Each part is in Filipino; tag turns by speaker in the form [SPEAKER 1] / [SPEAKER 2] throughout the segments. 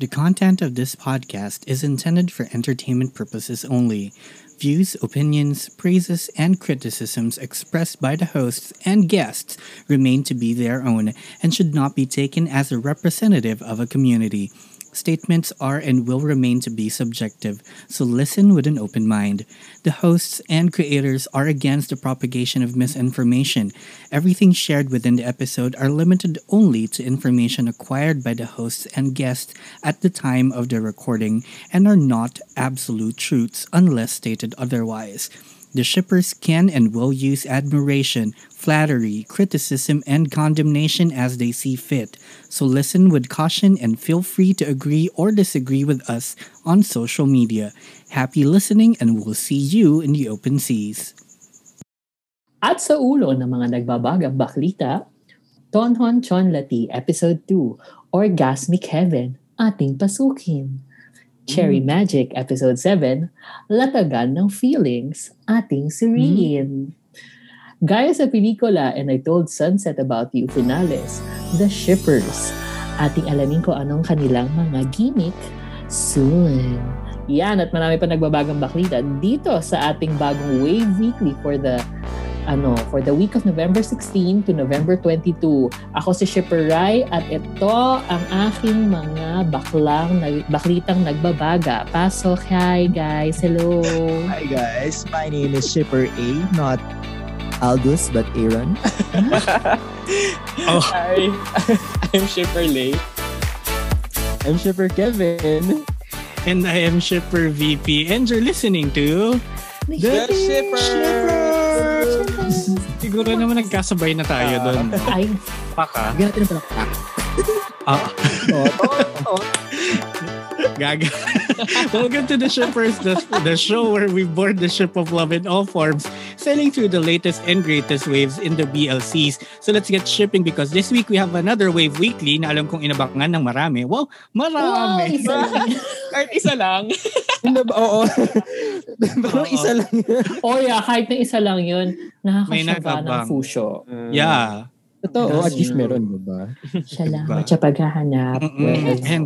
[SPEAKER 1] The content of this podcast is intended for entertainment purposes only. Views, opinions, praises, and criticisms expressed by the hosts and guests remain to be their own and should not be taken as a representative of a community. Statements are and will remain to be subjective, so listen with an open mind. The hosts and creators are against the propagation of misinformation. Everything shared within the episode are limited only to information acquired by the hosts and guests at the time of the recording and are not absolute truths unless stated otherwise. The shippers can and will use admiration, flattery, criticism, and condemnation as they see fit. So listen with caution and feel free to agree or disagree with us on social media. Happy listening, and we'll see you in the open seas.
[SPEAKER 2] At sa ulo ng mga nagbabagang baklita, Tonhon Chonlati Episode 2, Orgasmic Heaven, ating pasukin. Cherry Magic Episode 7, Latagan ng Feelings, ating siriin. Gaya sa pelikula And I Told Sunset About You Finales, The Shippers. Ating alamin ko anong kanilang mga gimmick soon. Yan at marami pa nagbabagang baklita dito sa ating bagong Wave Weekly for the ano, for the week of November 16 to November 22. Ako si Shipper Rai at ito ang aking mga baklang, baklitang nagbabaga. Pasok, hi guys, hello.
[SPEAKER 3] Hi guys, my name is Shipper A, not Aldous but Aaron.
[SPEAKER 1] Oh.
[SPEAKER 2] Hi, I'm Shipper Lay.
[SPEAKER 3] I'm Shipper Kevin.
[SPEAKER 1] And I am Shipper VP, and you're listening to
[SPEAKER 3] The
[SPEAKER 1] Siguro naman nagkasabay na tayo
[SPEAKER 3] Ah.
[SPEAKER 1] doon.
[SPEAKER 2] Ay,
[SPEAKER 1] Paka.
[SPEAKER 3] Bigyan natin ng palakpak.
[SPEAKER 1] Ah,
[SPEAKER 3] Oo, oo, oo.
[SPEAKER 1] gaga. Welcome to the Shippers, the, the show where we board the ship of love in all forms, sailing through the latest and greatest waves in the BLCs. So let's get shipping because this week we have another wave weekly na alam kong inabangan ng marami. Wow,
[SPEAKER 2] wow,
[SPEAKER 1] marami.
[SPEAKER 2] isa lang.
[SPEAKER 4] Kahit isa lang.
[SPEAKER 3] Yun na ba? Oo. Parang
[SPEAKER 1] Oo.
[SPEAKER 3] isa lang yun.
[SPEAKER 2] O Oh, yeah, kahit na isa lang yun,
[SPEAKER 1] May
[SPEAKER 2] nakakasaba ng
[SPEAKER 1] nakabang.
[SPEAKER 2] fusyo.
[SPEAKER 1] Yeah.
[SPEAKER 3] Totoo, oh, at
[SPEAKER 2] That's
[SPEAKER 3] least
[SPEAKER 2] true.
[SPEAKER 3] meron, diba?
[SPEAKER 2] Salamat
[SPEAKER 1] Diba?
[SPEAKER 2] sa paghahanap.
[SPEAKER 1] Mm-mm.
[SPEAKER 2] Well,
[SPEAKER 1] Mm,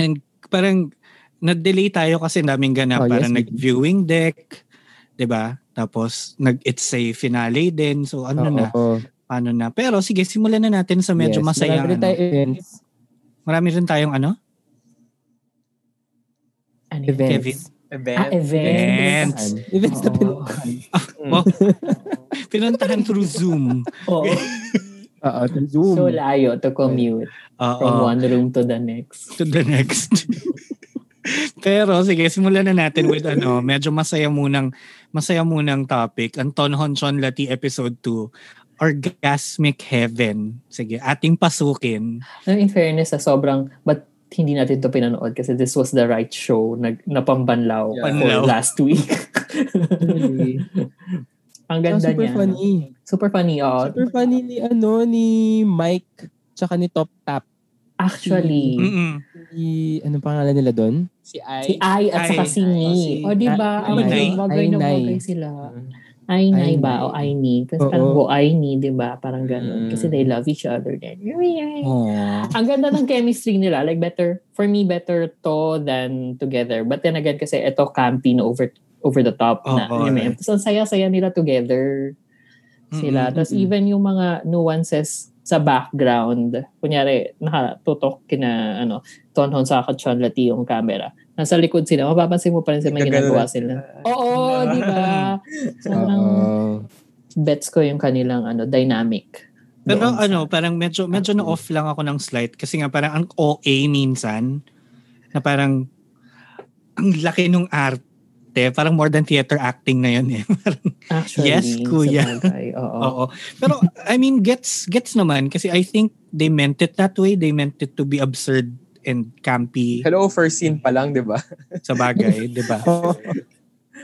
[SPEAKER 1] And
[SPEAKER 3] True.
[SPEAKER 1] parang na-delay tayo kasi daming ganap.
[SPEAKER 3] Oh, yes,
[SPEAKER 1] parang
[SPEAKER 3] we did.
[SPEAKER 1] nag-viewing deck, 'di ba? Tapos nag-it's a finale din. So ano na,
[SPEAKER 3] Oo.
[SPEAKER 1] paano na. Pero sige, simulan na natin sa medyo
[SPEAKER 3] Yes,
[SPEAKER 1] masayang
[SPEAKER 3] marami rin
[SPEAKER 1] ano.
[SPEAKER 3] tayo events.
[SPEAKER 1] Marami rin tayong ano?
[SPEAKER 2] ano yun?
[SPEAKER 3] Events.
[SPEAKER 1] Kevin?
[SPEAKER 2] Ah,
[SPEAKER 4] Event.
[SPEAKER 2] events.
[SPEAKER 1] Events.
[SPEAKER 3] Events na
[SPEAKER 2] Oo.
[SPEAKER 3] pinupuntahan.
[SPEAKER 1] Pinuntahan through Zoom.
[SPEAKER 2] Oo.
[SPEAKER 3] Oo, through Zoom.
[SPEAKER 2] Oh. So layo to commute from
[SPEAKER 1] Oo.
[SPEAKER 2] one room to the next.
[SPEAKER 1] To the next. Pero sige, simulan na natin with ano, medyo masaya munang masaya munang topic. Ang Tonhon Chon Lati episode 2, Orgasmic Heaven. Sige, ating pasukin.
[SPEAKER 2] Now, in fairness, sa sobrang, but hindi natin to pinanood kasi this was the right show na, na pambanlaw
[SPEAKER 3] Yeah.
[SPEAKER 1] Panlaw.
[SPEAKER 2] for last week.
[SPEAKER 3] Really.
[SPEAKER 2] Ang ganda
[SPEAKER 3] super
[SPEAKER 2] niya.
[SPEAKER 3] funny.
[SPEAKER 2] Super funny, oh. oo.
[SPEAKER 3] Super funny ni, ano, ni Mike, tsaka ni Top Tap.
[SPEAKER 2] Actually,
[SPEAKER 3] Mm-hmm.
[SPEAKER 1] Mm-mm.
[SPEAKER 3] Si, ano pangalan nila doon?
[SPEAKER 4] Si Ai.
[SPEAKER 2] si Ai at
[SPEAKER 1] Ay.
[SPEAKER 2] saka si Ni.
[SPEAKER 3] Ay.
[SPEAKER 2] O, di ba? Ang
[SPEAKER 1] Ay.
[SPEAKER 2] bagay na
[SPEAKER 3] Ay.
[SPEAKER 2] bagay sila. Ay Nay
[SPEAKER 3] Ay,
[SPEAKER 2] ba? O Ay
[SPEAKER 3] Nay.
[SPEAKER 2] Ni. Kasi
[SPEAKER 3] Mm-hmm. Oo.
[SPEAKER 2] parang go Ay Ni, di ba? Parang ganun.
[SPEAKER 3] Mm.
[SPEAKER 2] Kasi they love each other then.
[SPEAKER 1] Aw.
[SPEAKER 2] Ang ganda ng chemistry nila. Like better, for me, better to than together. But then again, kasi ito campy na over over the top na.
[SPEAKER 1] Oo,
[SPEAKER 2] yun na yun. Tapos ang saya-saya nila together sila.
[SPEAKER 1] Mm-mm.
[SPEAKER 2] Tapos
[SPEAKER 3] mm-mm.
[SPEAKER 2] even yung mga nuances sa background. Kunyari, nakatutok kina ano, Tonhon sa Kachonlati yung camera. Nasa likod sila. Mapapansin mo pa rin sa may ginagawa sila. Oo, di ba? Sobrang
[SPEAKER 3] Oo.
[SPEAKER 2] bets ko yung kanilang ano dynamic.
[SPEAKER 1] Pero
[SPEAKER 2] doon sa-
[SPEAKER 1] ano, parang medyo medyo na off lang ako ng slight kasi nga parang ang OA minsan na parang ang laki nung arte, parang more than theater acting na yun eh.
[SPEAKER 2] actually,
[SPEAKER 1] Yes, kuya.
[SPEAKER 2] sa bagay, Oo.
[SPEAKER 1] Oo. Pero I mean gets gets naman kasi I think they meant it that way. They meant it to be absurd and campy
[SPEAKER 4] Hello, first scene pa lang, di ba?
[SPEAKER 1] sa bagay, 'di ba?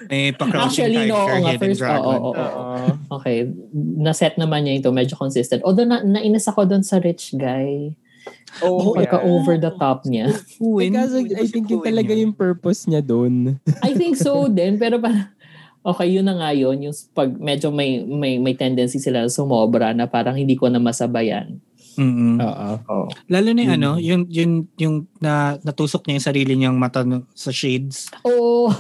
[SPEAKER 1] May pa-crouching
[SPEAKER 2] Actually,
[SPEAKER 1] tiger,
[SPEAKER 2] no. Oo nga,
[SPEAKER 1] hidden
[SPEAKER 2] first, oo,
[SPEAKER 1] dragon.
[SPEAKER 2] oo, oo. Okay. Naset naman niya ito. Medyo consistent. Although, na, nainis ako doon sa rich guy.
[SPEAKER 4] Oh,
[SPEAKER 2] Pagka over the top niya.
[SPEAKER 1] Kukuin.
[SPEAKER 3] Kaso,
[SPEAKER 1] Kukuin
[SPEAKER 3] I think yun
[SPEAKER 1] kukuin
[SPEAKER 3] talaga
[SPEAKER 1] yun.
[SPEAKER 3] yung purpose niya doon.
[SPEAKER 2] I think so din. Pero parang, okay, yun na nga yun. Yung pag medyo may, may, may tendency sila sumobra na parang hindi ko na masabayan.
[SPEAKER 1] Mm-mm.
[SPEAKER 4] Oo.
[SPEAKER 3] Oh.
[SPEAKER 1] Lalo na yung
[SPEAKER 3] Yun.
[SPEAKER 1] ano, yung, yung, yung na, natusok niya yung sarili niyang mata no- sa shades.
[SPEAKER 2] Oh,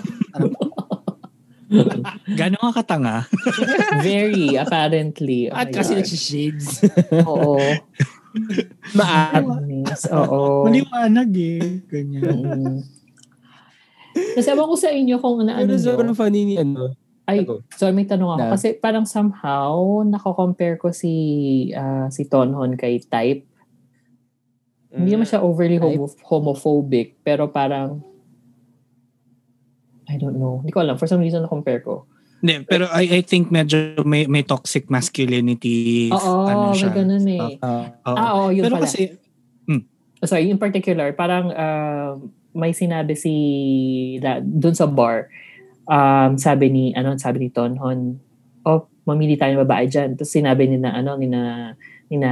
[SPEAKER 1] Gano'ng ka katanga?
[SPEAKER 2] very apparently. Oh
[SPEAKER 4] At
[SPEAKER 2] my
[SPEAKER 4] kasi
[SPEAKER 2] God.
[SPEAKER 4] nagsishades.
[SPEAKER 2] Oo. Maadness. Oo.
[SPEAKER 1] Maliwanag eh. Ganyan.
[SPEAKER 2] Mm. Tapos ewan ko sa inyo kung ano
[SPEAKER 4] Pero sobrang
[SPEAKER 2] ano.
[SPEAKER 4] funny ni ano.
[SPEAKER 2] Ay,
[SPEAKER 4] Ako.
[SPEAKER 2] sorry, may tanong ako.
[SPEAKER 4] Na-
[SPEAKER 2] Kasi parang somehow, nakakompare ko si ah, si Tonhon kay Type. Hindi naman
[SPEAKER 4] Mm.
[SPEAKER 1] Mm.
[SPEAKER 2] siya overly homo- homophobic, pero parang, I don't know. Hindi ko alam. For some reason, na-compare ko.
[SPEAKER 1] Hindi, pero I, I think medyo may, may toxic masculinity.
[SPEAKER 2] Oo,
[SPEAKER 1] ano
[SPEAKER 2] may
[SPEAKER 1] siya.
[SPEAKER 2] ganun eh.
[SPEAKER 4] Ah,
[SPEAKER 1] Oo.
[SPEAKER 2] Ah, oo, yun
[SPEAKER 1] pero
[SPEAKER 2] pala.
[SPEAKER 1] kasi,
[SPEAKER 2] sorry, in particular, parang um, may sinabi si da, dun sa bar, um, sabi ni, ano, sabi ni Tonhon, oh, mamili tayo ng babae dyan. Tapos sinabi ni na, ano, ni na, ni na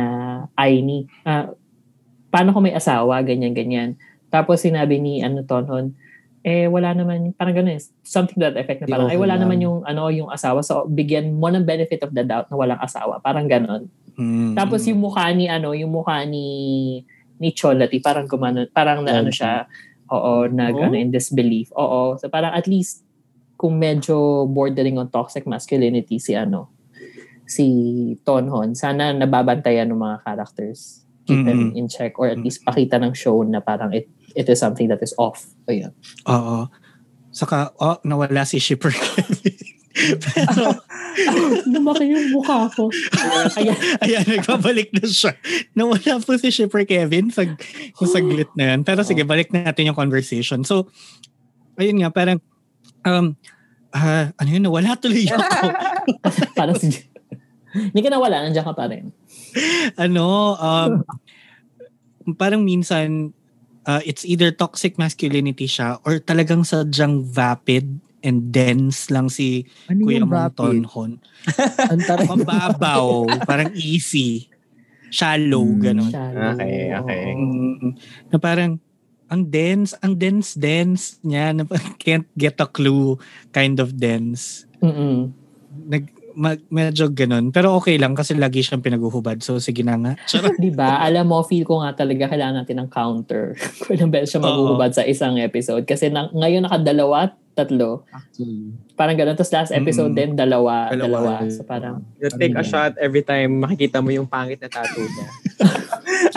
[SPEAKER 2] Aini, ah, paano kung may asawa, ganyan, ganyan. Tapos sinabi ni, ano, Tonhon, eh, wala naman, parang ganun eh, something to that effect na
[SPEAKER 4] Di
[SPEAKER 2] parang, ay,
[SPEAKER 4] okay
[SPEAKER 2] wala
[SPEAKER 4] lang."
[SPEAKER 2] naman yung, ano, yung asawa. So, bigyan mo ng benefit of the doubt na walang asawa. Parang ganun.
[SPEAKER 1] mm,
[SPEAKER 2] Tapos yung mukha ni ano, yung mukha ni ni Cholati parang gumano, parang na ano siya, oo, nag
[SPEAKER 4] Oh?
[SPEAKER 2] ano in disbelief. Oo. So parang at least kung medyo bordering on toxic masculinity si ano si Tonhon, sana nababantayan ng mga characters. Keep them
[SPEAKER 4] Mm-hmm.
[SPEAKER 1] Mm-mm.
[SPEAKER 2] in check or at least pakita ng show na parang it it is something that is off. Ayun.
[SPEAKER 1] oo. Saka, oh, nawala si Shipper Kevin. pero,
[SPEAKER 2] Lumaki yung mukha ko. Ayan.
[SPEAKER 1] Ayan, nagbabalik na siya. Nawala po si Shipper Kevin sa, sa saglit na yan. Pero sige, balik natin yung conversation. So, ayun nga, parang, um, ah, ano yun, nawala tuloy ako.
[SPEAKER 2] parang si Hindi ka nawala, nandiyan ka pa rin.
[SPEAKER 1] ano, um, parang minsan, uh, it's either toxic masculinity siya or talagang sadyang vapid and dense lang si
[SPEAKER 3] Ano
[SPEAKER 1] Kuya Mong
[SPEAKER 3] yung rapid?
[SPEAKER 1] Tonhon.
[SPEAKER 3] Ang taray.
[SPEAKER 1] Mababaw, parang easy, shallow,
[SPEAKER 3] Hmm.
[SPEAKER 1] gano'n.
[SPEAKER 2] Shallow.
[SPEAKER 4] Okay, okay.
[SPEAKER 1] Mm, na parang ang dense, ang dense dense niya na parang can't get a clue kind of dense.
[SPEAKER 2] Mm-mm.
[SPEAKER 1] Nag mag, medyo ganun. Pero okay lang kasi lagi siyang pinaguhubad. So sige na nga. Charot.
[SPEAKER 2] Di ba? Alam mo, feel ko nga talaga kailangan natin ng counter. Kung ilang beses siya maghuhubad sa isang episode. Kasi na, ngayon nakadalawa, tatlo.
[SPEAKER 3] Actually.
[SPEAKER 2] Parang ganun. Tapos last episode
[SPEAKER 1] Mm.
[SPEAKER 2] din, dalawa, dalawa.
[SPEAKER 4] Dalawa.
[SPEAKER 2] So parang,
[SPEAKER 4] You take a shot every time makikita mo yung pangit na tattoo niya.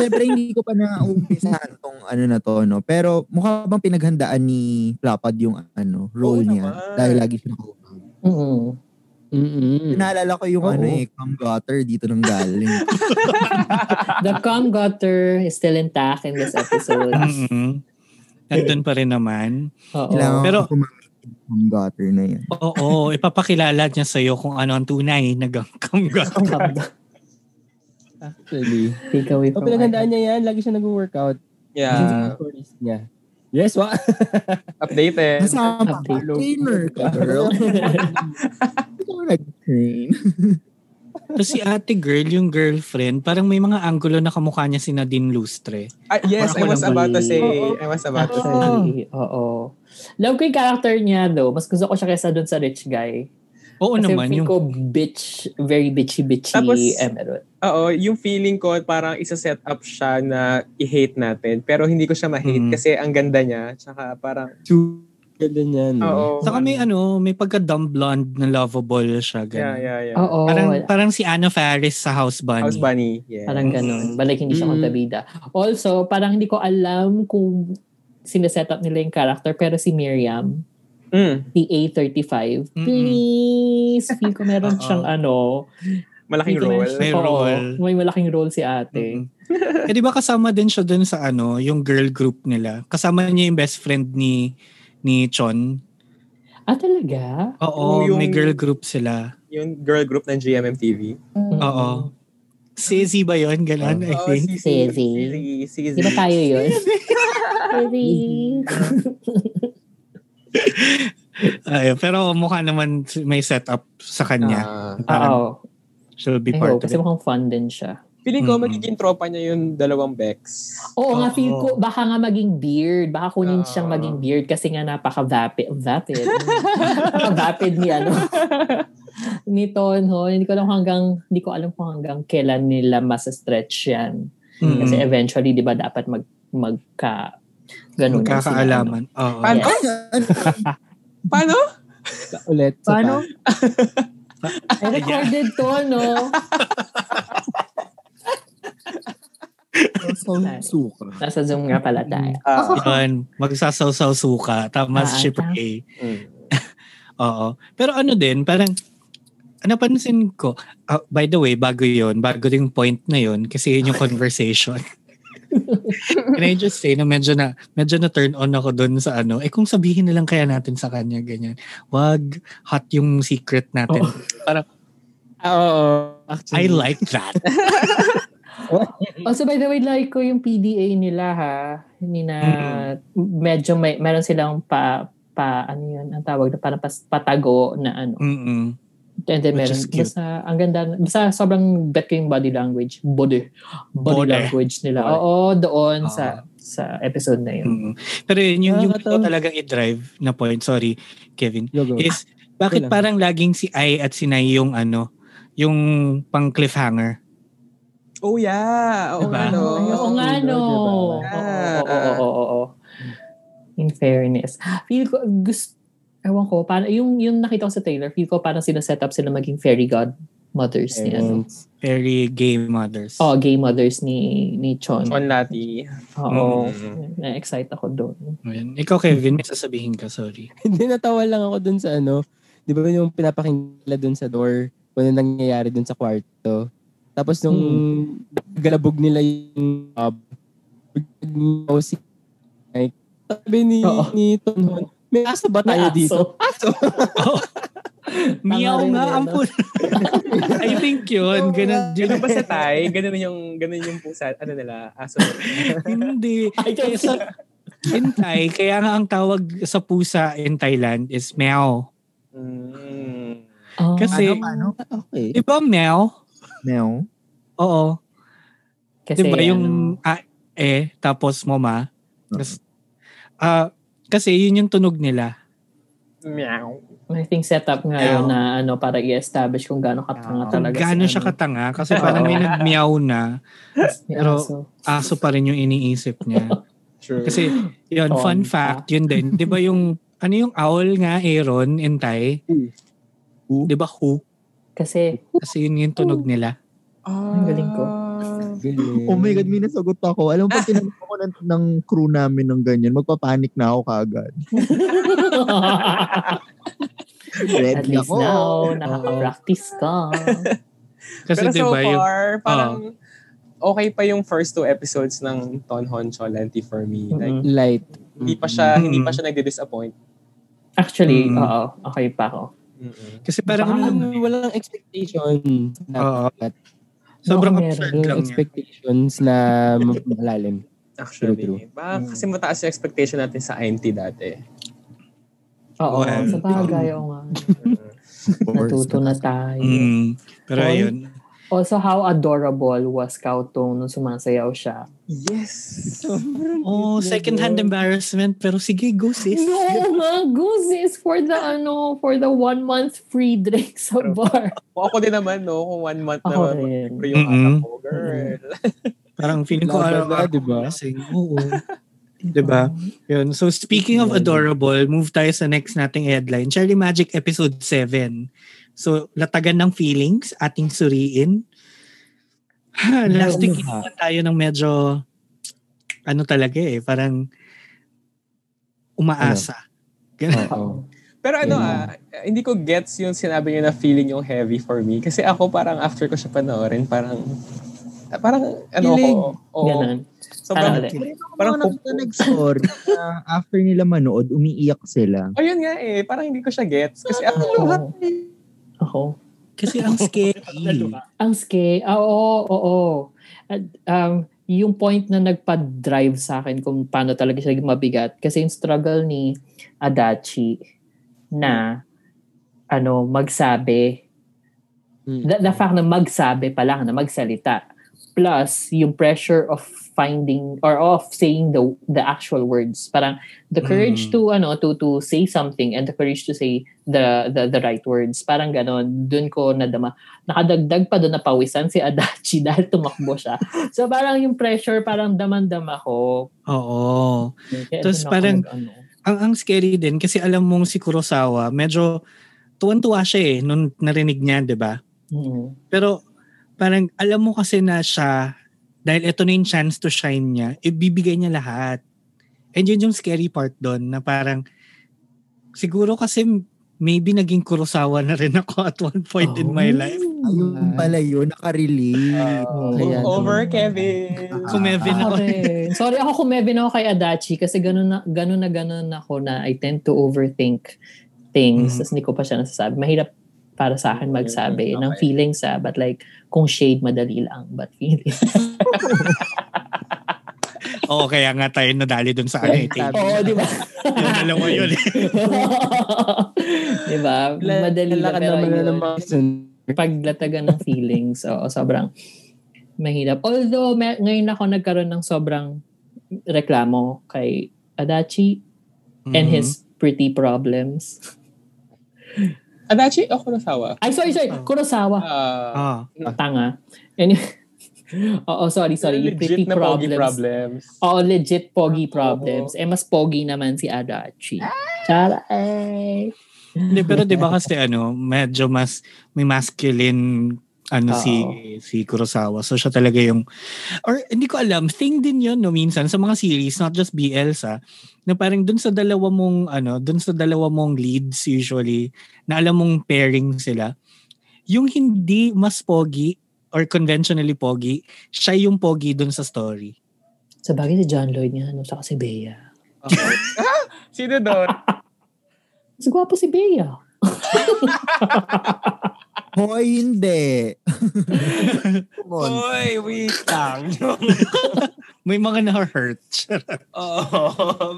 [SPEAKER 3] Siyempre, hindi ko pa naumpisahan tong ano na to, no? Pero mukha bang pinaghandaan ni Plapad yung ano, role
[SPEAKER 4] Oo
[SPEAKER 3] niya?
[SPEAKER 4] naman.
[SPEAKER 3] Dahil lagi siya nakaupo.
[SPEAKER 2] mm
[SPEAKER 4] Mm-mm.
[SPEAKER 3] Naalala ko yung
[SPEAKER 4] Oo.
[SPEAKER 3] ano eh, cum gutter dito ng galing.
[SPEAKER 2] The cum gutter is still intact in this episode.
[SPEAKER 1] Mm-mm. Nandun pa rin naman.
[SPEAKER 2] Oo.
[SPEAKER 3] Kailangan
[SPEAKER 1] Pero-
[SPEAKER 3] ko kumamit yung cum gutter na yan.
[SPEAKER 1] Oo, ipapakilala niya sa'yo kung ano ang tunay na gangkang
[SPEAKER 2] Cum gutter.
[SPEAKER 5] Actually.
[SPEAKER 2] Take away
[SPEAKER 5] O,
[SPEAKER 2] from
[SPEAKER 5] pinagandaan niya yan. Lagi siya nag-workout.
[SPEAKER 4] Yeah.
[SPEAKER 5] stories niya. Yes, wa.
[SPEAKER 4] Updated.
[SPEAKER 3] Kasama ka,
[SPEAKER 2] update.
[SPEAKER 3] trainer ka, girl. Ikaw nag-train.
[SPEAKER 1] Tapos si ate girl, yung girlfriend, parang may mga angulo na kamukha niya si Nadine Lustre.
[SPEAKER 4] Ah, yes, I was about to say. I was about to say.
[SPEAKER 2] Actually, oo. Love ko yung character niya though. Mas gusto ko siya kaysa dun sa rich guy.
[SPEAKER 1] Oo
[SPEAKER 2] Kasi
[SPEAKER 1] naman. Yung,
[SPEAKER 2] feel ko bitch, very bitchy-bitchy
[SPEAKER 4] Tapos-
[SPEAKER 2] Emerald.
[SPEAKER 4] Oo, yung feeling ko parang isa-set up siya na i-hate natin. Pero hindi ko siya ma-hate
[SPEAKER 1] Mm.
[SPEAKER 4] kasi ang ganda niya. Tsaka parang,
[SPEAKER 5] Two. Ganda
[SPEAKER 2] Mm.
[SPEAKER 5] niya. No?
[SPEAKER 4] oo.
[SPEAKER 1] saka may ano, may pagka-dumb blonde na lovable siya. Ganun.
[SPEAKER 4] Yeah, yeah, yeah.
[SPEAKER 2] ano Oo.
[SPEAKER 1] Parang, parang si Anna Faris sa House Bunny.
[SPEAKER 4] House Bunny. Yeah.
[SPEAKER 2] Parang ganun. Balik hindi siya
[SPEAKER 5] Mm.
[SPEAKER 2] kontabida. Also, parang hindi ko alam kung sineset up nila yung character pero si Miriam,
[SPEAKER 4] Mm,
[SPEAKER 2] si A35,
[SPEAKER 1] Mm-mm.
[SPEAKER 2] please, feel ko meron
[SPEAKER 1] Oo.
[SPEAKER 2] siyang ano.
[SPEAKER 4] malaking
[SPEAKER 2] feel ko meron
[SPEAKER 4] role.
[SPEAKER 2] siyang-
[SPEAKER 1] May
[SPEAKER 2] oo,
[SPEAKER 1] role.
[SPEAKER 2] may malaking role si ate.
[SPEAKER 1] Mm. eh di ba kasama din siya dun sa ano, yung girl group nila. Kasama niya yung best friend ni ni Chon.
[SPEAKER 2] Ah, talaga?
[SPEAKER 1] Oo,
[SPEAKER 4] Yung-
[SPEAKER 1] may girl group sila.
[SPEAKER 4] Yung girl group ng GMMTV.
[SPEAKER 2] Mm-hmm.
[SPEAKER 1] Oo. Sissy ba yun? Ganun, I
[SPEAKER 4] Oo,
[SPEAKER 1] think.
[SPEAKER 4] Oh, si
[SPEAKER 2] Sisi.
[SPEAKER 4] si- si-
[SPEAKER 2] Di ba tayo yun? Sorry.
[SPEAKER 1] Ay, pero mukha naman may setup sa kanya.
[SPEAKER 4] Ah.
[SPEAKER 1] Parang
[SPEAKER 2] Oo.
[SPEAKER 1] she'll be
[SPEAKER 2] I
[SPEAKER 1] part of
[SPEAKER 2] hope.
[SPEAKER 1] it.
[SPEAKER 2] Kasi mukhang fun din siya.
[SPEAKER 4] Feeling ko
[SPEAKER 1] Mm-mm.
[SPEAKER 4] magiging tropa niya yung dalawang Bex.
[SPEAKER 2] Oo Ah. nga,
[SPEAKER 1] Oo.
[SPEAKER 2] feel ko, baka nga maging beard. Baka kunin siyang
[SPEAKER 4] Oo.
[SPEAKER 2] maging beard kasi nga napaka-vapid. Vapid ni ano. ni Tonhon, hindi ko alam kung hanggang, hindi ko alam kung hanggang kailan nila masa-stretch yan. Kasi
[SPEAKER 1] Mm.
[SPEAKER 2] eventually, di ba, dapat mag, magka, ganun. na sila, ano.
[SPEAKER 1] Magkakaalaman. Oo.
[SPEAKER 4] Paano?
[SPEAKER 2] Yes.
[SPEAKER 3] Ano?
[SPEAKER 4] Paano?
[SPEAKER 5] Ka- Ulit. sa
[SPEAKER 2] Paano?
[SPEAKER 5] pa-
[SPEAKER 2] I recorded to, no?
[SPEAKER 3] Sa suka.
[SPEAKER 2] Nasa Zoom nga pala tayo.
[SPEAKER 4] Ah,
[SPEAKER 1] Yun, magsasawsaw suka, tama
[SPEAKER 2] Ah,
[SPEAKER 1] si Shipper
[SPEAKER 2] tama.
[SPEAKER 1] A.
[SPEAKER 4] mm.
[SPEAKER 1] Oo. Pero ano din, parang, napansin ko, ah, by the way, bago yun, bago yung point na yun, kasi yun yung conversation. Can I just say na medyo na medyo na turn on ako doon sa ano eh kung sabihin na lang kaya natin sa kanya ganyan wag hot yung secret natin
[SPEAKER 2] Oh,
[SPEAKER 5] Ah, Oo.
[SPEAKER 1] I
[SPEAKER 5] Actually,
[SPEAKER 1] like that
[SPEAKER 2] Also, Oh, by the way, like ko yung PDA nila, ha? Hindi na, medyo may, meron silang pa, pa, ano yun, ang tawag na parang pas, patago na ano.
[SPEAKER 1] mm
[SPEAKER 2] And then
[SPEAKER 1] Which
[SPEAKER 2] meron,
[SPEAKER 1] is cute.
[SPEAKER 2] basta, ang ganda, basta sobrang bet ko yung body language. Body. Body,
[SPEAKER 1] Body.
[SPEAKER 2] language nila.
[SPEAKER 5] Body.
[SPEAKER 2] Oo, doon
[SPEAKER 1] Ah.
[SPEAKER 2] sa sa episode na yun.
[SPEAKER 1] mm pero yun yung, yung
[SPEAKER 5] Nakakatawa.
[SPEAKER 1] ko talagang i-drive na point sorry Kevin
[SPEAKER 5] Go, go.
[SPEAKER 1] is
[SPEAKER 2] Ah,
[SPEAKER 1] bakit
[SPEAKER 5] lang.
[SPEAKER 1] parang laging si Ai at si Nai yung ano, yung pang cliffhanger.
[SPEAKER 4] Oh yeah. Oo
[SPEAKER 1] Diba?
[SPEAKER 4] nga, no? Ah.
[SPEAKER 2] Oo, oo nga, no. Oo, oo, oo, oo, oo, oo. In fairness. Feel ko, gusto, ewan ko, parang, yung, yung nakita ko sa trailer, feel ko parang sinaset up sila maging fairy godmothers ni ano.
[SPEAKER 5] Parents.
[SPEAKER 1] Very gay mothers.
[SPEAKER 2] Oh, gay mothers ni ni Chon.
[SPEAKER 4] On Lati.
[SPEAKER 2] Oo.
[SPEAKER 4] Mm.
[SPEAKER 2] Na-excite ako doon.
[SPEAKER 1] Ayan. Ikaw, Kevin, may sasabihin ka, sorry.
[SPEAKER 5] Hindi, natawa lang ako dun sa ano. Di ba yung pinapakinggan nila dun sa door? Kung ano nangyayari dun sa kwarto? Tapos nung galabog nila yung uh, biglang si Mike. Sabi ni,
[SPEAKER 2] Oo.
[SPEAKER 5] ni Tonhon, may aso ba tayo dito?
[SPEAKER 1] Meow
[SPEAKER 2] rin
[SPEAKER 1] nga,
[SPEAKER 2] yun,
[SPEAKER 1] ang
[SPEAKER 2] no?
[SPEAKER 1] puno. I think yun. Ganun, yun.
[SPEAKER 4] Ganun ba sa Thai? Ganun yung, ganun yung pusa. Ano nila? Aso.
[SPEAKER 1] Hindi.
[SPEAKER 2] I
[SPEAKER 1] Kaya sa, in Thai, kaya nga ang tawag sa pusa in Thailand is meow.
[SPEAKER 4] Mm.
[SPEAKER 2] Oh, ano
[SPEAKER 1] Kasi-
[SPEAKER 3] Paano,
[SPEAKER 5] Okay.
[SPEAKER 1] Di ba meow?
[SPEAKER 3] Meow?
[SPEAKER 1] Oo.
[SPEAKER 2] Kasi,
[SPEAKER 1] diba yung
[SPEAKER 2] ano,
[SPEAKER 1] ah, eh, tapos mama. Tapos, ah, kasi yun yung tunog nila.
[SPEAKER 4] Meow.
[SPEAKER 2] ano, I think setup nga yun na ano, para i-establish kung gaano
[SPEAKER 1] Ah,
[SPEAKER 2] katanga
[SPEAKER 1] Kung
[SPEAKER 2] talaga.
[SPEAKER 1] gaano
[SPEAKER 2] si
[SPEAKER 1] siya
[SPEAKER 2] ano,
[SPEAKER 1] katanga kasi parang may
[SPEAKER 2] Oo.
[SPEAKER 1] nag-meow na.
[SPEAKER 2] ni
[SPEAKER 1] pero-
[SPEAKER 2] Aso.
[SPEAKER 1] aso pa rin yung iniisip niya.
[SPEAKER 4] True.
[SPEAKER 1] Kasi, yun,
[SPEAKER 2] Oo,
[SPEAKER 1] fun
[SPEAKER 2] di ba?
[SPEAKER 1] fact, yun din. Di ba yung, ano yung owl nga, Aaron, in Thai?
[SPEAKER 3] Who?
[SPEAKER 1] Di ba who?
[SPEAKER 2] Kasi,
[SPEAKER 1] Kasi yun yung tunog nila.
[SPEAKER 4] Ah.
[SPEAKER 2] ang galing ko.
[SPEAKER 5] Galing.
[SPEAKER 3] Oh my God, may nasagot ako. Alam mo, pag tinanong ako ng, ng crew namin ng ganyan, magpapanik na ako kagad.
[SPEAKER 2] at
[SPEAKER 3] Ready
[SPEAKER 2] least
[SPEAKER 3] ako.
[SPEAKER 2] now, nakaka-practice ka.
[SPEAKER 1] Kasi
[SPEAKER 4] Pero
[SPEAKER 1] di
[SPEAKER 4] so
[SPEAKER 1] ba yung,
[SPEAKER 4] far, parang okay pa yung first two episodes ng Tonhon Cholanti for me. Like,
[SPEAKER 2] Mm-mm.
[SPEAKER 5] Light.
[SPEAKER 4] hindi pa siya,
[SPEAKER 1] Mm.
[SPEAKER 4] hindi pa siya nagdi-disappoint.
[SPEAKER 2] Actually,
[SPEAKER 1] Mm.
[SPEAKER 2] oo, okay pa ako.
[SPEAKER 1] kasi parang,
[SPEAKER 5] Baka,
[SPEAKER 1] ano,
[SPEAKER 5] ano, walang expectations. Na,
[SPEAKER 1] oo,
[SPEAKER 5] dapat.
[SPEAKER 1] sobrang
[SPEAKER 2] Baka meron
[SPEAKER 1] absurd
[SPEAKER 5] walang
[SPEAKER 1] lang niya.
[SPEAKER 5] expectations na malalim.
[SPEAKER 4] Actually,
[SPEAKER 5] True,
[SPEAKER 2] Mm.
[SPEAKER 4] Baka kasi mataas yung expectation natin sa IMT dati.
[SPEAKER 2] Oo,
[SPEAKER 1] Well,
[SPEAKER 2] sa bagay, oo nga. Natuto na tayo.
[SPEAKER 1] Mm, pero
[SPEAKER 2] Oy.
[SPEAKER 1] yun,
[SPEAKER 2] Also, how adorable was Kautong nung sumasayaw siya.
[SPEAKER 4] yes!
[SPEAKER 1] oh, second-hand embarrassment, pero sige, go sis.
[SPEAKER 2] No, nga, Goose is for the, ano, for the one month free drink sa
[SPEAKER 4] True.
[SPEAKER 2] bar.
[SPEAKER 4] O ako din naman, no? Kung one month
[SPEAKER 2] Ako
[SPEAKER 4] na
[SPEAKER 2] rin.
[SPEAKER 4] pero yung
[SPEAKER 1] Mm-mm.
[SPEAKER 4] anak ko, girl.
[SPEAKER 1] Parang feeling ko
[SPEAKER 5] Lalo
[SPEAKER 1] alam
[SPEAKER 5] na,
[SPEAKER 1] ako
[SPEAKER 5] di ba?
[SPEAKER 1] lasing. Oo. di
[SPEAKER 4] diba?
[SPEAKER 1] ba? Yun. So speaking of
[SPEAKER 5] Yeah.
[SPEAKER 1] adorable, move tayo sa next nating headline. Charlie Magic Episode 7. So, latagan ng feelings, ating suriin. Ha, last week,
[SPEAKER 5] Ano ba?
[SPEAKER 1] iniwan tayo ng medyo, ano talaga eh, parang umaasa. Ganun.
[SPEAKER 5] Oo.
[SPEAKER 4] Pero ano ah,
[SPEAKER 5] Yeah.
[SPEAKER 4] hindi ko gets yung sinabi niyo na feeling yung heavy for me. Kasi ako parang after ko siya panoorin, parang, ah, parang ano
[SPEAKER 5] Kilig.
[SPEAKER 4] ko, oo.
[SPEAKER 2] Ganun.
[SPEAKER 4] Sobrang,
[SPEAKER 2] Ano ulit?
[SPEAKER 4] Parang
[SPEAKER 3] Parang ako
[SPEAKER 4] kupo.
[SPEAKER 3] nag story na after nila manood, umiiyak sila.
[SPEAKER 4] oh, yun nga eh, parang hindi ko siya gets. Kasi ako,
[SPEAKER 2] Oo. Ako.
[SPEAKER 1] Kasi ang scary.
[SPEAKER 2] Ang scary. Ah, oo, oo. At, um, yung point na nagpa-drive sa akin kung paano talaga siya naging mabigat. Kasi yung struggle ni Adachi
[SPEAKER 1] Hmm.
[SPEAKER 2] na ano magsabi.
[SPEAKER 5] Mm.
[SPEAKER 1] Hmm.
[SPEAKER 2] The, the fact na magsabi pa lang, na magsalita. plus yung pressure of finding or of saying the the actual words parang the
[SPEAKER 1] Mm.
[SPEAKER 2] courage to ano to to say something and the courage to say the the the right words parang ganon dun ko nadama nakadagdag pa doon na pawisan si Adachi dahil tumakbo siya so parang yung pressure parang daman-dama ko
[SPEAKER 1] Oo.
[SPEAKER 2] Kaya
[SPEAKER 1] Tapos
[SPEAKER 2] dun ako
[SPEAKER 1] parang-
[SPEAKER 2] nag- ano.
[SPEAKER 1] Ang, ang scary din kasi alam mong si Kurosawa, medyo tuwan-tuwa siya eh nung narinig niya, di ba?
[SPEAKER 2] Mm.
[SPEAKER 1] Pero parang alam mo kasi na siya, dahil ito na yung chance to shine niya, ibibigay niya lahat. And yun yung scary part doon na parang siguro kasi maybe naging Kurosawa na rin ako at one point in my life.
[SPEAKER 3] Ayun pala yun, nakarelate.
[SPEAKER 2] Oh.
[SPEAKER 5] Kaya to.
[SPEAKER 4] Move over, Kevin.
[SPEAKER 2] Ah.
[SPEAKER 1] Kumevin ako.
[SPEAKER 2] Sorry. Sorry ako kung may binaw kay Adachi kasi ganun na, ganun na ganun ako na I tend to overthink
[SPEAKER 1] Mhm.
[SPEAKER 2] things. Tapos hindi ko pa siya nasasabi. Mahirap para sa akin magsabi
[SPEAKER 4] Okay.
[SPEAKER 2] ng feelings ah. But like, kung shade, madali lang. But feelings.
[SPEAKER 1] Oo, kaya nga tayo nadali doon sa ano eh.
[SPEAKER 5] Sabi
[SPEAKER 2] Oo,
[SPEAKER 5] na-
[SPEAKER 2] di ba?
[SPEAKER 1] Yung dalawa yun. eh.
[SPEAKER 2] di ba? Madali lang.
[SPEAKER 5] Lalakad
[SPEAKER 2] Pero
[SPEAKER 5] naman na
[SPEAKER 2] ayun,
[SPEAKER 5] ng mga sun-
[SPEAKER 2] paglatagan ng feelings. Oo, sobrang mahirap. Although, may, ngayon ako nagkaroon ng sobrang reklamo kay Adachi
[SPEAKER 1] Mm-hmm.
[SPEAKER 2] and his pretty problems.
[SPEAKER 4] Adachi o Kurosawa?
[SPEAKER 2] Ay, sorry, sorry. Kurosawa.
[SPEAKER 4] Ah,
[SPEAKER 1] Ah,
[SPEAKER 2] Tanga. Anyway. Oo, sorry, sorry. Yung pretty
[SPEAKER 4] legit na pogi
[SPEAKER 2] problems.
[SPEAKER 4] problems.
[SPEAKER 2] Oo, legit pogi
[SPEAKER 4] Oo.
[SPEAKER 2] problems. Eh, mas pogi naman si Adachi. Chara, eh.
[SPEAKER 1] Hindi, pero di ba kasi ano, medyo mas may masculine ano
[SPEAKER 2] Oo.
[SPEAKER 1] si si Kurosawa. So siya talaga yung or hindi ko alam, thing din 'yon no minsan sa mga series, not just BLs ah, na parang dun sa dalawa mong ano, dun sa dalawa mong leads usually na alam mong pairing sila. Yung hindi mas pogi or conventionally pogi, siya yung pogi dun sa story.
[SPEAKER 2] Sa bagay si John Lloyd niya, ano, saka si Bea.
[SPEAKER 4] Sino doon?
[SPEAKER 2] Mas gwapo si Bea.
[SPEAKER 3] Hoy, hindi. Come on.
[SPEAKER 4] Uy, wait lang.
[SPEAKER 1] May mga na-hurt.
[SPEAKER 6] Oo.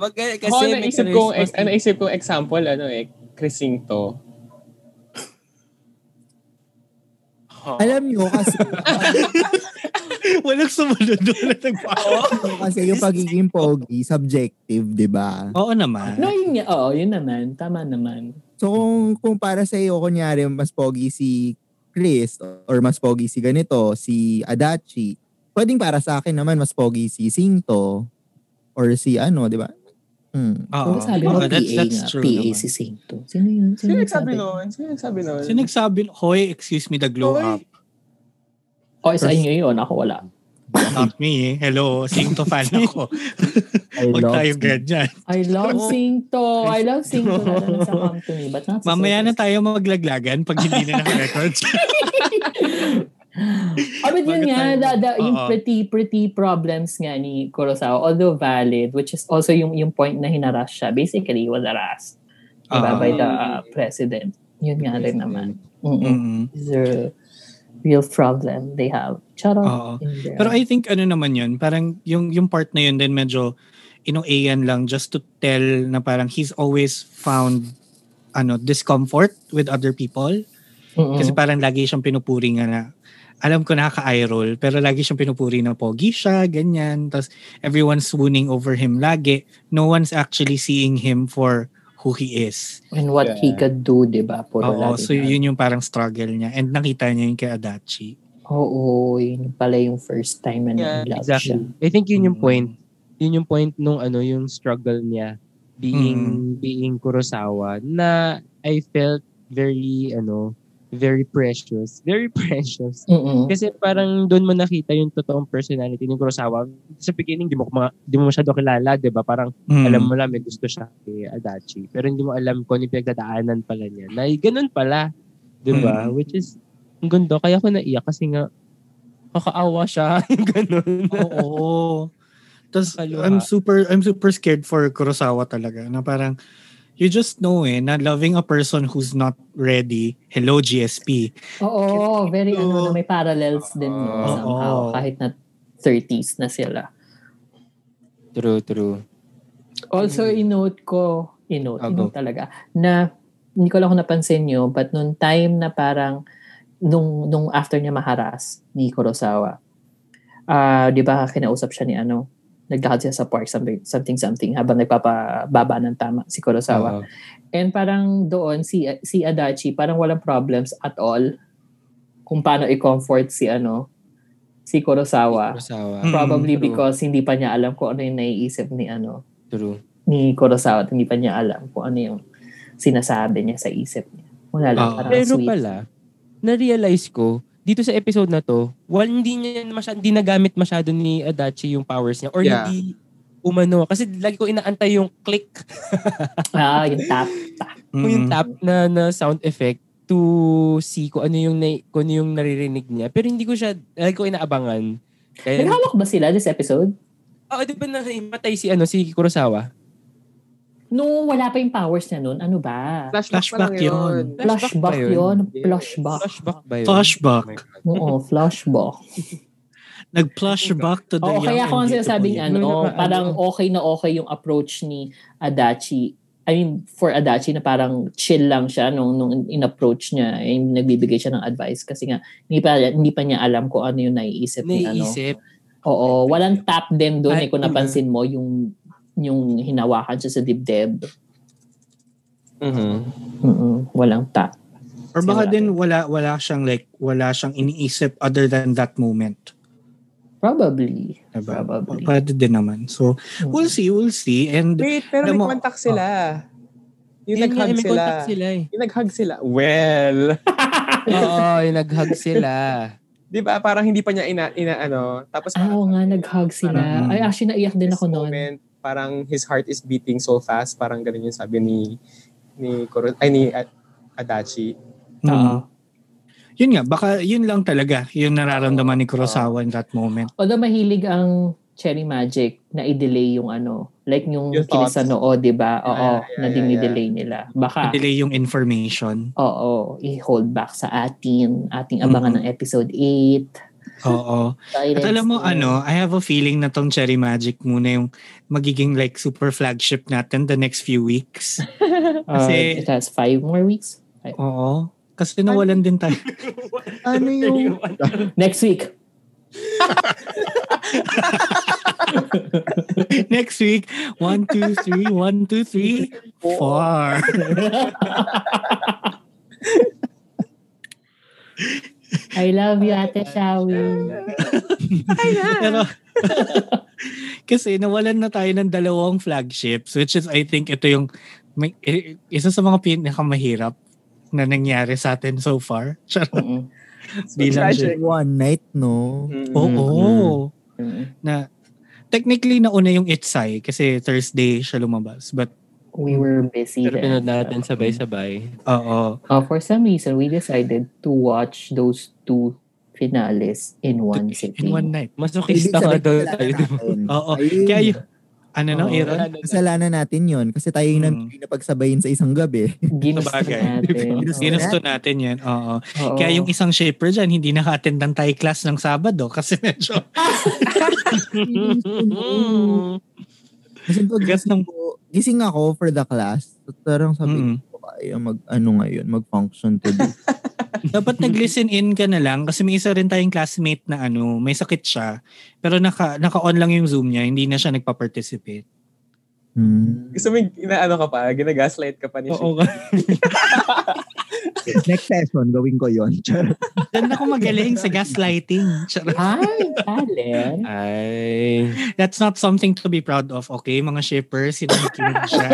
[SPEAKER 6] Mag- kasi
[SPEAKER 4] Ako,
[SPEAKER 6] may
[SPEAKER 4] naisip kong,
[SPEAKER 6] charisma
[SPEAKER 4] ex-
[SPEAKER 6] si-
[SPEAKER 4] naisip kong example, ano eh, Crisinto.
[SPEAKER 3] Alam nyo kasi,
[SPEAKER 1] Walang sumunod doon na nagpa-
[SPEAKER 3] alam nyo Ano kasi yung pagiging pogi, subjective, di ba?
[SPEAKER 1] Oo naman.
[SPEAKER 2] No, yun nga. Oo, yun naman. Tama naman.
[SPEAKER 3] So kung, kung para sa iyo, kunyari, mas pogi si Chris or mas pogi si ganito, si Adachi, pwedeng para sa akin naman mas pogi si Singto or si ano, di ba? Hmm.
[SPEAKER 1] Oo.
[SPEAKER 2] Pero sabi mo,
[SPEAKER 1] Oo,
[SPEAKER 2] PA
[SPEAKER 1] that's- that's
[SPEAKER 2] nga.
[SPEAKER 1] true
[SPEAKER 2] PA
[SPEAKER 1] naman.
[SPEAKER 2] si Sinto. Sino yun?
[SPEAKER 4] Sino
[SPEAKER 2] nagsabi?
[SPEAKER 4] nagsabi noon? Sino nagsabi noon?
[SPEAKER 1] Sino nagsabi, Hoy, excuse me, the glow
[SPEAKER 4] Hoy.
[SPEAKER 1] up.
[SPEAKER 2] O, Oh, sa inyo yun. Ako wala.
[SPEAKER 1] Not me, eh. Hello, Singto fan ako.
[SPEAKER 3] I
[SPEAKER 1] Huwag
[SPEAKER 3] love
[SPEAKER 1] tayong
[SPEAKER 3] Singto.
[SPEAKER 1] ganyan.
[SPEAKER 2] I love
[SPEAKER 1] Oo.
[SPEAKER 2] Singto. I love Singto na lang sa company. But not sa
[SPEAKER 1] Mamaya na
[SPEAKER 2] service.
[SPEAKER 1] tayo maglaglagan pag hindi na naka-record.
[SPEAKER 2] Oh, but yun
[SPEAKER 1] Bago
[SPEAKER 2] nga,
[SPEAKER 1] tayo-
[SPEAKER 2] the, the- yung
[SPEAKER 1] Oo.
[SPEAKER 2] pretty, pretty problems nga ni Kurosawa, although valid, which is also yung, yung point na hinaras siya. Basically, he was harassed diba,
[SPEAKER 1] Oo.
[SPEAKER 2] by the uh, president. Yun nga rin naman.
[SPEAKER 1] Mm.
[SPEAKER 2] Mm-mm.
[SPEAKER 1] Mm-mm.
[SPEAKER 2] Is there a real problem they have? Charot.
[SPEAKER 1] Oo.
[SPEAKER 2] in there.
[SPEAKER 1] Pero I think ano naman yun, parang yung, yung part na yun din medyo inuayan lang just to tell na parang he's always found ano discomfort with other people.
[SPEAKER 2] Mm-mm.
[SPEAKER 5] Mm.
[SPEAKER 1] Kasi parang lagi siyang pinupuri nga na, alam ko nakaka-eye roll, pero lagi siyang pinupuri na pogi siya, ganyan. Tapos everyone's swooning over him lagi. No one's actually seeing him for who he is.
[SPEAKER 2] And what he could do, di ba? Puro
[SPEAKER 1] Oo,
[SPEAKER 2] lagi
[SPEAKER 1] so
[SPEAKER 2] na-
[SPEAKER 1] yun yung parang struggle niya. And nakita niya yun kay Adachi.
[SPEAKER 2] Oo, yun pala yung first time na
[SPEAKER 4] Yeah,
[SPEAKER 2] nag-love siya.
[SPEAKER 5] Exactly. I think yun yung
[SPEAKER 1] Mm.
[SPEAKER 5] point. Yun yung point nung ano, yung struggle niya being
[SPEAKER 1] Mm.
[SPEAKER 5] being Kurosawa na I felt very ano, very precious. Very precious.
[SPEAKER 2] Mm-mm.
[SPEAKER 5] Kasi parang doon mo nakita yung totoong personality ni Kurosawa. Sa beginning, di mo, ko mga- di mo masyado kilala, di ba? Parang
[SPEAKER 1] Mm.
[SPEAKER 5] alam mo lang, may gusto siya kay Adachi. Pero hindi mo alam kung ano yung pinagdadaanan pala niya. Na ganun pala. Di ba?
[SPEAKER 1] Mm.
[SPEAKER 5] Which is, ang gundo. Kaya ako naiyak kasi nga, kakaawa siya. ganun.
[SPEAKER 1] Oo. Tapos
[SPEAKER 5] Nakaluha.
[SPEAKER 1] I'm super I'm super scared for Kurosawa talaga na parang you just know eh na loving a person who's not ready. Hello GSP.
[SPEAKER 2] Oo, very
[SPEAKER 1] ito-
[SPEAKER 2] ano, na may parallels din no,
[SPEAKER 5] Oo.
[SPEAKER 2] somehow, kahit na 30s na sila.
[SPEAKER 5] True, true.
[SPEAKER 2] Also, inote ko, inote,
[SPEAKER 5] Ah,
[SPEAKER 2] inote talaga, na hindi ko lang kung napansin nyo, but nung time na parang, nung, nung after niya maharas ni Kurosawa, ah, di ba kinausap siya ni ano, naglakad siya sa park, something, something, something, habang nagpapababa ng tama si Kurosawa.
[SPEAKER 5] Oo.
[SPEAKER 2] And parang doon, si, si Adachi, parang walang problems at all kung paano i-comfort si ano, si Kurosawa.
[SPEAKER 5] Kurosawa.
[SPEAKER 1] Mm.
[SPEAKER 2] Probably
[SPEAKER 5] True.
[SPEAKER 2] because hindi pa niya alam kung ano yung naiisip ni ano,
[SPEAKER 5] True.
[SPEAKER 2] ni Kurosawa. at Hindi pa niya alam kung ano yung sinasabi niya sa isip niya. Wala lang,
[SPEAKER 1] Oo.
[SPEAKER 2] parang
[SPEAKER 5] Pero
[SPEAKER 2] sweet.
[SPEAKER 5] pala, na-realize ko, dito sa episode na to, wal, hindi niya masyado, hindi nagamit masyado ni Adachi yung powers niya. Or
[SPEAKER 4] Yeah.
[SPEAKER 5] hindi umano. Kasi lagi ko inaantay yung click,
[SPEAKER 2] Ah, yung tap.
[SPEAKER 5] kung
[SPEAKER 1] Mm.
[SPEAKER 5] yung tap na, na sound effect to see kung ano yung, na, kung ano yung naririnig niya. Pero hindi ko siya, lagi ko inaabangan. Kaya,
[SPEAKER 2] Naghawak ba sila this episode?
[SPEAKER 5] oh, di ba namatay si, ano, si Kurosawa?
[SPEAKER 2] No, wala pa yung powers niya noon. Ano ba?
[SPEAKER 4] Flashback, pa lang
[SPEAKER 1] Flashback
[SPEAKER 4] yun.
[SPEAKER 2] Flashback
[SPEAKER 5] ba
[SPEAKER 2] yun.
[SPEAKER 4] Yes.
[SPEAKER 2] Flashback.
[SPEAKER 5] Flashback ba yun?
[SPEAKER 1] Flashback.
[SPEAKER 2] Oo, flashback.
[SPEAKER 1] Nag-flashback to the
[SPEAKER 2] Oo,
[SPEAKER 1] young
[SPEAKER 2] kaya
[SPEAKER 1] and
[SPEAKER 2] kung ang sinasabing
[SPEAKER 1] beautiful
[SPEAKER 5] Yung
[SPEAKER 2] ano,
[SPEAKER 5] mga
[SPEAKER 2] parang
[SPEAKER 5] ano.
[SPEAKER 2] okay na okay yung approach ni Adachi. I mean, for Adachi na parang chill lang siya nung, nung in-approach niya. I mean, nagbibigay siya ng advice kasi nga, hindi pa, hindi pa niya alam kung ano yung naiisip ni ano.
[SPEAKER 5] Naiisip.
[SPEAKER 2] Oo, walang tap din doon eh kung
[SPEAKER 5] Ay,
[SPEAKER 2] napansin mo yung yung hinawakan siya sa dibdib.
[SPEAKER 4] Mhm.
[SPEAKER 2] Mm-mm, walang tap.
[SPEAKER 1] Or baka
[SPEAKER 2] Wala.
[SPEAKER 1] din wala wala siyang like wala siyang iniisip other than that moment.
[SPEAKER 2] Probably.
[SPEAKER 1] Diba?
[SPEAKER 2] Probably.
[SPEAKER 1] Pwede din naman. So, we'll see, we'll see. And
[SPEAKER 4] Wait, pero
[SPEAKER 1] Alam
[SPEAKER 4] may
[SPEAKER 1] mo-
[SPEAKER 4] contact sila. Yung
[SPEAKER 5] Yun nga,
[SPEAKER 4] nag-hug
[SPEAKER 5] may
[SPEAKER 4] sila.
[SPEAKER 5] contact sila eh.
[SPEAKER 4] Yung nag-hug sila. Well,
[SPEAKER 5] Oo, yung nag-hug sila.
[SPEAKER 4] di ba parang hindi pa niya ina, ina ano. Tapos
[SPEAKER 2] Ah, oo nga, nag-hug sila.
[SPEAKER 1] Parang-
[SPEAKER 2] Ay, actually, naiyak din
[SPEAKER 4] this
[SPEAKER 2] ako noon.
[SPEAKER 4] moment, parang his heart is beating so fast. Parang ganun yung sabi ni ni Kuro, ay ni A- Adachi.
[SPEAKER 1] mm, yun nga, baka yun lang talaga yung nararamdaman ni Kurosawa in that moment.
[SPEAKER 2] Although mahilig ang Cherry Magic na i-delay yung ano, like yung
[SPEAKER 4] Yung thoughts.
[SPEAKER 2] kinis noo, di ba?
[SPEAKER 4] Yeah,
[SPEAKER 2] Oo,
[SPEAKER 4] yeah,
[SPEAKER 2] na
[SPEAKER 4] yeah,
[SPEAKER 2] dinidelay nila. Baka,
[SPEAKER 1] Delay yung information.
[SPEAKER 2] oo, i-hold back sa atin. Ating abangan ng episode 8.
[SPEAKER 1] Oo. At
[SPEAKER 2] Silence
[SPEAKER 1] alam mo
[SPEAKER 2] na.
[SPEAKER 1] ano, I have a feeling na tong Cherry Magic muna yung magiging like super flagship natin the next few weeks. kasi-
[SPEAKER 2] Uh, it has five more weeks.
[SPEAKER 1] Oo. Kasi nawalan din tayo.
[SPEAKER 3] Ano yung...
[SPEAKER 2] Next week.
[SPEAKER 1] Next week, one, two, three, one, two, three, four.
[SPEAKER 2] I love you, Ate Shawi.
[SPEAKER 1] Pero, kasi nawalan na tayo ng dalawang flagships, which is, I think, ito yung may, i- isa sa mga pinakamahirap na nangyari sa atin so far. Charot.
[SPEAKER 2] Mm-mm.
[SPEAKER 4] So
[SPEAKER 1] Bilang
[SPEAKER 4] tragic.
[SPEAKER 3] One night, no?
[SPEAKER 4] Mhm.
[SPEAKER 1] Oo.
[SPEAKER 2] Mm-mm.
[SPEAKER 1] Na, technically, nauna yung Itsai kasi Thursday siya lumabas. But, Mm.
[SPEAKER 2] We were busy.
[SPEAKER 5] Pero
[SPEAKER 2] then.
[SPEAKER 5] pinod natin sabay-sabay.
[SPEAKER 1] oo.
[SPEAKER 2] Uh, for some reason, we decided to watch those two finales in one
[SPEAKER 1] In
[SPEAKER 2] sitting.
[SPEAKER 1] one night.
[SPEAKER 5] Masokista
[SPEAKER 3] Ibig
[SPEAKER 5] ka
[SPEAKER 3] sabihin,
[SPEAKER 5] daw
[SPEAKER 3] kasalanan
[SPEAKER 5] tayo. di ba?
[SPEAKER 3] natin.
[SPEAKER 1] Oo.
[SPEAKER 3] Ayun.
[SPEAKER 1] Kaya yun, ano no,
[SPEAKER 2] Oo.
[SPEAKER 1] Aaron?
[SPEAKER 3] Kasalanan natin yun. Kasi tayo yung
[SPEAKER 1] Hmm.
[SPEAKER 3] mm. napagsabayin sa isang gabi.
[SPEAKER 2] Ginusto
[SPEAKER 1] Sabagay.
[SPEAKER 2] natin. Oh,
[SPEAKER 3] Ginusto
[SPEAKER 2] Oo.
[SPEAKER 1] Ginusto natin yan. Oo.
[SPEAKER 2] Oo.
[SPEAKER 1] Kaya yung isang shaper dyan, hindi naka-attend ng Thai class ng Sabado kasi medyo
[SPEAKER 5] Mm.
[SPEAKER 3] Kasi pag
[SPEAKER 1] Bigat ng-
[SPEAKER 3] gising, ko, gising ako for the class, parang sabi
[SPEAKER 1] Mm.
[SPEAKER 3] ko, kaya mag, ano ngayon, mag-function today.
[SPEAKER 1] Dapat nag-listen in ka na lang kasi may isa rin tayong classmate na ano, may sakit siya. Pero naka, naka-on lang yung Zoom niya, hindi na siya nagpa-participate.
[SPEAKER 3] Hmm.
[SPEAKER 4] Gusto mo yung inaano ka pa, ginagaslight ka pa ni
[SPEAKER 5] Oo
[SPEAKER 4] Shin.
[SPEAKER 5] ka.
[SPEAKER 3] Next session, gawin ko yon. Charot.
[SPEAKER 1] Diyan ako magaling sa gaslighting. Charot.
[SPEAKER 2] Ay, talent.
[SPEAKER 5] Ay.
[SPEAKER 1] That's not something to be proud of, okay? Mga shippers, sinakikinig siya.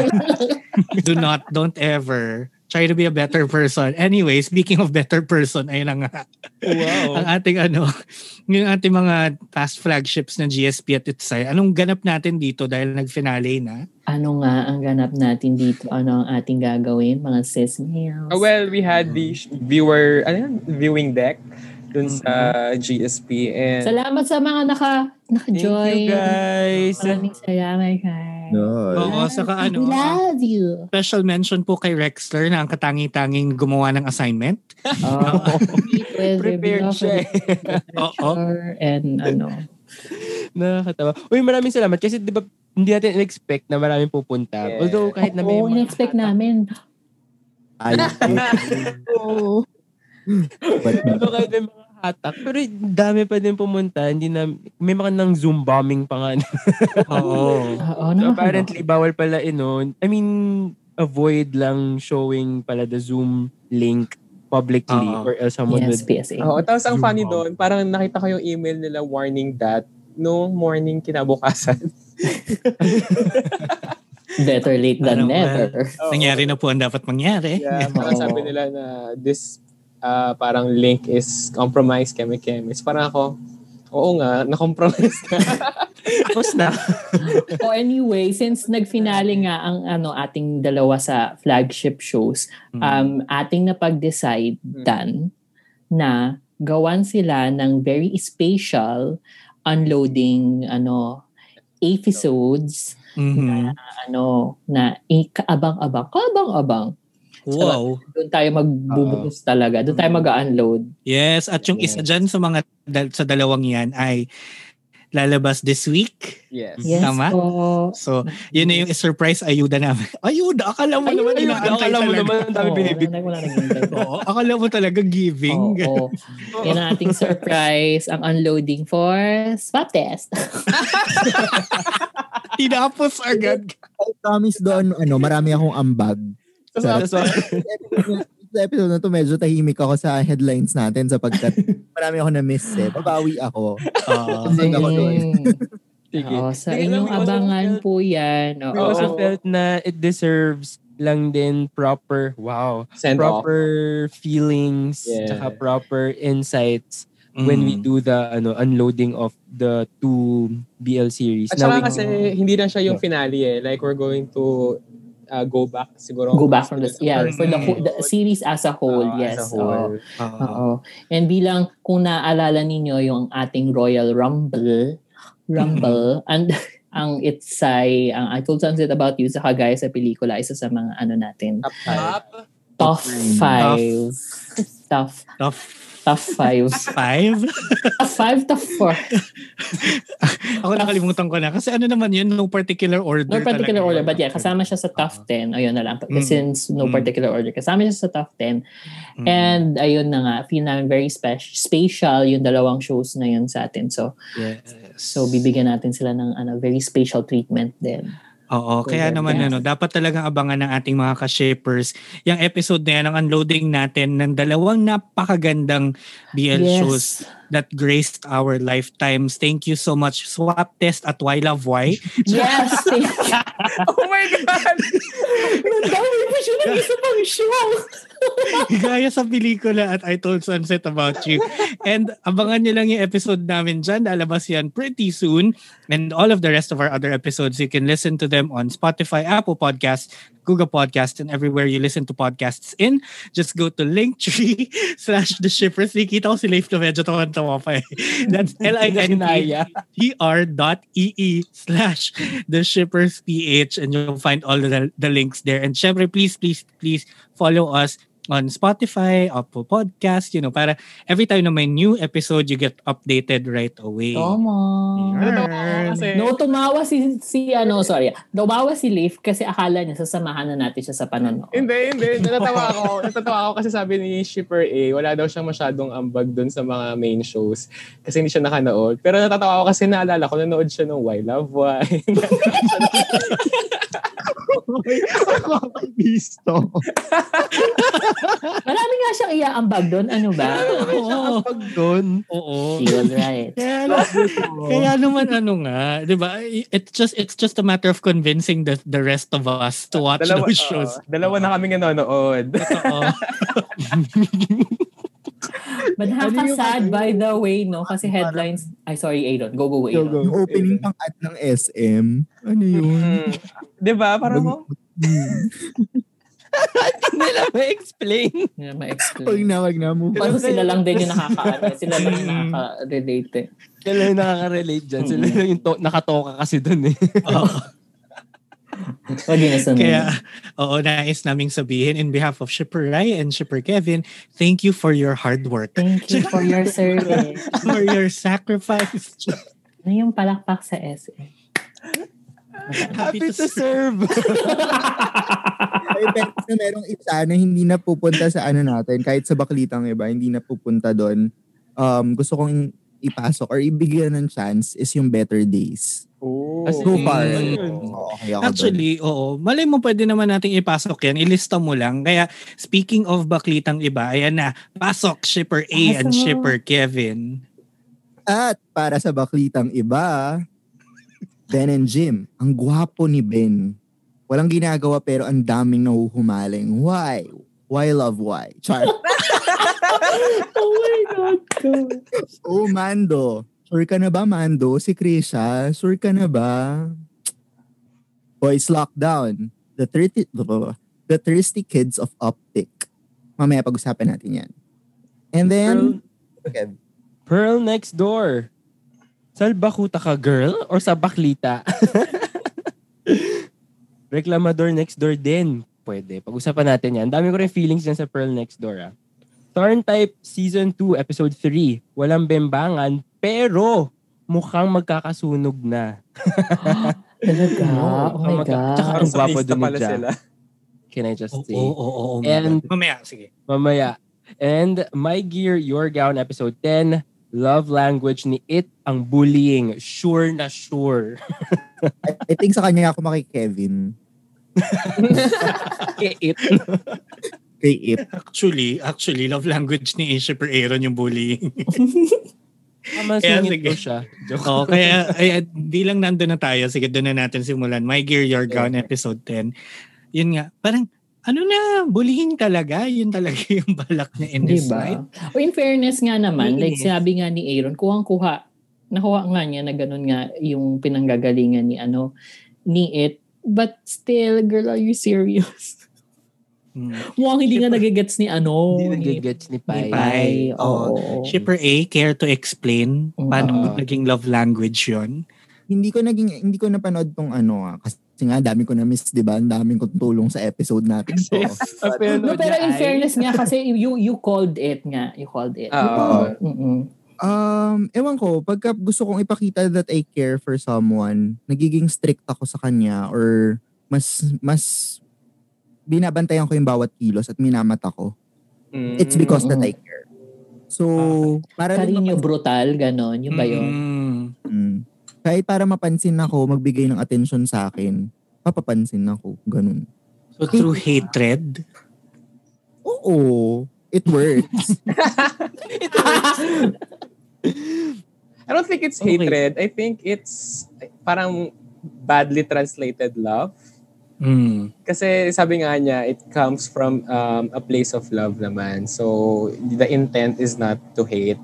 [SPEAKER 1] Do not, don't ever try to be a better person. Anyway, speaking of better person, ayun na nga. Ang
[SPEAKER 5] Wow.
[SPEAKER 1] ating ano, yung ating mga past flagships ng GSP at Itsay, anong ganap natin dito dahil nag-finale na?
[SPEAKER 2] Ano nga ang ganap natin dito? Ano ang ating gagawin, mga sis males?
[SPEAKER 4] Ah, well, we had the sh- viewer, ano yun, viewing deck dun sa GSP and
[SPEAKER 2] Salamat sa mga naka,
[SPEAKER 5] Thank you
[SPEAKER 2] naka-join.
[SPEAKER 5] guys.
[SPEAKER 2] Maraming salamat, guys.
[SPEAKER 3] No.
[SPEAKER 1] Oo, saka ano,
[SPEAKER 2] We love you.
[SPEAKER 1] special mention po kay Rexler na ang katangi-tanging gumawa ng assignment.
[SPEAKER 2] Oh,
[SPEAKER 5] Ah. Prepared siya eh.
[SPEAKER 1] Oo.
[SPEAKER 2] And ano.
[SPEAKER 5] Nakakatawa. Uy, maraming salamat. Kasi di ba, hindi natin in-expect na maraming pupunta.
[SPEAKER 4] Yeah.
[SPEAKER 5] Although kahit na may
[SPEAKER 2] Oo,
[SPEAKER 5] mga-
[SPEAKER 2] in-expect namin.
[SPEAKER 3] Ayun.
[SPEAKER 5] Oo.
[SPEAKER 3] But, uh,
[SPEAKER 5] Although kahit may mga hatak. Pero dami pa din pumunta. Hindi na, may mga nang Zoom bombing pa nga.
[SPEAKER 2] Oo,
[SPEAKER 5] So,
[SPEAKER 4] Oo.
[SPEAKER 2] nakakaloka.
[SPEAKER 5] apparently, bawal pala inon. I mean, avoid lang showing pala the Zoom link publicly
[SPEAKER 1] Oo.
[SPEAKER 5] or else someone
[SPEAKER 2] Yes,
[SPEAKER 5] would...
[SPEAKER 2] PSA.
[SPEAKER 4] Oo, tapos ang
[SPEAKER 1] Yung
[SPEAKER 4] funny
[SPEAKER 1] wow.
[SPEAKER 4] doon, parang nakita ko yung email nila warning that no morning kinabukasan.
[SPEAKER 2] Better late than
[SPEAKER 1] Parang,
[SPEAKER 2] never.
[SPEAKER 4] Oo.
[SPEAKER 1] Nangyari na po ang dapat mangyari.
[SPEAKER 4] Yeah, parang
[SPEAKER 2] Oo.
[SPEAKER 4] sabi nila na this ah, parang link is compromised keme kemis. Parang ako, oo nga, na-compromise na.
[SPEAKER 5] Tapos na.
[SPEAKER 2] o anyway, since nagfinale nga ang ano ating dalawa sa flagship shows,
[SPEAKER 5] Hmm.
[SPEAKER 1] Mm.
[SPEAKER 2] um, ating napag-decide
[SPEAKER 4] Mm.
[SPEAKER 2] dan na gawan sila ng very special unloading ano episodes
[SPEAKER 1] Mhm.
[SPEAKER 2] na ano na eh, kaabang-abang kaabang-abang
[SPEAKER 1] Wow.
[SPEAKER 2] doon tayo magbubukas talaga doon tayo mag-unload
[SPEAKER 1] Yes, at yung isa dyan sa mga dal- sa dalawang yan ay lalabas this week.
[SPEAKER 4] yes.
[SPEAKER 2] yes
[SPEAKER 1] Tama?
[SPEAKER 2] po.
[SPEAKER 1] So, yun na yung surprise ayuda namin. Ayuda, akala mo naman.
[SPEAKER 5] Ayun,
[SPEAKER 1] inaantay
[SPEAKER 5] akala mo
[SPEAKER 1] talaga.
[SPEAKER 5] naman, ang dami
[SPEAKER 2] Oo,
[SPEAKER 5] binibig.
[SPEAKER 2] wala na- wala na hintay.
[SPEAKER 1] Oo, akala mo talaga giving.
[SPEAKER 2] Oo.
[SPEAKER 5] oh,
[SPEAKER 2] Yan ang ating surprise, ang unloading for swap test.
[SPEAKER 1] Tinapos agad.
[SPEAKER 3] I promise doon, ano, marami akong ambag.
[SPEAKER 4] Tapos
[SPEAKER 3] Sarap.
[SPEAKER 5] That's why-
[SPEAKER 3] Sa episode na to, medyo tahimik ako sa headlines natin sapagkat marami ako na-miss eh. Babawi ako.
[SPEAKER 1] Oo.
[SPEAKER 3] Ambag ako doon.
[SPEAKER 5] Sige.
[SPEAKER 2] Hmm. Oo, sa
[SPEAKER 5] Sige,
[SPEAKER 2] inyong
[SPEAKER 5] we also
[SPEAKER 2] abangan
[SPEAKER 5] felt-
[SPEAKER 2] po yan.
[SPEAKER 5] We
[SPEAKER 2] Oo.
[SPEAKER 5] also
[SPEAKER 4] Oo.
[SPEAKER 5] felt na it deserves lang din proper, wow,
[SPEAKER 4] Send off.
[SPEAKER 5] proper feelings,
[SPEAKER 4] Yeah.
[SPEAKER 5] tsaka proper insights when
[SPEAKER 1] Mm.
[SPEAKER 5] we do the ano unloading of the two BL series.
[SPEAKER 4] At
[SPEAKER 5] we-
[SPEAKER 4] saka kasi hindi na siya yung finale eh. Like we're going to uh, go back siguro.
[SPEAKER 2] Go back from the, yeah,
[SPEAKER 4] first
[SPEAKER 2] for the, whole- the
[SPEAKER 4] episode.
[SPEAKER 2] series Mm. Ah, as a whole,
[SPEAKER 4] Oo,
[SPEAKER 2] yes.
[SPEAKER 4] as a whole.
[SPEAKER 1] Oo.
[SPEAKER 2] Oo. And bilang kung naaalala ninyo yung ating Royal Rumble, Rumble, and ang it's ay, ang I told something about you sa kagaya sa pelikula, isa sa mga ano natin,
[SPEAKER 4] Top five.
[SPEAKER 6] Top.
[SPEAKER 2] top five. Top,
[SPEAKER 1] Top
[SPEAKER 2] top five.
[SPEAKER 1] five?
[SPEAKER 2] top five, top four.
[SPEAKER 1] Ako nakalimutan ko na. Kasi ano naman yun, no particular order.
[SPEAKER 2] No particular
[SPEAKER 1] talaga.
[SPEAKER 2] order, but yeah, kasama siya sa top 10. Ayun na lang.
[SPEAKER 1] Mm.
[SPEAKER 2] Since no
[SPEAKER 1] Mm.
[SPEAKER 2] particular order, kasama siya sa top 10.
[SPEAKER 1] Mm.
[SPEAKER 2] And ayun na nga, feel namin very special, spatial yung dalawang shows na yun sa atin. So,
[SPEAKER 1] Yes.
[SPEAKER 2] so bibigyan natin sila ng ano, very special treatment din.
[SPEAKER 1] Oo, kaya
[SPEAKER 2] Yes.
[SPEAKER 1] naman ano, dapat talagang abangan ng ating mga ka-shippers yung episode na yan, ang unloading natin ng dalawang napakagandang BL shows that graced our lifetimes. Thank you so much, Swap Test at Why Love Why.
[SPEAKER 2] Yes! oh my God! Nandami pa siya ng isa pang show!
[SPEAKER 1] Gaya sa pelikula at I Told Sunset About You. And abangan nyo lang yung episode namin dyan. Lalabas yan pretty soon. And all of the rest of our other episodes, you can listen to them on Spotify, Apple Podcasts, Google Podcasts, and everywhere you listen to podcasts in. Just go to linktree slash the shippers. Nakikita ko si Leif na medyo tawa-tawa pa eh. That's L-I-N-T-R
[SPEAKER 5] Ginaya.
[SPEAKER 1] E dot E-E slash the shippers PH and you'll find all the, the links there. And syempre, please, please, please follow us on Spotify, Apple Podcast, you know, para every time na may new episode, you get updated right away.
[SPEAKER 5] Oh.
[SPEAKER 2] Tama!
[SPEAKER 1] Yarn.
[SPEAKER 4] Kasi,
[SPEAKER 2] No, tumawa si, si ano, sorry. Tumawa si Leif kasi akala niya sasamahan na natin siya sa panonood.
[SPEAKER 4] Hindi, hindi. Natatawa ako. Natatawa ako kasi sabi ni Shipper A, wala daw siyang masyadong ambag dun sa mga main shows kasi hindi siya nakanood. Pero natatawa ako kasi naalala ko, nanood siya ng Why Love Why.
[SPEAKER 3] Bisto.
[SPEAKER 2] Marami nga siyang iaambag doon, ano ba?
[SPEAKER 1] Oo.
[SPEAKER 5] Pag doon,
[SPEAKER 1] Oo.
[SPEAKER 2] She was right.
[SPEAKER 1] Kaya, na- kaya naman ano nga, 'di ba? It's just it's just a matter of convincing the the rest of us
[SPEAKER 5] Ah,
[SPEAKER 1] to watch those
[SPEAKER 4] oo,
[SPEAKER 1] shows.
[SPEAKER 4] dalawa na kaming nanonood.
[SPEAKER 1] Oo.
[SPEAKER 5] ah.
[SPEAKER 2] But nakaka-sad
[SPEAKER 3] yung-
[SPEAKER 2] by the way, no? Kasi headlines, ay sorry, Aidan. Go, go,
[SPEAKER 5] go,
[SPEAKER 2] Aidan.
[SPEAKER 5] go.
[SPEAKER 3] Yung opening pang ad ng SM. Ano yun?
[SPEAKER 4] Mm. Di ba? Parang ako,
[SPEAKER 5] nila may explain.
[SPEAKER 2] Hindi na
[SPEAKER 3] Huwag
[SPEAKER 2] ma-explain.
[SPEAKER 3] na, wag na. Move
[SPEAKER 2] Parang
[SPEAKER 3] on.
[SPEAKER 2] sila lang din yung nakaka Sila lang yung nakaka-relate. eh.
[SPEAKER 5] Sila yung nakaka-relate dyan. Sila lang yung to- nakatoka kasi doon eh.
[SPEAKER 1] Oo.
[SPEAKER 2] Huwag yun na sunod.
[SPEAKER 1] Kaya, oo, nais naming sabihin in behalf of Shipper Rai and Shipper Kevin, thank you for your hard work,
[SPEAKER 2] Thank you for your service.
[SPEAKER 1] for your sacrifice.
[SPEAKER 2] Ano yung palakpak sa SM?
[SPEAKER 5] Happy to serve.
[SPEAKER 3] May beses na merong isa na hindi na pupunta sa ano natin, kahit sa baklitang iba, hindi na pupunta doon. um, gusto kong ipasok or ibigyan ng chance is yung Better Days.
[SPEAKER 4] Oh.
[SPEAKER 5] As in,
[SPEAKER 3] So far.
[SPEAKER 5] Ayun.
[SPEAKER 3] Oo, okay ako dun.
[SPEAKER 1] Actually, oo. Malay mo, pwede naman nating ipasok yan. Ilista mo lang. Kaya, speaking of baklitang iba, ayan na. Pasok, Shipper A and
[SPEAKER 2] Pasok.
[SPEAKER 1] Shipper Kevin.
[SPEAKER 3] At para sa baklitang iba, Ben and Jim. Ang gwapo ni Ben. Walang ginagawa pero ang daming nahuhumaling. Why? Why love why? Char.
[SPEAKER 2] Oh my God. God.
[SPEAKER 3] oh, Mando. Sure ka na ba, Mando? Si Krisha? Sure ka na ba? Boys Lockdown. The, 30, the Thirsty Kids of Optic. Mamaya pag-usapan natin yan. And then, Kev.
[SPEAKER 5] Pearl next door. Salbakuta ka, girl? Or sa baklita? Reklamador next door din. Pwede. Pag-usapan natin yan. Dami ko rin feelings dyan sa Pearl next door. Ah. Thorn Type Season 2, Episode 3. Walang bembangan, pero mukhang magkakasunog na.
[SPEAKER 2] Talaga? Oh my
[SPEAKER 5] Ang magka-
[SPEAKER 2] God.
[SPEAKER 5] Tsaka ang gwapo
[SPEAKER 6] Saklista
[SPEAKER 5] dun ni
[SPEAKER 6] pala
[SPEAKER 5] Jack.
[SPEAKER 6] sila.
[SPEAKER 5] Can I just
[SPEAKER 1] Oo,
[SPEAKER 5] say?
[SPEAKER 1] oo, oo. oo,
[SPEAKER 5] And-
[SPEAKER 1] mamaya, sige.
[SPEAKER 5] Mamaya. And My Gear, Your Gown, Episode 10. Love language ni It ang bullying. Sure na sure.
[SPEAKER 3] I, I think sa kanya ako maki Kevin.
[SPEAKER 5] Kay It.
[SPEAKER 3] Kay Ip.
[SPEAKER 1] Actually, actually, love language ni Shipper Aaron yung bullying.
[SPEAKER 5] Tama,
[SPEAKER 1] Kaya
[SPEAKER 5] singit
[SPEAKER 1] sige.
[SPEAKER 5] ko siya. Joke.
[SPEAKER 1] Oo, kaya ay, di lang nandun na tayo. Sige, doon na natin simulan. My Gear, Your Gown, Episode 10. Yun nga, parang, ano na, bullying talaga. Yun talaga yung balak niya in this
[SPEAKER 2] Diba?
[SPEAKER 1] right?
[SPEAKER 2] O in fairness nga naman, like
[SPEAKER 5] Mm.
[SPEAKER 1] Yes.
[SPEAKER 2] sinabi nga ni Aaron, kuhang-kuha. Nakuha nga niya na ganun nga yung pinanggagalingan ni ano, ni It. But still, girl, are you serious?
[SPEAKER 1] Hmm.
[SPEAKER 2] Mukhang hindi nga nagigets ni ano. ni-
[SPEAKER 5] Hindi nagigets
[SPEAKER 2] Ni
[SPEAKER 5] ni Pai.
[SPEAKER 2] Pai.
[SPEAKER 1] Oo.
[SPEAKER 2] Oo.
[SPEAKER 1] Shipper A, care to explain paano
[SPEAKER 5] Oo.
[SPEAKER 1] naging love language yon?
[SPEAKER 3] Hindi ko naging hindi ko napanood tong ano ah, kasi nga dami ko na miss, 'di ba? Ang daming kong tulong sa episode natin to.
[SPEAKER 5] Ang
[SPEAKER 2] No,
[SPEAKER 5] pinanood
[SPEAKER 2] pero
[SPEAKER 5] niya
[SPEAKER 2] in
[SPEAKER 5] ay-
[SPEAKER 2] fairness nga kasi you you called it nga. You called it.
[SPEAKER 5] Ah.
[SPEAKER 6] Oo.
[SPEAKER 2] Mm-mm.
[SPEAKER 3] Um, ewan ko, pagka gusto kong ipakita that I care for someone, nagiging strict ako sa kanya or mas mas binabantayan ko yung bawat kilos at minamata ko.
[SPEAKER 4] Mm.
[SPEAKER 3] It's because that I care. So, para rin
[SPEAKER 2] Karinyo brutal, ganon. Yung ba yun?
[SPEAKER 1] Mm.
[SPEAKER 3] Mm. Kahit para mapansin ako, magbigay ng attention sa akin, papapansin ako. Ganun.
[SPEAKER 1] So through hatred?
[SPEAKER 3] Oo. It works.
[SPEAKER 4] I don't think it's
[SPEAKER 5] Okay.
[SPEAKER 4] hatred. I think it's parang badly translated love.
[SPEAKER 1] Mm.
[SPEAKER 4] Kasi sabi nga niya, it comes from um, a place of love naman. So, the intent is not to hate.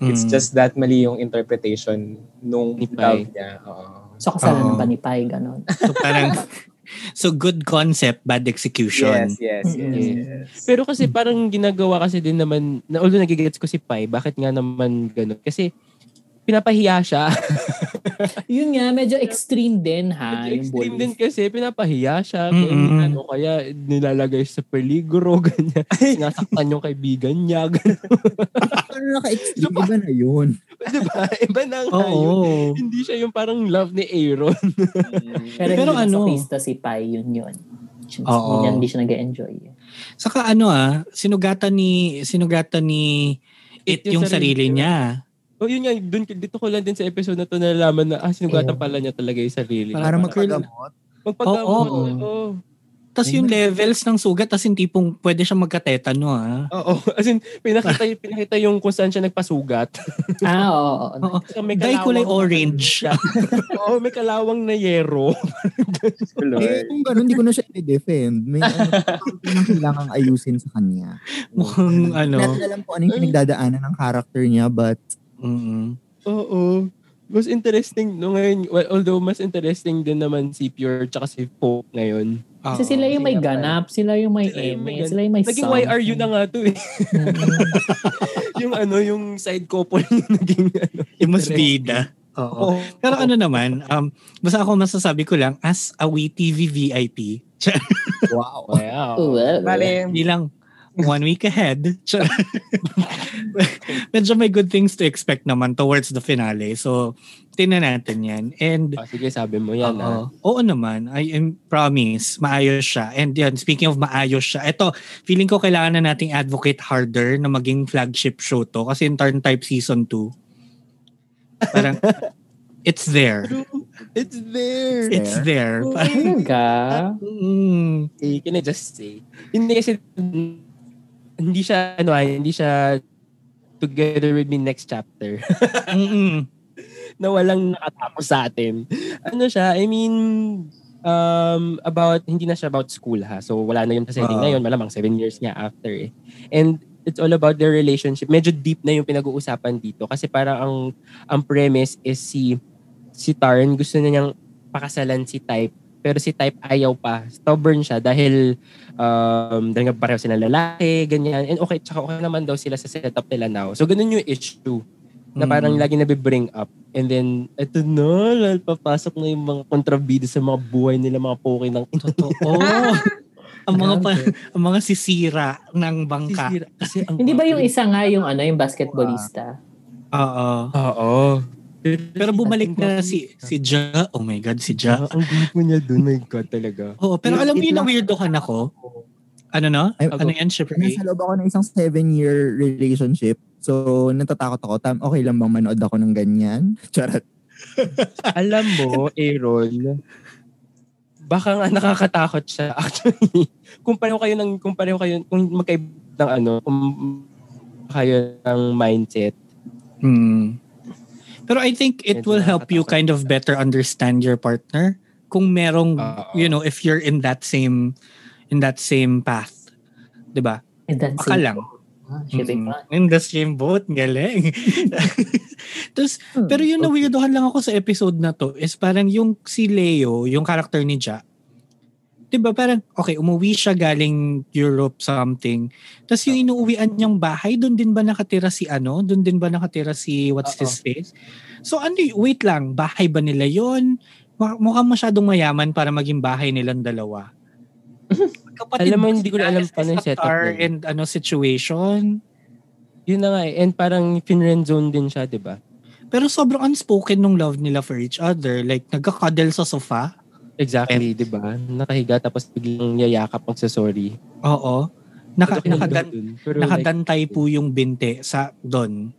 [SPEAKER 4] It's
[SPEAKER 1] Mm.
[SPEAKER 4] just that mali yung interpretation nung
[SPEAKER 5] Ni Pai.
[SPEAKER 4] love niya. Oo.
[SPEAKER 2] So kasalanan
[SPEAKER 1] Oo.
[SPEAKER 2] pa ni Pai, ganon.
[SPEAKER 1] So parang, so good concept, bad execution.
[SPEAKER 4] Yes, yes, yes,
[SPEAKER 2] Mm-mm.
[SPEAKER 4] yes.
[SPEAKER 5] Pero kasi parang ginagawa kasi din naman, na although nagigets ko si Pai, bakit nga naman ganun? Kasi pinapahiya siya.
[SPEAKER 2] Yun nga, medyo extreme din ha. Ah, yung
[SPEAKER 5] Extreme
[SPEAKER 2] bullying.
[SPEAKER 5] din kasi, pinapahiya siya.
[SPEAKER 1] Mm-mm.
[SPEAKER 5] Kaya, ano, kaya nilalagay siya sa peligro, ganyan. Sinasaktan yung kaibigan niya. Ganun.
[SPEAKER 3] Ano naka-extreme? Iba na yun.
[SPEAKER 5] diba? Iba na nga yun.
[SPEAKER 1] Oo.
[SPEAKER 5] Hindi siya yung parang love ni Aaron.
[SPEAKER 2] Pero,
[SPEAKER 1] Pero
[SPEAKER 2] hindi
[SPEAKER 1] ano?
[SPEAKER 2] ano? Sa si Pai, yun yun. Since
[SPEAKER 1] Oo.
[SPEAKER 2] yun, hindi siya nag-enjoy.
[SPEAKER 1] Saka ano ah, sinugatan ni, sinugatan ni It yung sarili niya.
[SPEAKER 5] O yun nga, dun, dito ko lang din sa episode na to nalaman na, ah, sinugatan
[SPEAKER 2] Ayun.
[SPEAKER 5] pala niya talaga yung sarili. niya.
[SPEAKER 3] Para
[SPEAKER 1] Parang-
[SPEAKER 3] magpagamot.
[SPEAKER 5] Magpagamot.
[SPEAKER 1] Oo.
[SPEAKER 5] eh. oo.
[SPEAKER 1] Tapos yung levels ng sugat, tapos yung tipong pwede siya magkatetano ah.
[SPEAKER 5] Oo. As in, pinakita, pinakita yung kung saan siya nagpasugat.
[SPEAKER 2] ah, oo. oo.
[SPEAKER 1] Oo.
[SPEAKER 5] Kasi may
[SPEAKER 1] Dye
[SPEAKER 5] kalawang-
[SPEAKER 1] kulay orange.
[SPEAKER 5] Oo, may kalawang na yero.
[SPEAKER 3] Eh, kung ganun, hindi ko na siya i-defend. May ano, yung kailangang ayusin sa kanya.
[SPEAKER 1] Mukhang
[SPEAKER 3] Natin
[SPEAKER 1] ano.
[SPEAKER 3] alam ko ano yung pinagdadaanan ng character niya, but
[SPEAKER 1] Mm-mm.
[SPEAKER 5] Oo. Mas interesting, no ngayon, well, although mas interesting din naman si Pure tsaka si Pope ngayon.
[SPEAKER 1] Oo.
[SPEAKER 2] Kasi sila yung may
[SPEAKER 5] Sila pa.
[SPEAKER 2] ganap, sila yung may
[SPEAKER 5] Sila yung may
[SPEAKER 2] eme,
[SPEAKER 5] ganap.
[SPEAKER 2] sila yung may
[SPEAKER 5] Naging
[SPEAKER 2] something.
[SPEAKER 5] YRU na nga to eh. yung ano, yung side couple yung naging ano.
[SPEAKER 1] Yung mas bida. Oo.
[SPEAKER 5] Oo.
[SPEAKER 1] Pero ano naman, um, basta ako masasabi ko lang, as a WeTV VIP,
[SPEAKER 3] wow.
[SPEAKER 5] Wow.
[SPEAKER 2] Well,
[SPEAKER 4] Bale,
[SPEAKER 1] bilang one week ahead. Char- Medyo may good things to expect naman towards the finale. So, tinan natin yan. And,
[SPEAKER 5] Ah, sige, sabi mo yan.
[SPEAKER 1] oo,
[SPEAKER 5] ah.
[SPEAKER 1] oo naman. I am promise, maayos siya. And yan, speaking of maayos siya, eto, feeling ko kailangan na nating advocate harder na maging flagship show to kasi in turn type season 2. Parang, it's there.
[SPEAKER 5] It's there.
[SPEAKER 1] It's there.
[SPEAKER 2] Talaga?
[SPEAKER 1] Mm.
[SPEAKER 5] Eh, can I just say? Hindi kasi, hindi siya, ano ah, hindi siya together with me next chapter
[SPEAKER 1] Mm-mm.
[SPEAKER 5] na walang nakatapos sa atin. Ano siya, I mean, um, about, hindi na siya about school ha. So, wala na yung setting
[SPEAKER 3] Ah.
[SPEAKER 5] na yun. Malamang seven years nga after eh. And it's all about their relationship. Medyo deep na yung pinag-uusapan dito kasi para ang ang premise is si si Tarn gusto na niyang pakasalan si Type pero si Type ayaw pa. Stubborn siya dahil um, dahil nga pareho silang lalaki, ganyan. And okay, tsaka okay naman daw sila sa setup nila now. So, ganun yung issue na parang
[SPEAKER 1] Mm.
[SPEAKER 5] lagi na bring up. And then, eto na, lal, papasok na yung mga kontrabida sa mga buhay nila, mga poke ng
[SPEAKER 1] Totoo. ang mga pa- ang mga sisira ng bangka.
[SPEAKER 5] Sisira. Kasi ang
[SPEAKER 2] Hindi ba yung isa nga yung ano, yung basketballista?
[SPEAKER 1] Oo.
[SPEAKER 5] Oo.
[SPEAKER 1] Pero bumalik na si si Ja. Oh my god, si Ja.
[SPEAKER 5] Ja. Ah, Ang gupo niya dun, my God talaga.
[SPEAKER 1] Oo, pero alam mo
[SPEAKER 5] It- it
[SPEAKER 1] yun na
[SPEAKER 5] lang-
[SPEAKER 1] weirdo ka na ko. Ano na?
[SPEAKER 3] Ay,
[SPEAKER 1] Ano yan, Shipper A?
[SPEAKER 3] Nasa loob ako ng isang seven-year relationship. So, natatakot ako. Tam, okay lang bang manood ako ng ganyan? Charot.
[SPEAKER 5] Alam mo, Aaron, baka nga nakakatakot siya actually. kung pareho kayo ng kung pareho kayo kung magkaib ng ano, kung kayo ng mindset.
[SPEAKER 1] Hmm. Pero I think it
[SPEAKER 5] Medyo
[SPEAKER 1] will help you kind of better understand your partner kung merong
[SPEAKER 5] Oo.
[SPEAKER 1] you know if you're in that same in that same path. 'Di ba?
[SPEAKER 2] And that's
[SPEAKER 1] Baka lang.
[SPEAKER 2] Ah, shipping
[SPEAKER 1] Mm-mm.
[SPEAKER 2] pa.
[SPEAKER 1] In the same boat, galing. Tapos,
[SPEAKER 3] Hmm,
[SPEAKER 1] pero yun na weirdohan lang ako sa episode na to is parang yung si Leo, yung character ni Ja, 'di ba parang okay, umuwi siya galing Europe something. Tapos
[SPEAKER 5] Ah.
[SPEAKER 1] yung inuuwian niyang bahay, doon din ba nakatira si ano? Doon din ba nakatira si what's
[SPEAKER 5] Oo.
[SPEAKER 1] his face? So ano, y- wait lang, bahay ba nila 'yon? Mu- Mukhang masyadong mayaman para maging bahay nilang dalawa. Kapatid
[SPEAKER 5] Alam mo,
[SPEAKER 1] ba
[SPEAKER 5] hindi ko
[SPEAKER 1] sila?
[SPEAKER 5] na alam
[SPEAKER 1] Is
[SPEAKER 5] paano
[SPEAKER 1] this
[SPEAKER 5] yung
[SPEAKER 1] a
[SPEAKER 5] setup
[SPEAKER 1] tar
[SPEAKER 5] nila.
[SPEAKER 1] and ano situation.
[SPEAKER 5] Yun na nga eh. And parang finren zone din siya, di ba?
[SPEAKER 1] Pero sobrang unspoken nung love nila for each other. Like, nagkakadel sa sofa.
[SPEAKER 5] Exactly, di ba? Nakahiga tapos biglang yayakap magsasorry.
[SPEAKER 1] Oo. Naka,
[SPEAKER 5] Pero
[SPEAKER 1] nakadan,
[SPEAKER 5] dun, pero like,
[SPEAKER 1] nakadantay po yung binte sa doon.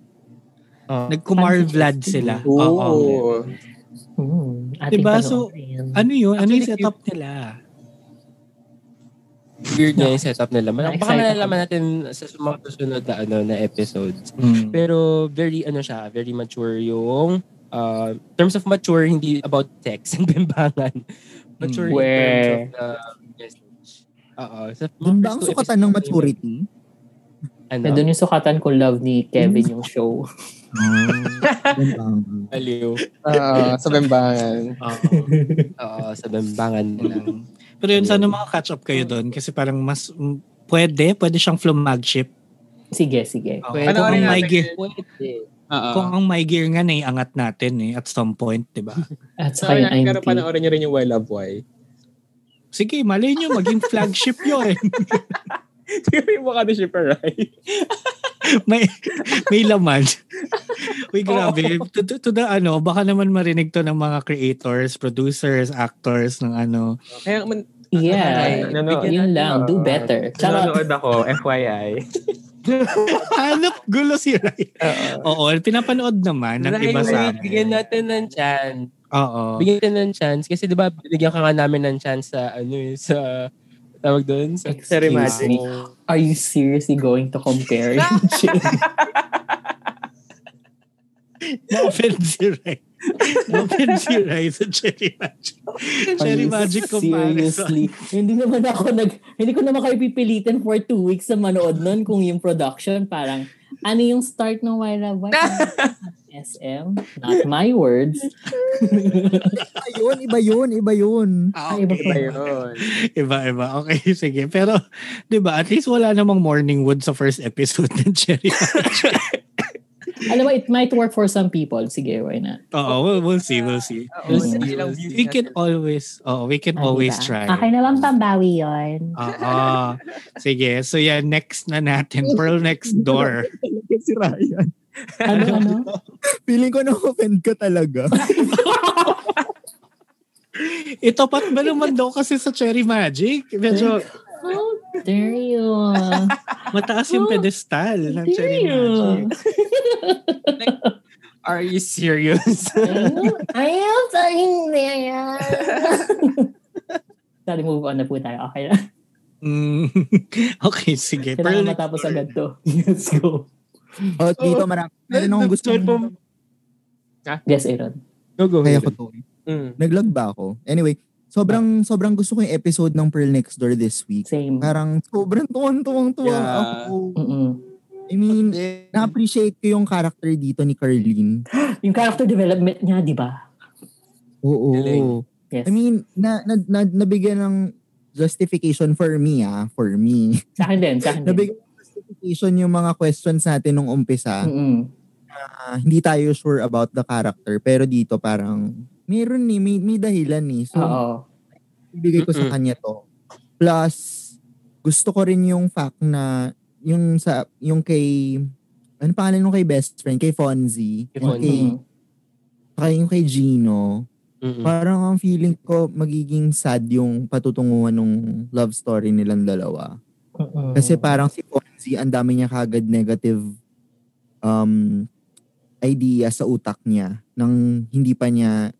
[SPEAKER 5] oh,
[SPEAKER 1] Nagkumarvlad sila. Oo.
[SPEAKER 4] Oo.
[SPEAKER 2] Hmm, ating
[SPEAKER 1] Diba?
[SPEAKER 2] diba?
[SPEAKER 1] So, Ano yun? Ano yung
[SPEAKER 5] Actually,
[SPEAKER 1] setup nila?
[SPEAKER 5] weird nga yung setup nila. Mal- Baka
[SPEAKER 2] Na-excite
[SPEAKER 5] malalaman natin sa mga susunod na, ano, na episodes. Pero very ano siya, very mature yung uh, terms of mature hindi about sex and bimbangan. Mature in terms of the message. Oo. Sa
[SPEAKER 3] Yun
[SPEAKER 5] first
[SPEAKER 3] ba ang
[SPEAKER 5] two
[SPEAKER 3] sukatan
[SPEAKER 5] episodes
[SPEAKER 3] ng
[SPEAKER 5] na yun,
[SPEAKER 3] maturity?
[SPEAKER 5] Ano?
[SPEAKER 2] Nandun yung sukatan ko love ni Kevin yung show.
[SPEAKER 3] Yun lang.
[SPEAKER 5] Aliw.
[SPEAKER 4] Ah, sa bembangan.
[SPEAKER 1] Oo.
[SPEAKER 5] Oo, sa bimbangan na lang.
[SPEAKER 1] Pero yun, sana makakatch up kayo doon. Kasi parang mas, mm, pwede, pwede siyang flagship.
[SPEAKER 2] Sige, sige.
[SPEAKER 1] Oo.
[SPEAKER 5] Pwede.
[SPEAKER 1] Kung ang
[SPEAKER 5] Panoorin
[SPEAKER 1] my
[SPEAKER 4] natin
[SPEAKER 1] gear,
[SPEAKER 4] yun.
[SPEAKER 5] Pwede.
[SPEAKER 4] Oo.
[SPEAKER 1] kung ang my gear nga, naiangat natin eh, at some point, di ba?
[SPEAKER 2] At
[SPEAKER 4] Sa
[SPEAKER 2] saka yung
[SPEAKER 4] kanya, pero
[SPEAKER 2] 90.
[SPEAKER 4] panoorin niyo rin yung Why Love Why.
[SPEAKER 1] Sige, malay nyo, maging flagship eh. yun.
[SPEAKER 4] Tingnan mo ka ni Shipper Rai.
[SPEAKER 1] may may laman. Uy, grabe. To, to, to the ano, baka naman marinig to ng mga creators, producers, actors ng ano.
[SPEAKER 4] Kaya man,
[SPEAKER 2] Yeah.
[SPEAKER 4] Nanonood.
[SPEAKER 2] Ano, Yun lang. Do
[SPEAKER 1] ano,
[SPEAKER 2] better. Charot.
[SPEAKER 6] Nanonood ako, FYI.
[SPEAKER 1] Hanap Ano, gulo si Rai. Oo, pinapanood naman ng
[SPEAKER 5] Ray,
[SPEAKER 1] iba sa
[SPEAKER 5] wait, bigyan
[SPEAKER 1] amin.
[SPEAKER 5] natin ng chance.
[SPEAKER 1] Oo.
[SPEAKER 5] Bigyan natin ng chance. Kasi di ba, binigyan ka nga namin ng chance sa, ano eh, sa, tawag doon? Sa
[SPEAKER 2] Excuse me. Are you seriously going to compare? yung show?
[SPEAKER 1] Ma-offend si Rai. Ma-offend si Rai sa Cherry Magic.
[SPEAKER 2] Are
[SPEAKER 1] Cherry
[SPEAKER 2] you
[SPEAKER 1] Magic comparison.
[SPEAKER 2] Seriously. Hindi naman ako nag... Hindi ko naman kayo pipilitin for two weeks na manood nun kung yung production parang ano yung start ng Why Love Why? SM? Not my words.
[SPEAKER 3] Iba yun, iba yun, iba yun.
[SPEAKER 1] Ah,
[SPEAKER 2] Ay, iba
[SPEAKER 1] okay.
[SPEAKER 2] pa
[SPEAKER 4] Ayun.
[SPEAKER 1] Iba, iba. Okay, sige. Pero, di ba, at least wala namang Morning Wood sa first episode ng Cherry Magic.
[SPEAKER 2] Alam mo, it might work for some people. Sige, why not?
[SPEAKER 1] Oo, we'll, we'll see, we'll see.
[SPEAKER 6] Oo,
[SPEAKER 2] Mm.
[SPEAKER 6] sige lang, beauty
[SPEAKER 1] We can
[SPEAKER 6] na sila.
[SPEAKER 1] always, oh, we can
[SPEAKER 2] Ah,
[SPEAKER 1] always
[SPEAKER 2] diba?
[SPEAKER 1] try.
[SPEAKER 7] Okay naman pambawi yon.
[SPEAKER 1] Oo. Sige, so yeah, next na natin. Pearl next door.
[SPEAKER 3] Talaga si Ryan.
[SPEAKER 2] Ano, ano?
[SPEAKER 3] Feeling ko na-offend ka talaga.
[SPEAKER 1] Ito pat ba naman daw kasi sa Cherry Magic? Medyo
[SPEAKER 2] How dare you?
[SPEAKER 1] mataas
[SPEAKER 2] Oh,
[SPEAKER 1] yung pedestal ng
[SPEAKER 2] Dare
[SPEAKER 1] Cherry
[SPEAKER 2] you?
[SPEAKER 1] Magic.
[SPEAKER 5] Are you serious?
[SPEAKER 7] I am fucking there.
[SPEAKER 2] Sorry, move on na po tayo. Okay na.
[SPEAKER 1] Mm. okay, sige. Pearl
[SPEAKER 2] Kailangan
[SPEAKER 1] next
[SPEAKER 2] matapos
[SPEAKER 1] door.
[SPEAKER 2] agad to. Let's go.
[SPEAKER 3] O, dito marami. Oh, Meron akong gusto.
[SPEAKER 5] Nag-start pa-
[SPEAKER 2] Yes, Aaron.
[SPEAKER 5] Go, go.
[SPEAKER 3] Kaya
[SPEAKER 5] Kaya
[SPEAKER 3] ko to.
[SPEAKER 4] Mm.
[SPEAKER 3] Naglag ba ako? Anyway, sobrang sobrang gusto ko yung episode ng Pearl Next Door this week.
[SPEAKER 2] Same.
[SPEAKER 3] Parang sobrang tuwang-tuwang-tuwa
[SPEAKER 6] Yeah.
[SPEAKER 3] ako.
[SPEAKER 2] Mm-mm.
[SPEAKER 3] I mean, na-appreciate ko yung character dito ni Carlene.
[SPEAKER 2] Yung character development niya, di ba?
[SPEAKER 3] Oo.
[SPEAKER 6] Galing.
[SPEAKER 2] Yes.
[SPEAKER 3] I mean, na, na, na, nabigyan ng justification for me ah, for me.
[SPEAKER 2] sa akin din, sa akin din.
[SPEAKER 3] Nabigyan ng justification yung mga questions natin nung umpisa.
[SPEAKER 2] Mm-mm.
[SPEAKER 3] Ah, hindi tayo sure about the character pero dito parang meron ni may, may dahilan ni. So,
[SPEAKER 2] Oo.
[SPEAKER 3] ibigay ko sa
[SPEAKER 4] Mm-mm.
[SPEAKER 3] kanya to. Plus, gusto ko rin yung fact na yung sa yung kay ano pangalan nung kay best friend kay Fonzie,
[SPEAKER 5] Kay
[SPEAKER 3] and kay
[SPEAKER 2] Mm.
[SPEAKER 3] saka yung kay Gino
[SPEAKER 5] Mm.
[SPEAKER 4] Mm-mm.
[SPEAKER 3] parang ang feeling ko magiging sad yung patutunguhan nung love story nilang dalawa
[SPEAKER 2] Mm-mm.
[SPEAKER 3] kasi parang si Fonzie ang dami niya kagad negative um idea sa utak niya nang hindi pa niya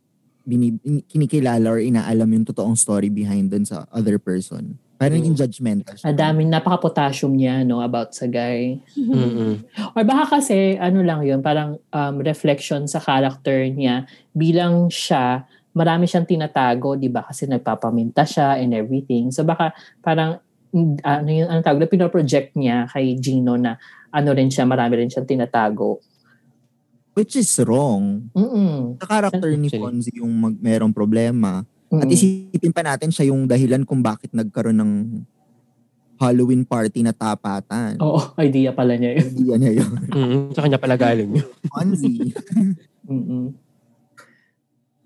[SPEAKER 3] binib- kinikilala or inaalam yung totoong story behind dun sa other person. Parang naging judgmental siya.
[SPEAKER 2] Ang daming napaka-potassium niya, no, about sa guy.
[SPEAKER 4] Mm-mm.
[SPEAKER 2] Or baka kasi, ano lang yun, parang um, reflection sa character niya bilang siya, marami siyang tinatago, di ba? Kasi nagpapaminta siya and everything. So baka parang, mm, ano yung ano tawag, na pinoproject niya kay Gino na ano rin siya, marami rin siyang tinatago.
[SPEAKER 3] Which is wrong.
[SPEAKER 2] Mm-mm.
[SPEAKER 3] Sa character ni
[SPEAKER 5] Actually.
[SPEAKER 3] Fonzie yung mag, merong problema.
[SPEAKER 2] Mm-mm.
[SPEAKER 3] At isipin pa natin siya yung dahilan kung bakit nagkaroon ng Halloween party na tapatan.
[SPEAKER 2] Oo, idea pala niya yun.
[SPEAKER 3] Hindi yan niya yun.
[SPEAKER 5] Mm, sa kanya pala galing yun.
[SPEAKER 3] Fonzie.
[SPEAKER 2] Mm-mm.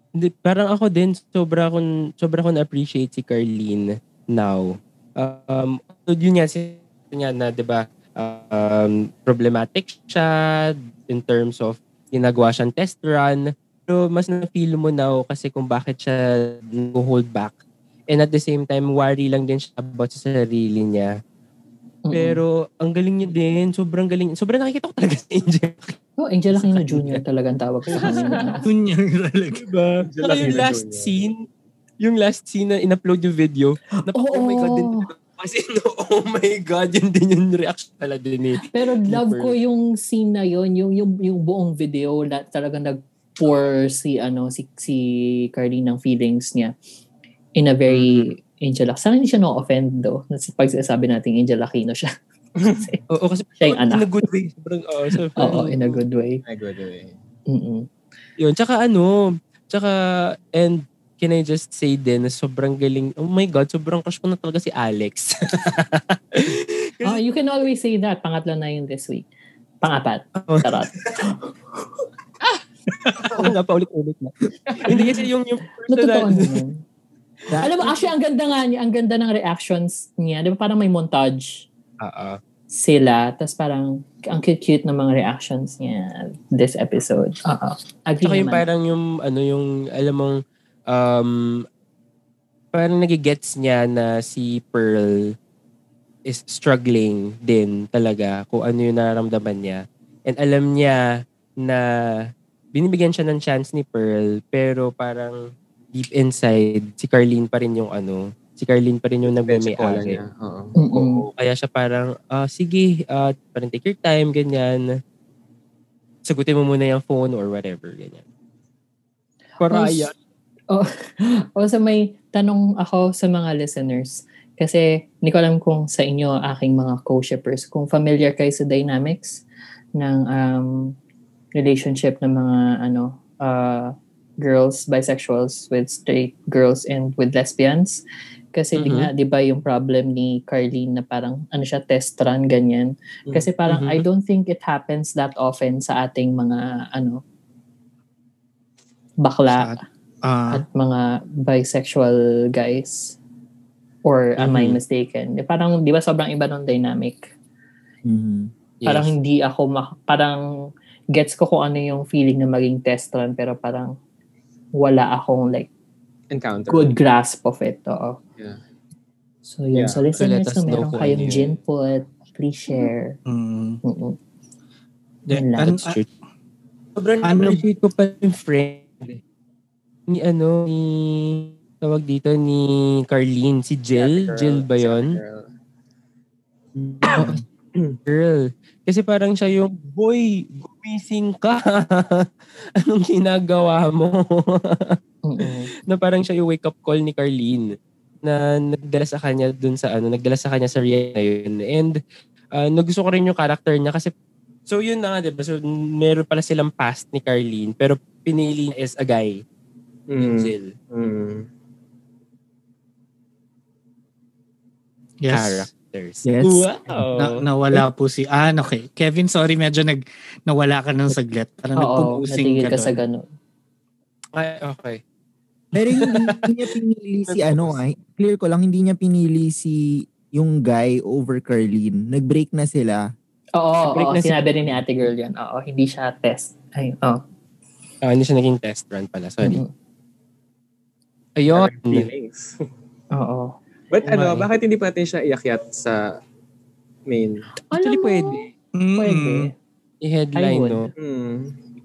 [SPEAKER 5] Hindi, parang ako din, sobra akong, sobra akong appreciate si Carlene now. Um, so yun nga, si niya na, di ba, um, problematic siya in terms of ginagawa siyang test run. Pero mas na-feel mo now kasi kung bakit siya hold back. And at the same time, worry lang din siya about sa sarili niya.
[SPEAKER 2] Mm-mm.
[SPEAKER 5] Pero ang galing niya din, sobrang galing. Sobrang nakikita ko talaga si Angel.
[SPEAKER 2] Oh, Angel Aquino Jr. talagang tawag sa kanya.
[SPEAKER 1] Yun yung talaga.
[SPEAKER 5] Diba? Saka
[SPEAKER 4] Angel
[SPEAKER 5] yung
[SPEAKER 4] Aquino
[SPEAKER 5] last
[SPEAKER 4] Jr.
[SPEAKER 5] scene, yung last scene na in-upload yung video, na
[SPEAKER 2] Oo.
[SPEAKER 5] oh my God, din, kasi no, oh my God, yun din yung reaction pala din eh.
[SPEAKER 2] Pero love
[SPEAKER 5] Super.
[SPEAKER 2] ko yung scene na yon, yung yung yung buong video na talagang nag-pour si ano si si Carlene ng feelings niya in a very Angel Aquino. Sana hindi siya na-offend though. na si- Pag sinasabi natin Angel Aquino siya. Kasi,
[SPEAKER 5] Oo, kasi
[SPEAKER 2] Siya yung anak.
[SPEAKER 5] in a good Oh, way. Sobrang, oh, sobrang,
[SPEAKER 2] Oo, in a good way.
[SPEAKER 4] I go away.
[SPEAKER 2] Mm-mm.
[SPEAKER 5] Yun, tsaka ano, tsaka, and can I just say din na sobrang galing, oh my God, sobrang crush ko na talaga si Alex.
[SPEAKER 2] Ah, you can always say that. Pangatlo na yun this week. Pangapat.
[SPEAKER 5] Oo.
[SPEAKER 2] Charot.
[SPEAKER 5] Oo nga, paulit-ulit na. Hindi kasi yung, yung
[SPEAKER 2] Natutuwa
[SPEAKER 5] personal,
[SPEAKER 2] naman. Alam mo, actually, ang ganda nga niya, ang ganda ng reactions niya. Di ba parang may montage?
[SPEAKER 5] Oo.
[SPEAKER 2] sila. Tapos parang, ang cute-cute ng mga reactions niya this episode. Oo. Agree
[SPEAKER 5] Tsaka yung
[SPEAKER 2] naman.
[SPEAKER 5] parang yung, ano, yung, alam mong, um, parang nagigets niya na si Pearl is struggling din talaga kung ano yung nararamdaman niya. And alam niya na binibigyan siya ng chance ni Pearl pero parang deep inside, si Carlene pa rin yung ano, si Carlene pa rin yung
[SPEAKER 4] Cola
[SPEAKER 5] nagme-may-ari.
[SPEAKER 4] niya. Oo.
[SPEAKER 2] Mm-mm.
[SPEAKER 5] Oo, kaya siya parang, ah, sige, ah, parang take your time, ganyan. Sagutin mo muna yung phone or whatever, ganyan. Paraya.
[SPEAKER 2] Also, may tanong ako sa mga listeners. Kasi hindi ko alam kung sa inyo, aking mga co-shippers, kung familiar kayo sa dynamics ng um, relationship ng mga ano uh, girls, bisexuals with straight girls and with lesbians. Kasi di
[SPEAKER 4] Mhm.
[SPEAKER 2] nga, di ba yung problem ni Carlene na parang ano siya, test run, ganyan. Kasi parang
[SPEAKER 4] Mhm.
[SPEAKER 2] I don't think it happens that often sa ating mga ano, bakla
[SPEAKER 1] Sa- Ah,
[SPEAKER 2] at mga bisexual guys. Or am I
[SPEAKER 5] Mm-hmm.
[SPEAKER 4] Mhm.
[SPEAKER 2] mistaken? Di- Parang, di ba sobrang iba ng dynamic?
[SPEAKER 3] Mhm.
[SPEAKER 2] Parang hindi ako, mak- parang gets ko kung ano yung feeling na maging test run pero parang wala akong like
[SPEAKER 4] encounter.
[SPEAKER 2] good grasp of it. Oo.
[SPEAKER 4] Yeah.
[SPEAKER 2] So yun,
[SPEAKER 4] Yeah.
[SPEAKER 2] so
[SPEAKER 5] So let
[SPEAKER 2] listeners,
[SPEAKER 5] us
[SPEAKER 2] so,
[SPEAKER 5] know
[SPEAKER 2] meron
[SPEAKER 5] kung
[SPEAKER 2] kayong
[SPEAKER 5] ano yun.
[SPEAKER 2] gin put, please share.
[SPEAKER 1] mm,
[SPEAKER 2] Mm-mm.
[SPEAKER 1] de,
[SPEAKER 2] Yun lang.
[SPEAKER 1] an, ah,
[SPEAKER 5] That's true.
[SPEAKER 6] Sobrang
[SPEAKER 1] Ano?
[SPEAKER 5] Appreciate ko pa yung friend. Ni ano, ni... Tawag dito ni Carlene. Si Jill. Jill ba yun? Oh, Girl. Kasi parang siya yung, Boy, gumising ka. Anong ginagawa mo?
[SPEAKER 2] Mm-mm.
[SPEAKER 5] na parang siya yung wake-up call ni Carlene na nagdala sa kanya dun sa ano, nagdala sa kanya sa Rihanna na yun. And uh, nagusto ko rin yung character niya kasi so yun na nga, diba? So meron pala silang past ni Carlene pero pinili niya as a guy, yung
[SPEAKER 4] Mm.
[SPEAKER 5] Jill.
[SPEAKER 4] Mm.
[SPEAKER 1] yes.
[SPEAKER 5] Characters.
[SPEAKER 3] Yes.
[SPEAKER 5] Wow!
[SPEAKER 1] Na,
[SPEAKER 2] Oh.
[SPEAKER 1] nawala po si... Ah, okay. Kevin, sorry, medyo nag, nawala ka ng saglit. Parang
[SPEAKER 2] Oo,
[SPEAKER 1] nagpupusing
[SPEAKER 2] natigil
[SPEAKER 1] ka,
[SPEAKER 2] ka sa
[SPEAKER 1] doon.
[SPEAKER 2] ganun.
[SPEAKER 5] Ay, okay.
[SPEAKER 3] Pero hindi, hindi niya pinili si ano ay clear ko lang hindi niya pinili si yung guy over Carlene. Nag-break na sila.
[SPEAKER 2] Oo,
[SPEAKER 5] Break
[SPEAKER 2] oo,
[SPEAKER 5] na si-
[SPEAKER 2] sinabi rin ni ate girl yan. Oo, hindi siya test. Ay, oo.
[SPEAKER 5] Ah, hindi siya naging test run pala. Sorry.
[SPEAKER 2] Mm-mm.
[SPEAKER 5] Ayun.
[SPEAKER 4] Current Feelings.
[SPEAKER 2] Oo.
[SPEAKER 4] But ano,
[SPEAKER 5] Umay.
[SPEAKER 4] bakit hindi pa natin siya iakyat sa main?
[SPEAKER 5] Actually,
[SPEAKER 2] Alam mo,
[SPEAKER 5] pwede.
[SPEAKER 1] Mm,
[SPEAKER 2] Pwede. I
[SPEAKER 5] I-headline,
[SPEAKER 2] would.
[SPEAKER 5] no?
[SPEAKER 4] Hmm.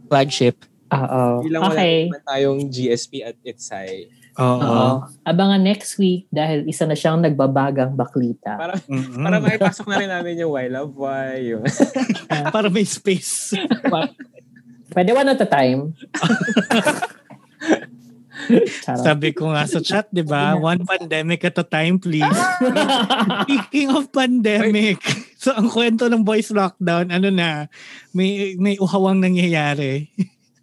[SPEAKER 5] Flagship.
[SPEAKER 2] Oo.
[SPEAKER 4] Bilang
[SPEAKER 2] Okay.
[SPEAKER 4] wala naman tayong GSP at Itsay.
[SPEAKER 1] Oo.
[SPEAKER 2] Oo. Abangan next week dahil isa na siyang nagbabagang baklita.
[SPEAKER 4] Para,
[SPEAKER 1] Mm-mm.
[SPEAKER 4] para maipasok na rin namin yung Why Love Why. Yun.
[SPEAKER 1] para may space.
[SPEAKER 2] Pwede one at a time. Charot.
[SPEAKER 1] Sabi ko nga sa chat, di ba? One pandemic at a time, please. Speaking of pandemic, so ang kwento ng boys lockdown, ano na, may may uhawang nangyayari.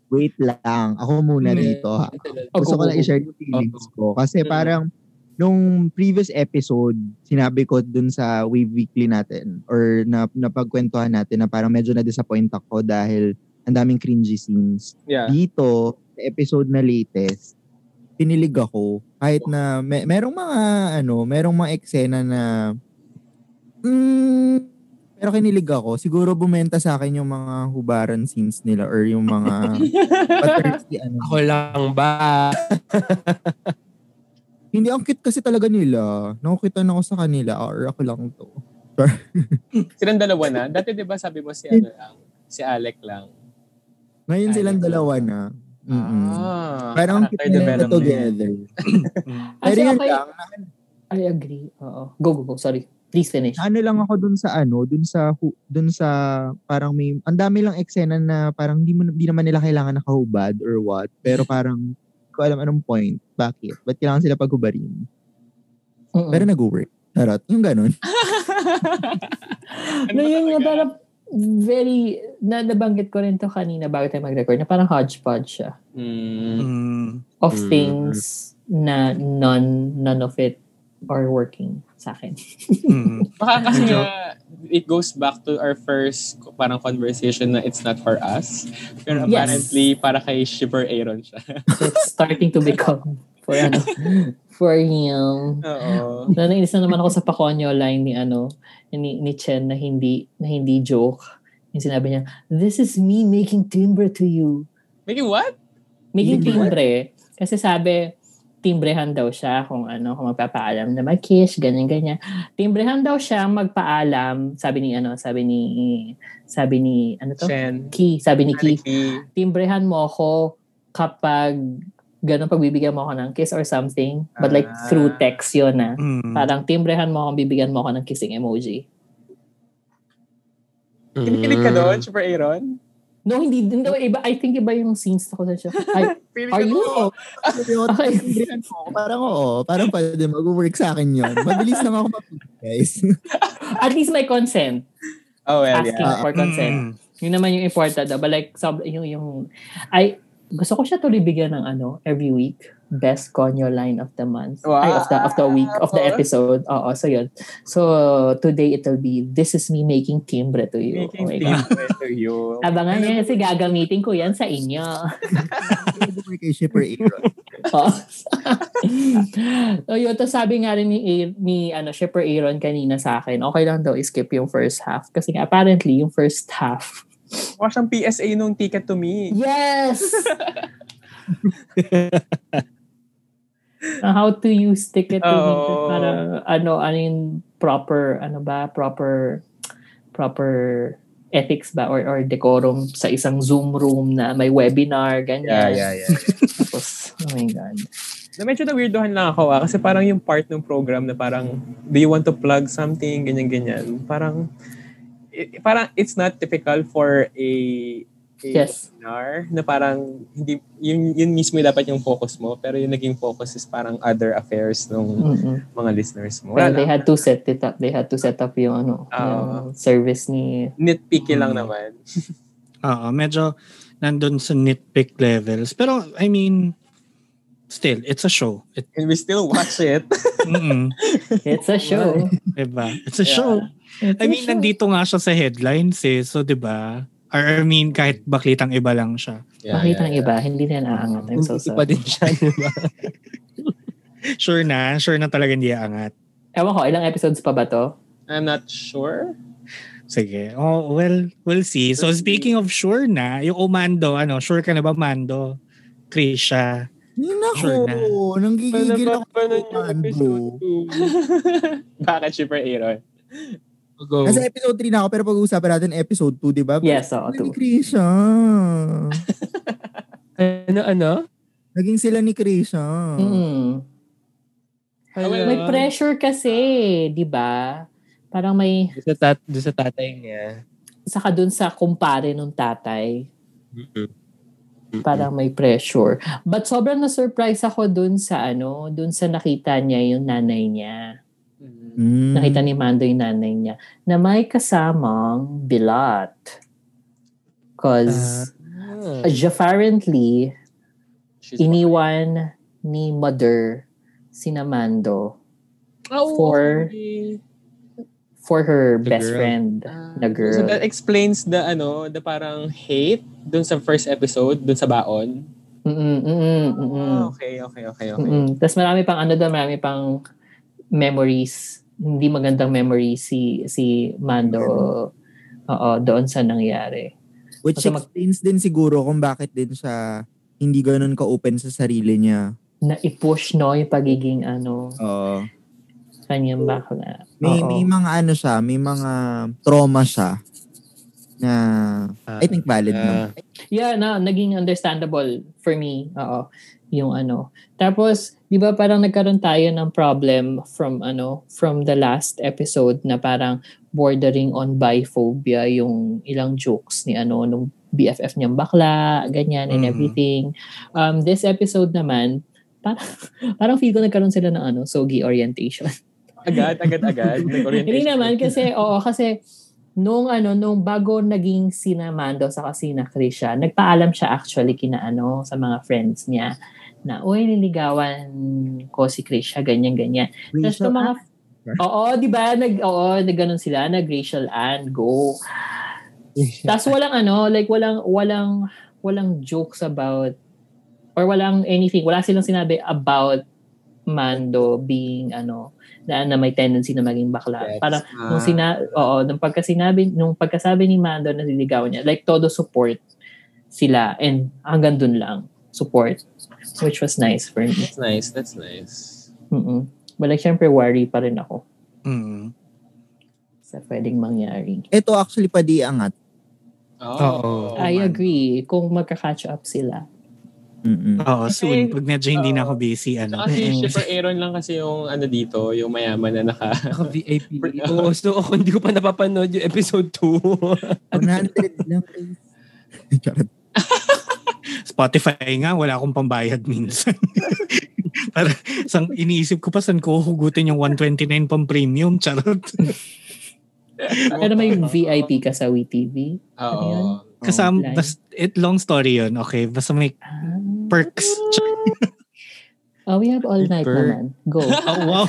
[SPEAKER 3] Wait lang. Ako muna dito ha. Gusto ko Mm. lang i-share yung feelings ko. Kasi parang nung previous episode, sinabi ko dun sa Wave Weekly natin or na napagkwentuhan natin na parang medyo na-disappoint ako dahil ang daming cringy scenes.
[SPEAKER 4] Yeah.
[SPEAKER 3] Dito, sa episode na latest, pinilig ako. Kahit na me- merong mga ano, merong mga eksena na mm, pero kinilig ako. Siguro bumenta sa akin yung mga hubaran scenes nila or yung mga paternity ano.
[SPEAKER 5] Ako lang ba?
[SPEAKER 3] Hindi, ang cute kasi talaga nila. Nakukita na ako sa kanila Ah, or ako lang to.
[SPEAKER 4] Silang dalawa na. Dati di ba sabi mo si ano lang? Si Alec lang.
[SPEAKER 3] Ngayon
[SPEAKER 4] Ay,
[SPEAKER 3] silang
[SPEAKER 4] naku.
[SPEAKER 3] dalawa na. Mm-mm.
[SPEAKER 4] Ah,
[SPEAKER 3] Parang
[SPEAKER 4] character
[SPEAKER 3] cute nila
[SPEAKER 4] development.
[SPEAKER 3] together. Pero
[SPEAKER 2] Actually, Ah,
[SPEAKER 3] yun
[SPEAKER 2] okay.
[SPEAKER 3] lang,
[SPEAKER 2] I agree. Oo. Go, go, go. Sorry. Please finish.
[SPEAKER 3] ano lang ako dun sa ano, dun sa hu- dun sa parang may ang dami lang eksena na parang hindi mo hindi naman nila kailangan nakahubad or what, pero parang hindi ko alam anong point, bakit? Ba't kailangan sila paghubarin?
[SPEAKER 4] Oh.
[SPEAKER 2] Mm-mm.
[SPEAKER 3] Pero nag-work. Charot, yung ganun.
[SPEAKER 4] Ano
[SPEAKER 2] na
[SPEAKER 4] ba
[SPEAKER 2] yun nga
[SPEAKER 4] talaga?
[SPEAKER 2] parang very, na, nabanggit ko rin to kanina bago tayo mag-record, na parang hodgepodge siya
[SPEAKER 4] Mm.
[SPEAKER 1] Mm.
[SPEAKER 2] of
[SPEAKER 4] Mm.
[SPEAKER 2] things na none, none of it are working sa akin.
[SPEAKER 1] Mm.
[SPEAKER 4] Baka kasi
[SPEAKER 1] Medyo-
[SPEAKER 4] nga, it goes back to our first parang conversation na it's not for us. Pero
[SPEAKER 2] Yes.
[SPEAKER 4] apparently, para kay Shipper Aaron siya.
[SPEAKER 2] It's starting to become for ano, for him.
[SPEAKER 4] Oo.
[SPEAKER 2] Na nainis na naman ako sa Paconyo line ni ano, ni, ni Chen na hindi, na hindi joke. Yung sinabi niya, this is me making timbre to you.
[SPEAKER 4] Making what?
[SPEAKER 2] Maging timbre. Kasi sabi, timbrehan daw siya kung ano, kung magpapaalam na mag-kiss, ganyan-ganyan. Timbrehan daw siya magpaalam, sabi ni ano, sabi ni, sabi ni, ano to?
[SPEAKER 4] Shen.
[SPEAKER 2] Ki, sabi ni Ki,
[SPEAKER 4] Aniki.
[SPEAKER 2] timbrehan mo ako kapag ganun pagbibigyan mo ako ng kiss or something. But like
[SPEAKER 4] Ah.
[SPEAKER 2] through text yun ah.
[SPEAKER 1] Mm.
[SPEAKER 2] Parang timbrehan mo ako, bibigyan mo ako ng kissing emoji.
[SPEAKER 4] Kinikilig
[SPEAKER 5] Hmm.
[SPEAKER 4] ka doon, Shipper Aaron?
[SPEAKER 2] No, hindi, hindi, iba, I think iba yung scenes ko sa show. Ay,
[SPEAKER 4] Feeling
[SPEAKER 2] are
[SPEAKER 4] ko
[SPEAKER 2] you?
[SPEAKER 4] doon.
[SPEAKER 2] Okay.
[SPEAKER 3] Tindihan mo ako, parang oo, parang pwede mag-work sa akin yun. Mabilis lang ako mapili, guys.
[SPEAKER 2] At least may consent.
[SPEAKER 4] Oh, well,
[SPEAKER 2] asking
[SPEAKER 4] yeah.
[SPEAKER 2] for consent.
[SPEAKER 1] Mm.
[SPEAKER 2] diba? Yun naman yung important. But like, sob- yung, yung, I, Gusto ko siya tuloy bigyan ng ano, every week, best conyo line of the month. Ay, of the, of the week, of the
[SPEAKER 6] Wow.
[SPEAKER 2] episode. Oo, so yun. So, today it'll be, this is me making timbre to you.
[SPEAKER 4] Making
[SPEAKER 2] Oh my God.
[SPEAKER 4] things better you.
[SPEAKER 2] Abangan niyo kasi gagamitin ko yan sa inyo.
[SPEAKER 3] Pwede kay Shipper Aaron.
[SPEAKER 2] Oh. so yun, tapos sabi nga rin ni, A- ni ano, Shipper Aaron kanina sa akin, okay lang daw skip yung first half. Kasi nga, apparently, yung first half.
[SPEAKER 4] Mukha siyang PSA nung ticket to me.
[SPEAKER 2] Yes! Uh, How to use ticket to meet
[SPEAKER 4] Oo.
[SPEAKER 2] para ano, ano yung proper, ano ba, proper, proper ethics ba or, or decorum sa isang Zoom room na may webinar, ganyan.
[SPEAKER 3] yeah.
[SPEAKER 2] Tapos, oh my God.
[SPEAKER 4] Na medyo nawirdohan lang ako ah, kasi parang yung part ng program na parang do you want to plug something, ganyan-ganyan. Parang, i- parang it's not typical for a, a
[SPEAKER 2] Yes.
[SPEAKER 4] webinar na parang hindi, yun, yun mismo yung dapat yung focus mo pero yung naging focus is parang other affairs ng
[SPEAKER 2] Mm-mm.
[SPEAKER 4] mga listeners mo.
[SPEAKER 2] Well,
[SPEAKER 4] Wala
[SPEAKER 2] they
[SPEAKER 4] lang.
[SPEAKER 2] had to set it up. They had to set up yung ano,
[SPEAKER 4] Oo.
[SPEAKER 2] yung service ni
[SPEAKER 4] Nitpicky lang naman.
[SPEAKER 1] Oo, medyo nandun sa nitpick levels. Pero, I mean, still, it's a show. It,
[SPEAKER 4] And we still watch it.
[SPEAKER 1] mm
[SPEAKER 2] It's a show.
[SPEAKER 1] diba? It's a
[SPEAKER 4] Yeah.
[SPEAKER 1] show.
[SPEAKER 2] It's
[SPEAKER 1] I
[SPEAKER 2] a
[SPEAKER 1] mean,
[SPEAKER 2] show.
[SPEAKER 1] nandito nga siya sa headlines eh. So, diba? Or, I mean, kahit baklitang iba lang siya.
[SPEAKER 2] Makita ang iba, hindi na naangat. I'm so
[SPEAKER 5] Hindi pa
[SPEAKER 2] sorry.
[SPEAKER 5] din siya, di ba?
[SPEAKER 1] Sure na. Sure na talaga hindi aangat.
[SPEAKER 2] Ewan ko, ilang episodes pa ba to?
[SPEAKER 4] I'm not sure.
[SPEAKER 1] Sige. Oh, well, we'll see. So, speaking of sure na, yung Omando, ano, sure ka na ba, Mando? Krisha.
[SPEAKER 3] Yun
[SPEAKER 1] Sure na.
[SPEAKER 3] ako. Nanggigigil ako. Mando.
[SPEAKER 4] Bakit Shipper Aaron?
[SPEAKER 5] Go.
[SPEAKER 3] Nasa episode 3 na ako, pero pag-uusapan natin episode 2, di ba?
[SPEAKER 2] Yes, oo,
[SPEAKER 3] Sila
[SPEAKER 2] two.
[SPEAKER 3] Ni Krisha.
[SPEAKER 5] Ano, ano?
[SPEAKER 3] Naging sila ni Krisha.
[SPEAKER 5] Ah.
[SPEAKER 2] Mm.
[SPEAKER 4] Hello.
[SPEAKER 2] May pressure kasi, di ba? Parang may,
[SPEAKER 5] Doon sa, tat- doon sa tatay niya.
[SPEAKER 2] saka dun sa kumpare nung tatay, parang may pressure. But sobrang na-surprise ako dun sa ano, dun sa nakita niya yung nanay niya.
[SPEAKER 3] Mm.
[SPEAKER 2] Nakita ni Mando yung nanay niya na may kasamang bilat. Cause
[SPEAKER 5] Ah.
[SPEAKER 2] apparently,
[SPEAKER 4] She's
[SPEAKER 2] iniwan ni mother si na Mando
[SPEAKER 4] Oh,
[SPEAKER 2] For-
[SPEAKER 4] okay.
[SPEAKER 2] for her
[SPEAKER 5] The
[SPEAKER 2] best
[SPEAKER 5] girl.
[SPEAKER 2] friend na girl.
[SPEAKER 4] So that explains the ano, the parang hate dun sa first episode, dun sa baon.
[SPEAKER 2] Mm-mm, mm-mm, mm-mm.
[SPEAKER 4] Ah, okay, okay, okay, okay.
[SPEAKER 2] Mm-mm. Tapos marami pang ano doon, marami pang memories, hindi magandang memories si si Mando oo, doon sa nangyari.
[SPEAKER 3] Which
[SPEAKER 2] Basta mag-
[SPEAKER 3] explains din siguro kung bakit din siya hindi ganun ka-open sa sarili niya.
[SPEAKER 2] Na i-push no yung pagiging ano,
[SPEAKER 3] Oo.
[SPEAKER 2] kanyang bakla.
[SPEAKER 3] May,
[SPEAKER 2] Oo.
[SPEAKER 3] may mga ano siya, may mga trauma siya na I think valid
[SPEAKER 5] Ah.
[SPEAKER 3] naman.
[SPEAKER 2] Yeah, na naging understandable for me. Oo. Yung ano. Tapos, 'di ba parang nagkaroon tayo ng problem from ano, from the last episode na parang bordering on biphobia yung ilang jokes ni ano nung BFF niyang bakla, ganyan and
[SPEAKER 1] Mhm.
[SPEAKER 2] everything. Um this episode naman parang, parang feel ko nagkaroon sila ng ano, sogi orientation.
[SPEAKER 4] Agad, agad, agad.
[SPEAKER 2] Hindi
[SPEAKER 4] Nag-orientation.
[SPEAKER 2] naman kasi oo kasi nung ano nung bago naging sina Mando sa kasina Krisha, nagpaalam siya actually kina ano sa mga friends niya na uy niligawan ko si Krisha ganyan ganyan. Tapos
[SPEAKER 3] Racial
[SPEAKER 2] yung mga Oo, di ba? Nag oo, nagganon sila, nag racial and go. Tapos walang ano, like walang walang walang jokes about or walang anything. Wala silang sinabi about Mando being ano na, na may tendency na maging bakla. Parang nung sina oo, nung pagka sinabi nung pagkasabi ni Mando na siligawan niya, like todo support sila and hanggang dun lang support which was nice for me.
[SPEAKER 4] That's nice, that's nice.
[SPEAKER 2] Mm. But like syempre worry pa rin ako
[SPEAKER 1] Mm.
[SPEAKER 2] sa pwedeng mangyari.
[SPEAKER 3] Ito actually pa di angat.
[SPEAKER 4] Oh.
[SPEAKER 2] I agree kung magka-catch up sila.
[SPEAKER 3] Mm-mm.
[SPEAKER 1] Oo, soon.
[SPEAKER 4] Kasi-
[SPEAKER 1] Pag medyo hindi na ako
[SPEAKER 4] oo.
[SPEAKER 1] busy, ano.
[SPEAKER 4] Saka si
[SPEAKER 2] Mm-mm.
[SPEAKER 4] Shipper Aaron lang kasi yung ano dito, yung mayaman na naka...
[SPEAKER 5] Ako VIP. Oo, Oh, so ako hindi ko pa napapanood yung episode 2.
[SPEAKER 2] Ano?
[SPEAKER 3] 100 lang. please. Charot.
[SPEAKER 1] Spotify nga, wala akong pambayad minsan. Para, sang, iniisip ko pa, saan ko hugutin yung 129 pang premium, charot.
[SPEAKER 2] Ano E Pero may VIP ka sa WeTV.
[SPEAKER 4] Oo.
[SPEAKER 1] Kasama,
[SPEAKER 2] Live.
[SPEAKER 1] bas, it long story yun, okay? Basta may
[SPEAKER 2] Ah.
[SPEAKER 1] perks.
[SPEAKER 2] Oh, we have all night
[SPEAKER 5] Super.
[SPEAKER 2] naman. Go.
[SPEAKER 1] Oh, wow.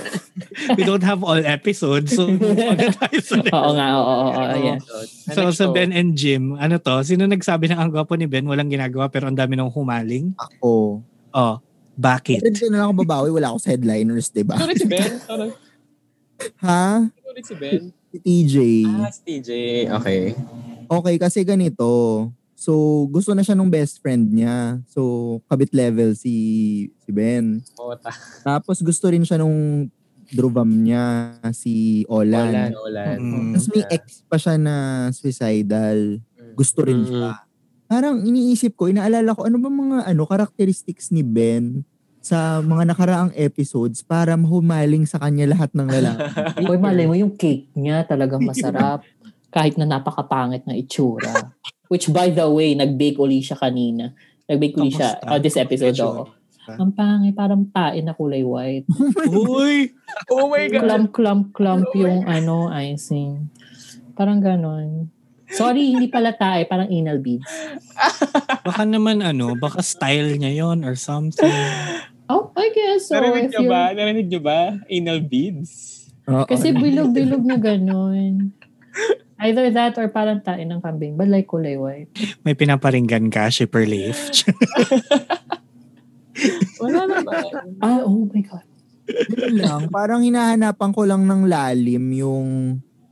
[SPEAKER 1] We don't have all episodes, so maganda tayo sa next.
[SPEAKER 2] oo nga, oo, oo, oo, yeah.
[SPEAKER 1] So, sa Ben and Jim, ano to? Sino nagsabi na ang gwapo ni Ben, walang ginagawa pero ang dami ng humaling?
[SPEAKER 3] Ako.
[SPEAKER 1] Oh, bakit?
[SPEAKER 3] Pero na lang ako babawi, wala ako sa headliners, di ba?
[SPEAKER 4] Tulit si Ben? Tulit-
[SPEAKER 3] Ha?
[SPEAKER 4] Tulit si Ben?
[SPEAKER 3] Si TJ.
[SPEAKER 4] Ah, si TJ. Okay.
[SPEAKER 3] Okay, kasi ganito. So, gusto na siya nung best friend niya. So, kabit level si si Ben.
[SPEAKER 4] Ota.
[SPEAKER 3] Tapos gusto rin siya nung drovam niya, si
[SPEAKER 4] Olan.
[SPEAKER 3] Olan.
[SPEAKER 4] Olan.
[SPEAKER 1] Mm.
[SPEAKER 3] Tapos may ex pa siya na suicidal. Gusto
[SPEAKER 4] Mm.
[SPEAKER 3] rin siya. Parang iniisip ko, inaalala ko, ano ba mga ano characteristics ni Ben sa mga nakaraang episodes para mahumaling sa kanya lahat ng lalaki.
[SPEAKER 2] Uy, malay mo, yung cake niya talagang masarap. kahit na napakapangit na itsura. Which, by the way, nag-bake uli siya kanina. Nag-bake uli siya.
[SPEAKER 1] Kamusta?
[SPEAKER 2] Oh, this episode, oo.
[SPEAKER 1] Kamusta?
[SPEAKER 2] Ang pangit, parang tain na kulay white.
[SPEAKER 1] Uy!
[SPEAKER 4] Oh my God.
[SPEAKER 2] Clump, clump, clump yung ano, icing. Parang ganon. Sorry, hindi pala tae. Parang anal beads.
[SPEAKER 1] Baka naman ano, baka style niya yon or something.
[SPEAKER 2] Oh, I guess so.
[SPEAKER 4] Narinig
[SPEAKER 2] if
[SPEAKER 4] niyo
[SPEAKER 2] you're-
[SPEAKER 4] ba? Narinig niyo ba? Anal beads?
[SPEAKER 3] Oo.
[SPEAKER 2] Kasi bilog-bilog na ganon. Either that or parang tain ng kambing. But like kulay white.
[SPEAKER 1] May pinaparinggan ka, shipper leaf.
[SPEAKER 4] Wala naman.
[SPEAKER 2] Ah, oh my God.
[SPEAKER 3] Yun lang, parang hinahanapan ko lang ng lalim yung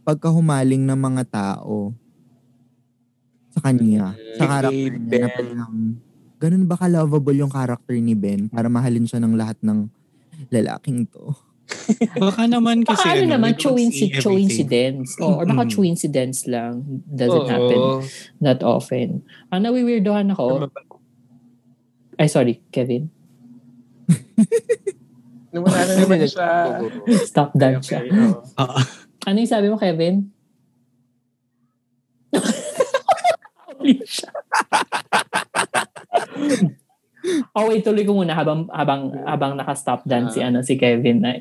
[SPEAKER 3] pagkahumaling ng mga tao sa kanya, sa character niya. Na
[SPEAKER 6] Ben.
[SPEAKER 3] parang, ganun ba ka-lovable yung character ni Ben para mahalin siya ng lahat ng lalaking to?
[SPEAKER 1] Baka naman kasi.
[SPEAKER 2] Baka ano naman,
[SPEAKER 1] you don't see
[SPEAKER 2] coinci-
[SPEAKER 1] everything.
[SPEAKER 2] coincidence. Oh, or baka
[SPEAKER 1] Mm.
[SPEAKER 2] coincidence lang. Doesn't happen that often. Ang nawiwirdohan ako, ay sorry, Kevin.
[SPEAKER 4] Nawala na naman siya.
[SPEAKER 2] Stop that siya.
[SPEAKER 4] Okay, oo.
[SPEAKER 1] Oo.
[SPEAKER 2] Ano yung sabi mo, Kevin? Ulit siya. oh wait, tuloy ko muna habang habang habang naka-stop dance si ano si Kevin. Ay,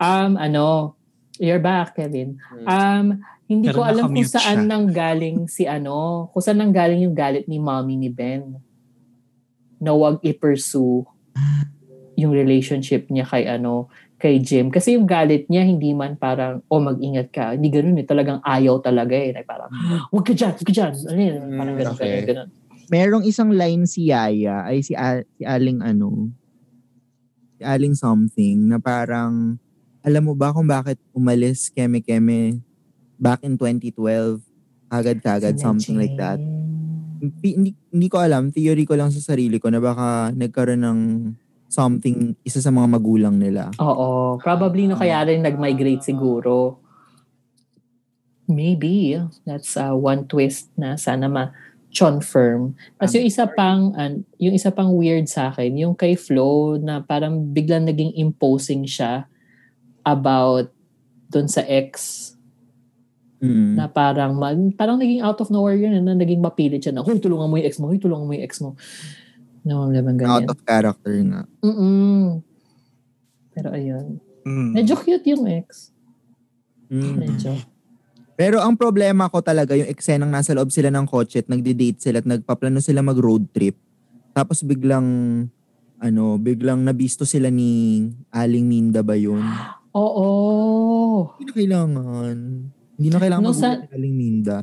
[SPEAKER 2] Um ano, you're back Kevin. Um hindi
[SPEAKER 1] Pero
[SPEAKER 2] ko alam kung
[SPEAKER 1] nakamute
[SPEAKER 2] saan
[SPEAKER 1] siya.
[SPEAKER 2] nang galing si ano, kung saan nang galing yung galit ni mommy ni Ben. Na wag i-pursue yung relationship niya kay ano, kay Jim. Kasi yung galit niya, hindi man parang, oh, mag-ingat ka. Hindi ganun eh. Talagang ayaw talaga eh. Like, parang, huwag ka dyan, huwag ka dyan. Ano yun? Parang
[SPEAKER 4] Mm,
[SPEAKER 2] ganun,
[SPEAKER 4] okay.
[SPEAKER 2] ganun, ganun.
[SPEAKER 3] Merong isang line si Yaya, ay si, A- si Aling ano, si Aling something na parang, alam mo ba kung bakit umalis Keme Keme back in 2012? Agad-kagad, something like that. hindi, hindi- hindi ko alam, theory ko lang sa sarili ko na baka nagkaroon ng something, isa sa mga magulang nila.
[SPEAKER 2] Oo. Probably no kaya rin nag-migrate
[SPEAKER 3] Ah.
[SPEAKER 2] siguro. Maybe. That's uh, one twist na sana ma confirm. Tapos yung isa pang an- yung isa pang weird sa akin, yung kay Flo na parang biglang naging imposing siya about doon sa ex
[SPEAKER 3] Mm.
[SPEAKER 2] na parang mag, parang naging out of nowhere yun eh, na naging mapilit siya na huy tulungan mo yung ex mo huy tulungan mo yung ex mo no naman
[SPEAKER 3] Out
[SPEAKER 2] ganyan
[SPEAKER 3] of character nga.
[SPEAKER 2] mm pero ayun
[SPEAKER 1] Mm.
[SPEAKER 3] Hmm.
[SPEAKER 2] medyo cute yung ex
[SPEAKER 3] Mm.
[SPEAKER 2] medyo
[SPEAKER 3] Pero ang problema ko talaga, yung eksenang nasa loob sila ng kotse at nagde-date sila at nagpaplano sila mag-road trip. Tapos biglang, ano, biglang nabisto sila ni Aling Minda ba yun?
[SPEAKER 2] oo
[SPEAKER 3] Hindi na kailangan. Hindi na kailangan
[SPEAKER 2] No,
[SPEAKER 3] no,
[SPEAKER 2] sa-
[SPEAKER 3] Aling Minda.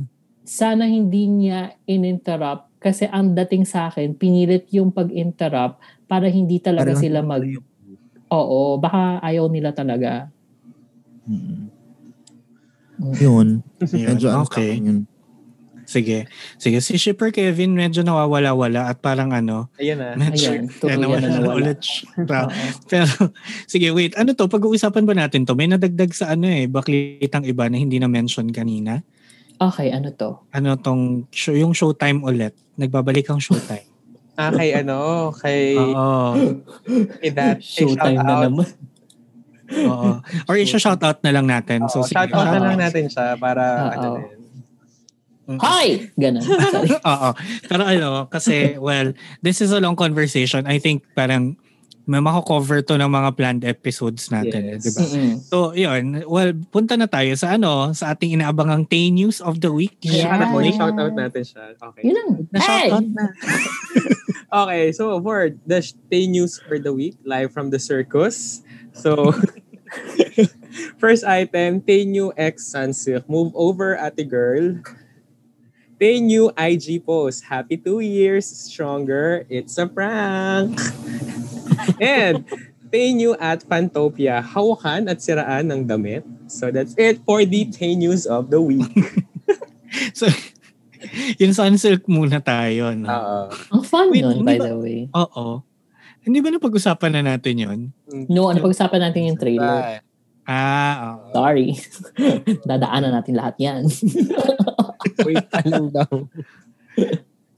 [SPEAKER 2] sana hindi niya in-interrupt kasi ang dating sa akin pinilit yung pag-interrupt para hindi talaga
[SPEAKER 3] Para lang
[SPEAKER 2] sila mag oo baka ayaw nila talaga
[SPEAKER 3] Mm.
[SPEAKER 2] Mm.
[SPEAKER 3] Yun.
[SPEAKER 1] Yun,
[SPEAKER 3] Medyo ano sa
[SPEAKER 1] okay.
[SPEAKER 3] akin yun.
[SPEAKER 1] Sige. Sige, si Shipper Kevin medyo nawawala-wala at parang ano,
[SPEAKER 4] Ayan na.
[SPEAKER 1] medyo
[SPEAKER 2] ayan
[SPEAKER 1] kaya
[SPEAKER 2] tuloy na
[SPEAKER 1] nawala na
[SPEAKER 2] nawala
[SPEAKER 1] ulit. ah. siya.
[SPEAKER 2] Oo.
[SPEAKER 1] Pero, sige, wait. Ano to? Pag-uusapan ba natin to? May nadagdag sa ano eh, baklitang iba na hindi na-mention kanina.
[SPEAKER 2] okay ano to
[SPEAKER 1] Ano tong, show, yung showtime ulit. Nagbabalik ang showtime.
[SPEAKER 4] Ah, kay ano, kay,
[SPEAKER 1] Oo.
[SPEAKER 4] kay that, kay
[SPEAKER 2] showtime na naman
[SPEAKER 4] shoutout.
[SPEAKER 1] Oo. Or isa shoutout na lang natin. So,
[SPEAKER 4] Oo,
[SPEAKER 1] sige.
[SPEAKER 4] shoutout na
[SPEAKER 2] shoutout.
[SPEAKER 4] lang natin siya para
[SPEAKER 2] Oo.
[SPEAKER 4] ano din.
[SPEAKER 1] Mm.
[SPEAKER 2] hi ganun sorry
[SPEAKER 1] Oo. Pero ano, kasi, well, this is a long conversation. I think parang may mako-cover to ng mga planned episodes natin, eh,
[SPEAKER 4] Yes.
[SPEAKER 1] di ba? So, yun. Well, punta na tayo sa ano, sa ating inaabangang 10 news of the week.
[SPEAKER 2] Yeah.
[SPEAKER 4] Shout out, shout out natin siya. Okay.
[SPEAKER 2] Yun lang. Hey!
[SPEAKER 1] Na-shoutout na.
[SPEAKER 4] Okay, so for the sh- day news for the week, live from the circus. So, first item, Taenew X Sunsilk. Move over, ate girl. Taenew IG post. Happy two years, stronger. It's a prank. And Taenew at Pantopia. Hawakan at siraan ng damit. So that's it for the Tay News of the week.
[SPEAKER 1] So, yung sunsilk muna tayo. No?
[SPEAKER 4] Oo.
[SPEAKER 2] Ang fun
[SPEAKER 1] Wait,
[SPEAKER 2] nun,
[SPEAKER 1] hindi
[SPEAKER 2] by
[SPEAKER 1] ba-
[SPEAKER 2] the way.
[SPEAKER 1] Oo. Hindi ba napag-usapan na natin yun?
[SPEAKER 2] No, ano pag-usapan natin yung trailer?
[SPEAKER 1] Ah, oo.
[SPEAKER 2] Sorry. Dadaanan natin lahat yan.
[SPEAKER 5] Wait pa lang daw.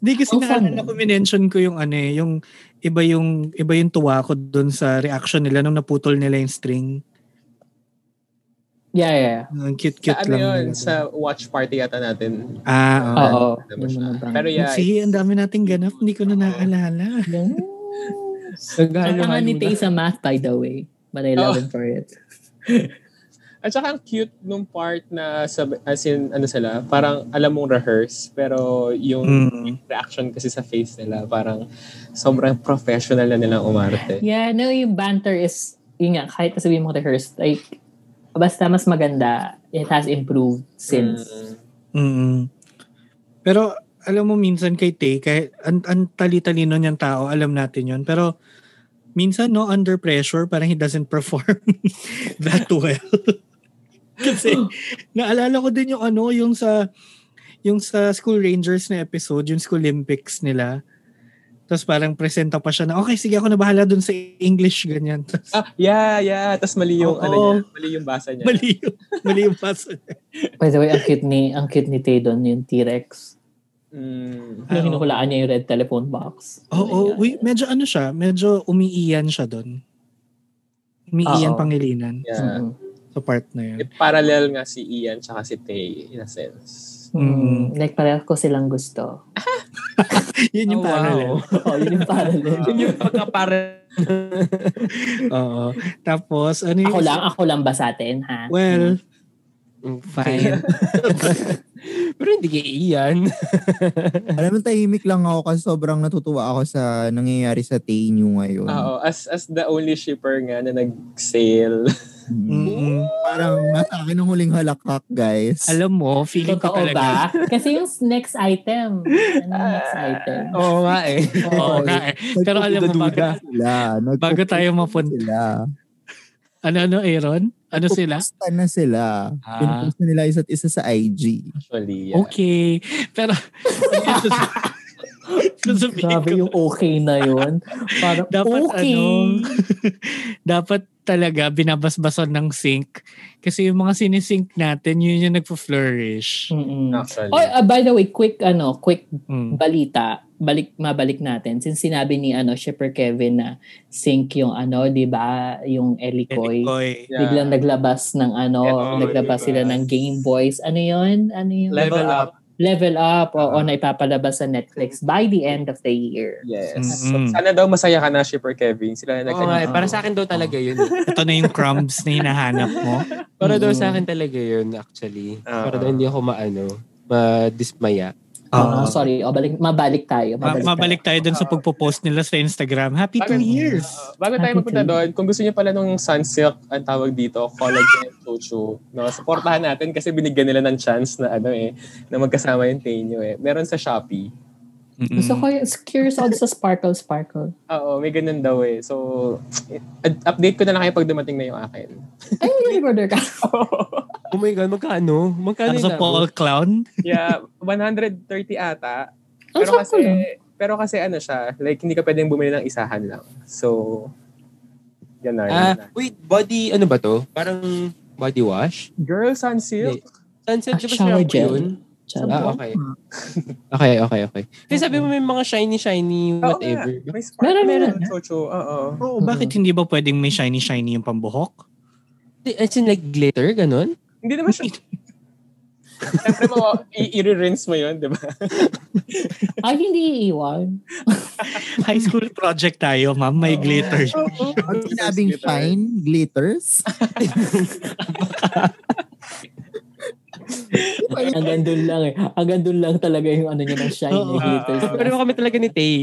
[SPEAKER 1] Hindi kasi
[SPEAKER 2] Ang fun
[SPEAKER 1] naalala
[SPEAKER 2] nun.
[SPEAKER 1] ko minention ko yung ano eh, yung iba yung iba yung tuwa ko doon sa reaction nila nung naputol nila yung string.
[SPEAKER 2] yeah, yeah.
[SPEAKER 1] Ang
[SPEAKER 4] Sa
[SPEAKER 1] cute-cute
[SPEAKER 4] ano
[SPEAKER 1] lang.
[SPEAKER 4] yun?
[SPEAKER 1] nila.
[SPEAKER 4] Sa watch party yata natin.
[SPEAKER 1] ah, oo.
[SPEAKER 2] Oo.
[SPEAKER 4] Ano ba siya?
[SPEAKER 2] Yung mga
[SPEAKER 4] Pero yeah,
[SPEAKER 1] Sige, ang dami nating ganap. Hindi ko na naalala.
[SPEAKER 2] Yes. Ang
[SPEAKER 5] Naghalo-halo
[SPEAKER 2] tanga ni
[SPEAKER 5] na.
[SPEAKER 2] Tay sa math, by the way. But I love
[SPEAKER 4] Oh.
[SPEAKER 2] him for it.
[SPEAKER 4] At saka ang cute nung part na sa, as in, ano sila, parang alam mong rehearse, pero yung
[SPEAKER 1] Mm.
[SPEAKER 4] reaction kasi sa face nila, parang sobrang professional na nilang umarte.
[SPEAKER 2] Yeah, no, yung banter is, yun nga, kahit sabihin mo rehearsed, like, basta mas maganda, it has improved since.
[SPEAKER 4] Mm.
[SPEAKER 1] Mm. Pero alam mo minsan kay Tay, kahit ang, ang tali-talino niyang tao, alam natin yun. Pero minsan no, under pressure, parang he doesn't perform that well. Kasi naalala ko din yung ano, yung sa yung sa School Rangers na episode, yung School Olympics nila. Tapos parang presenta pa siya na, okay, sige ako na bahala dun sa English, ganyan. Tapos,
[SPEAKER 4] Ah, yeah, yeah. Tapos mali yung,
[SPEAKER 1] Oo.
[SPEAKER 4] ano niya, mali yung basa niya.
[SPEAKER 1] mali yung, mali yung paso.
[SPEAKER 2] By the way, ang cute ni, ang cute ni Tay doon, yung T-Rex.
[SPEAKER 4] Mm.
[SPEAKER 1] Ah, oo.
[SPEAKER 2] Yung hinuhulaan niya yung red telephone box.
[SPEAKER 1] Oo, oh,
[SPEAKER 2] Ayan.
[SPEAKER 1] medyo ano siya, medyo umiiyan siya doon. Umiiyan
[SPEAKER 2] Oo.
[SPEAKER 1] pangilinan
[SPEAKER 4] Yeah.
[SPEAKER 2] Mm.
[SPEAKER 1] sa part na yun.
[SPEAKER 4] Eh, Parallel nga si Ian tsaka si Tay, in a sense.
[SPEAKER 1] Mm.
[SPEAKER 2] Mm. Like, pareho ko silang gusto.
[SPEAKER 1] yun yung
[SPEAKER 5] Oh, wow.
[SPEAKER 1] parallel.
[SPEAKER 2] oh, yun yung parallel.
[SPEAKER 6] Yun yung pagkapare.
[SPEAKER 1] Oo. Tapos, ano yung...
[SPEAKER 2] Ako lang, ako lang ba sa atin, ha?
[SPEAKER 1] Well,
[SPEAKER 5] Mm.
[SPEAKER 1] fine.
[SPEAKER 5] Pero hindi kay Ian.
[SPEAKER 3] Alam mo, tahimik lang ako kasi sobrang natutuwa ako sa nangyayari sa Tainyo
[SPEAKER 2] Mm.
[SPEAKER 3] ngayon.
[SPEAKER 4] Oo, as as the only shipper nga na nag-sale.
[SPEAKER 3] Mm.
[SPEAKER 1] Mm.
[SPEAKER 3] Parang nasa akin ang huling halakak, guys.
[SPEAKER 1] Alam mo, feeling ko
[SPEAKER 2] Totoo
[SPEAKER 1] talaga.
[SPEAKER 2] ba? Kasi yung next item. Ano yung next
[SPEAKER 1] Ah.
[SPEAKER 2] item?
[SPEAKER 5] Oo nga eh.
[SPEAKER 1] Oo nga eh. Pero alam mo, bago,
[SPEAKER 5] Nagdududa.
[SPEAKER 3] Sila.
[SPEAKER 1] bago tayo mapunta.
[SPEAKER 3] Sila.
[SPEAKER 1] Ano-ano, Aaron? Ano sila?
[SPEAKER 3] Pupusta na sila.
[SPEAKER 1] Ah.
[SPEAKER 3] Pinupusta nila isa't isa sa IG.
[SPEAKER 4] Actually, yeah.
[SPEAKER 1] Okay. Pero, sasabihin
[SPEAKER 2] Grabe
[SPEAKER 1] ko-
[SPEAKER 2] yung okay na yun. Parang
[SPEAKER 1] dapat
[SPEAKER 2] okay.
[SPEAKER 1] ano, dapat talaga binabasbasan ng sink. Kasi yung mga sinisink natin, yun yung nagpo-flourish.
[SPEAKER 2] Mm-mm.
[SPEAKER 4] Actually.
[SPEAKER 2] Oh, uh, by the way, quick ano, quick
[SPEAKER 1] Mm.
[SPEAKER 2] balita, balik mabalik natin since sinabi ni ano Shipper Kevin na sync yung ano, 'di ba, yung Elikoy.
[SPEAKER 1] Elikoy.
[SPEAKER 4] Yeah.
[SPEAKER 2] Biglang naglabas ng ano,
[SPEAKER 4] Elikoy,
[SPEAKER 2] naglabas
[SPEAKER 4] diba?
[SPEAKER 2] sila ng Game Boys. Ano 'yun? Ano yun?
[SPEAKER 4] Level up.
[SPEAKER 2] Level up. Oo,
[SPEAKER 4] Ah.
[SPEAKER 2] na ipapalabas sa Netflix by the end of the year.
[SPEAKER 4] Yes.
[SPEAKER 1] Mm-mm.
[SPEAKER 4] So, sana daw masaya ka na, Shipper Kevin. Sila na nag-
[SPEAKER 5] Oo nga eh. Para sa akin daw talaga yun.
[SPEAKER 1] Ito na yung crumbs na hinahanap mo.
[SPEAKER 5] Para
[SPEAKER 2] Mm.
[SPEAKER 5] daw sa akin talaga yun actually.
[SPEAKER 4] Ah.
[SPEAKER 5] Para daw hindi ako maano, madismaya.
[SPEAKER 2] Oo, sorry. O, balik, mabalik tayo.
[SPEAKER 1] Uh-huh. Ma-
[SPEAKER 2] Mabalik,
[SPEAKER 1] mabalik tayo dun sa pagpo-post nila sa Instagram. Happy two years!
[SPEAKER 4] Oo. uh, bago tayo magpunta doon, kung gusto niyo pala nung Sunsilk, ang tawag dito, collagen chuchu, no, supportahan natin kasi binigyan nila ng chance na ano eh, na magkasama yung tenyo eh. Meron sa Shopee.
[SPEAKER 2] tayo. Gusto ko yung curious ako sa Sparkle Sparkle.
[SPEAKER 4] Oo, may ganun daw eh. So, ad- update ko na lang kayo pag dumating na yung akin.
[SPEAKER 2] Ay, nag-order ka.
[SPEAKER 5] Oh my God, magkano? Magkano
[SPEAKER 1] Ano sa
[SPEAKER 5] yun?
[SPEAKER 1] Paul Clown?
[SPEAKER 4] yeah, 130 ata.
[SPEAKER 2] Ang
[SPEAKER 4] Pero
[SPEAKER 2] Ah, sakto
[SPEAKER 4] kasi,
[SPEAKER 2] lang.
[SPEAKER 4] pero kasi ano siya, like hindi ka pwedeng bumili ng isahan lang. So, yan na. Yan
[SPEAKER 5] Ah,
[SPEAKER 4] na.
[SPEAKER 5] wait, body, ano ba to? Parang body wash?
[SPEAKER 4] Girl Sunsilk?
[SPEAKER 5] Sunset,
[SPEAKER 2] Ah,
[SPEAKER 5] di ba
[SPEAKER 2] shower
[SPEAKER 5] sarap
[SPEAKER 2] gel. Ano Hmm.
[SPEAKER 5] yun?
[SPEAKER 2] Charot.
[SPEAKER 5] Ah, okay. okay, okay, okay. Kasi sabi mo may mga shiny-shiny
[SPEAKER 4] Oo nga,
[SPEAKER 5] whatever.
[SPEAKER 4] May spark.
[SPEAKER 2] Meron, meron.
[SPEAKER 4] Chuchu, oo.
[SPEAKER 1] Oo, bakit hindi ba pwedeng may shiny-shiny yung pambuhok?
[SPEAKER 5] As in like glitter, ganun?
[SPEAKER 4] Hindi naman siya. Siyempre, mawa- i- i-rinse mo yun, di ba?
[SPEAKER 2] Ay, hindi iiwan.
[SPEAKER 1] High school project tayo, ma'am. May glitter.
[SPEAKER 3] Pag sinabing shine, glitters.
[SPEAKER 2] Hanggang doon lang eh. Hanggang doon lang talaga yung ano niya ng shine.
[SPEAKER 1] Oo.
[SPEAKER 2] yung glitters.
[SPEAKER 5] Pero kami talaga ni Tay.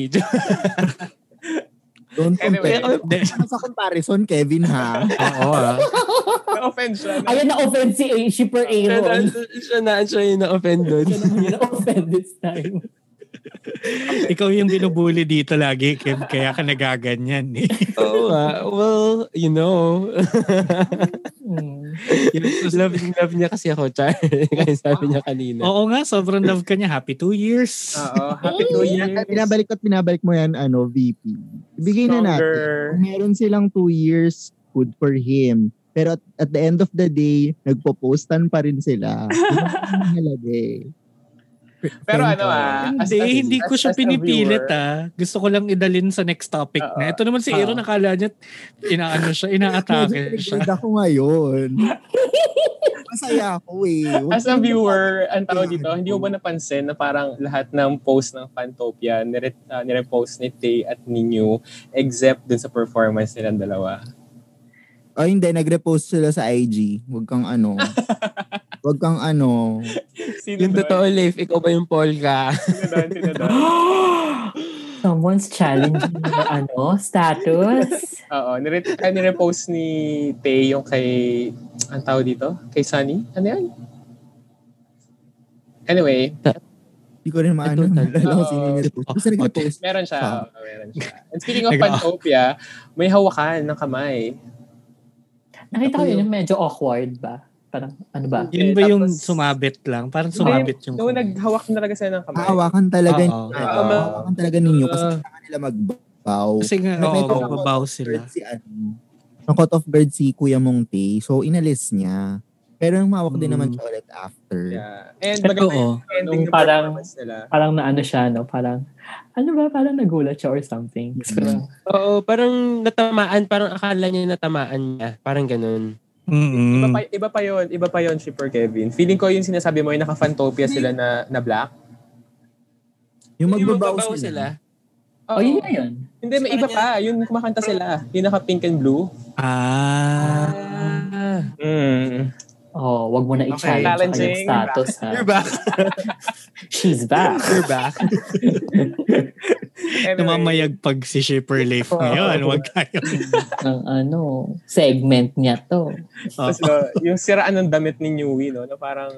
[SPEAKER 3] Don't
[SPEAKER 4] Anyway,
[SPEAKER 3] compare. Ano Sa comparison, Kevin, ha?
[SPEAKER 5] Oo ah.
[SPEAKER 4] Na-offend siya. Na.
[SPEAKER 2] Ayun, na-offend si A- Shipper
[SPEAKER 5] Siya na,
[SPEAKER 2] Aaron.
[SPEAKER 5] siya na, siya yung na-offend doon.
[SPEAKER 2] Siya naman yung na-offend this time.
[SPEAKER 1] Ikaw yung binubuli dito lagi, Kim. Kaya ka nagaganyan eh.
[SPEAKER 5] Oo nga. Diba? Well, you know.
[SPEAKER 2] Hmm.
[SPEAKER 5] love, love niya kasi ako, Char. Kaya sabi niya kanina.
[SPEAKER 1] Oo nga, sobrang love ka niya. Happy two years.
[SPEAKER 4] Oo, happy two years.
[SPEAKER 3] binabalik at binabalik mo yan, ano, VP. Ibigay na natin.
[SPEAKER 4] Stronger.
[SPEAKER 3] Kung meron silang two years, good for him. Pero at, at the end of the day, nagpo-postan pa rin sila. Yun ang mahalaga eh.
[SPEAKER 4] Pero
[SPEAKER 3] Thank
[SPEAKER 4] ano
[SPEAKER 3] you.
[SPEAKER 4] ah. as-
[SPEAKER 1] Hindi,
[SPEAKER 4] as-
[SPEAKER 1] hindi ko
[SPEAKER 4] as-
[SPEAKER 1] siya
[SPEAKER 4] as a
[SPEAKER 1] pinipilit
[SPEAKER 4] viewer, Ah.
[SPEAKER 1] ah. Gusto ko lang idalin sa next topic
[SPEAKER 4] Oo.
[SPEAKER 1] na. Ito naman si
[SPEAKER 4] Oo.
[SPEAKER 1] Aaron, nakala niya, inaano siya, inaatake
[SPEAKER 3] Medyo
[SPEAKER 1] siya.
[SPEAKER 3] triggered ako ngayon. Masaya ako eh. Huwag
[SPEAKER 4] As a
[SPEAKER 3] kang-
[SPEAKER 4] viewer, ang tao dito, hindi mo ba napansin na parang lahat ng post ng Fantopia, nire, ah, nire-post ni Tay at ni New, except dun sa performance nilang dalawa.
[SPEAKER 3] Oh, hindi. Nagrepost sila sa IG. Huwag kang ano. Huwag kang ano.
[SPEAKER 4] Sino
[SPEAKER 5] Yung
[SPEAKER 4] doon?
[SPEAKER 5] totoo, Leif, ikaw ba yung Paul ka?
[SPEAKER 4] Sino doon? Sino doon?
[SPEAKER 2] Someone's challenging your ano, status.
[SPEAKER 4] Oo, nire, ah, nire-post ni Tay yung kay, ang tao dito? Kay Sunny? Ano yan? Anyway,
[SPEAKER 3] Hindi ko rin maano.
[SPEAKER 5] Ito,
[SPEAKER 3] Nalala ko
[SPEAKER 4] Oo.
[SPEAKER 3] sino yung nagrepost. Basta nagrepost.
[SPEAKER 4] meron siya.
[SPEAKER 3] Ah.
[SPEAKER 4] oo, meron siya. And speaking of
[SPEAKER 1] Nag-
[SPEAKER 4] Fantopia, may hawakan ng kamay.
[SPEAKER 3] Mm.
[SPEAKER 2] Nakita ko yun, yung medyo awkward ba? Parang, ano ba?
[SPEAKER 1] Yun ba yung
[SPEAKER 4] Tapos-
[SPEAKER 1] sumabit lang? Parang
[SPEAKER 4] Hindi,
[SPEAKER 1] sumabit yung...
[SPEAKER 4] No, naghawak na talaga sila ng kamay.
[SPEAKER 3] Hawakan
[SPEAKER 1] Oo.
[SPEAKER 3] talaga niyo. Hawakan talaga ninyo kasi
[SPEAKER 5] Ah.
[SPEAKER 3] kailangan nila magbaw.
[SPEAKER 1] Kasi nga,
[SPEAKER 3] Pero may
[SPEAKER 1] oo,
[SPEAKER 3] tawag-
[SPEAKER 1] babaw sila.
[SPEAKER 3] Bird si ano. Nakot off guard si Kuya Mongte. So, inalis niya. Pero yung mawak din
[SPEAKER 1] Hmm.
[SPEAKER 3] naman siya ulit after.
[SPEAKER 4] Yeah. And maganda yung
[SPEAKER 1] Totoo.
[SPEAKER 4] ending
[SPEAKER 3] oh.
[SPEAKER 4] ng
[SPEAKER 2] Nung parang-
[SPEAKER 4] performance nila.
[SPEAKER 2] Parang na ano siya, no? Parang, ano ba? Parang nagulat siya or something. Kasi parang,
[SPEAKER 5] Oo, parang natamaan. Parang akala niya natamaan niya. Parang ganun.
[SPEAKER 4] Iba
[SPEAKER 3] Mm.
[SPEAKER 4] pa,
[SPEAKER 1] Mm-mm.
[SPEAKER 4] iba pa yun, iba pa yun, Shipper Kevin. Feeling ko yung sinasabi mo, yung naka-fantopia sila na, na black.
[SPEAKER 3] Yung
[SPEAKER 5] Yung
[SPEAKER 3] magbabaw
[SPEAKER 5] magbabaw
[SPEAKER 3] sila.
[SPEAKER 4] Oo.
[SPEAKER 2] oh, yun na yun.
[SPEAKER 4] Hindi, may iba pa. Yung kumakanta sila. Yung naka-pink and blue.
[SPEAKER 1] Ah.
[SPEAKER 5] Ah.
[SPEAKER 4] Mm.
[SPEAKER 2] Oh, wag mo na
[SPEAKER 6] Okay.
[SPEAKER 2] i-challenge okay,
[SPEAKER 4] Challenging.
[SPEAKER 2] yung status, ha?
[SPEAKER 5] You're
[SPEAKER 1] Diba?
[SPEAKER 5] back.
[SPEAKER 2] She's back.
[SPEAKER 5] You're back.
[SPEAKER 4] Anyway,
[SPEAKER 1] Namamayagpag si Shipper Leif ngayon. Huwag tayo.
[SPEAKER 2] Ang ano, segment niya to.
[SPEAKER 4] tapos, no, yung siraan ng damit ni Newy, no, na parang,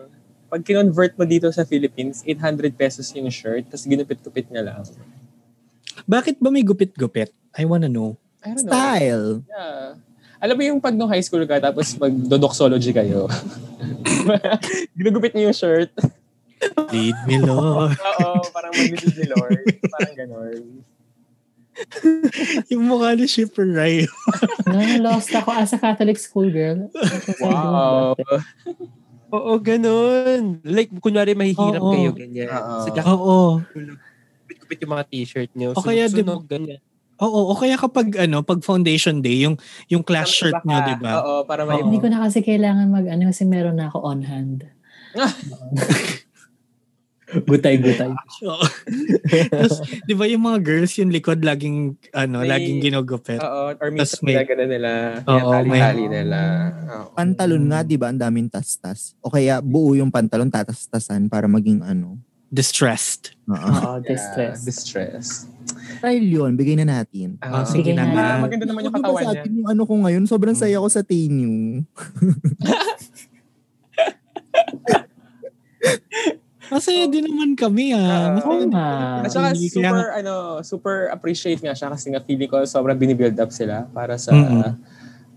[SPEAKER 4] pag kinonvert mo dito sa Philippines, 800 pesos yung shirt, tapos ginupit-kupit niya lang.
[SPEAKER 1] Bakit ba may gupit-gupit? I wanna know.
[SPEAKER 4] I don't know.
[SPEAKER 3] Style.
[SPEAKER 4] Yeah. Alam mo yung pag nung high school ka, tapos pag dodoxology kayo, ginugupit niyo yung shirt.
[SPEAKER 1] Lead me, Lord.
[SPEAKER 4] Oo, parang mag-visit ni Lord. Parang ganon.
[SPEAKER 1] yung mukha ni Shipper Ray.
[SPEAKER 2] Nalost ako as a Catholic schoolgirl.
[SPEAKER 4] Wow.
[SPEAKER 5] Oo, ganun. Like, kunwari mahihirap
[SPEAKER 1] Oo.
[SPEAKER 5] kayo, ganyan.
[SPEAKER 4] Oo.
[SPEAKER 5] Sa
[SPEAKER 1] Oo.
[SPEAKER 5] kapit-kapit yung mga t-shirt niyo.
[SPEAKER 1] O kaya, di ba-
[SPEAKER 5] Sunog-sunog, ganyan.
[SPEAKER 1] Oo, o kaya kapag ano, pag foundation day, yung yung class shirt diba?
[SPEAKER 4] Baka,
[SPEAKER 1] nyo, 'di ba?
[SPEAKER 4] Oo, para may...
[SPEAKER 1] Oo.
[SPEAKER 2] Hindi ko na kasi kailangan mag ano kasi meron na ako on hand. Gutay-gutay.
[SPEAKER 1] Oo. Tapos, 'di ba Diba yung mga girls yung likod laging ano,
[SPEAKER 4] May-
[SPEAKER 1] laging ginugupit.
[SPEAKER 4] Oo, or
[SPEAKER 1] Tas
[SPEAKER 4] minsan
[SPEAKER 1] may-
[SPEAKER 4] may... ganun nila.
[SPEAKER 1] Oo,
[SPEAKER 4] Oo,
[SPEAKER 1] may-
[SPEAKER 4] tali nila. Oo.
[SPEAKER 3] Pantalon
[SPEAKER 4] Hmm.
[SPEAKER 3] nga, di ba? Ang daming tastas. O kaya buo yung pantalon, tatastasan para maging ano.
[SPEAKER 1] Distressed.
[SPEAKER 3] Oo.
[SPEAKER 2] Oo,
[SPEAKER 4] Yeah,
[SPEAKER 2] distress.
[SPEAKER 4] distress.
[SPEAKER 3] Style yun. Bigay na natin.
[SPEAKER 4] Oo.
[SPEAKER 1] Ah, sige
[SPEAKER 2] Sige
[SPEAKER 1] na
[SPEAKER 2] nga.
[SPEAKER 1] nga.
[SPEAKER 4] Parang maganda naman yung
[SPEAKER 3] Ano ba
[SPEAKER 4] katawan
[SPEAKER 3] sa
[SPEAKER 4] niya. Hmm.
[SPEAKER 3] akin yung ano ko ngayon? Sobrang saya ko sa tenyo.
[SPEAKER 1] Masaya din naman kami ah.
[SPEAKER 4] Oo.
[SPEAKER 1] Masaya
[SPEAKER 2] Oo
[SPEAKER 1] din.
[SPEAKER 2] nga.
[SPEAKER 4] At saka
[SPEAKER 1] Hindi, kaya
[SPEAKER 4] super, ano, super appreciate nga siya kasi nga feeling ko sobrang binibuild up sila para sa
[SPEAKER 1] Mm-mm.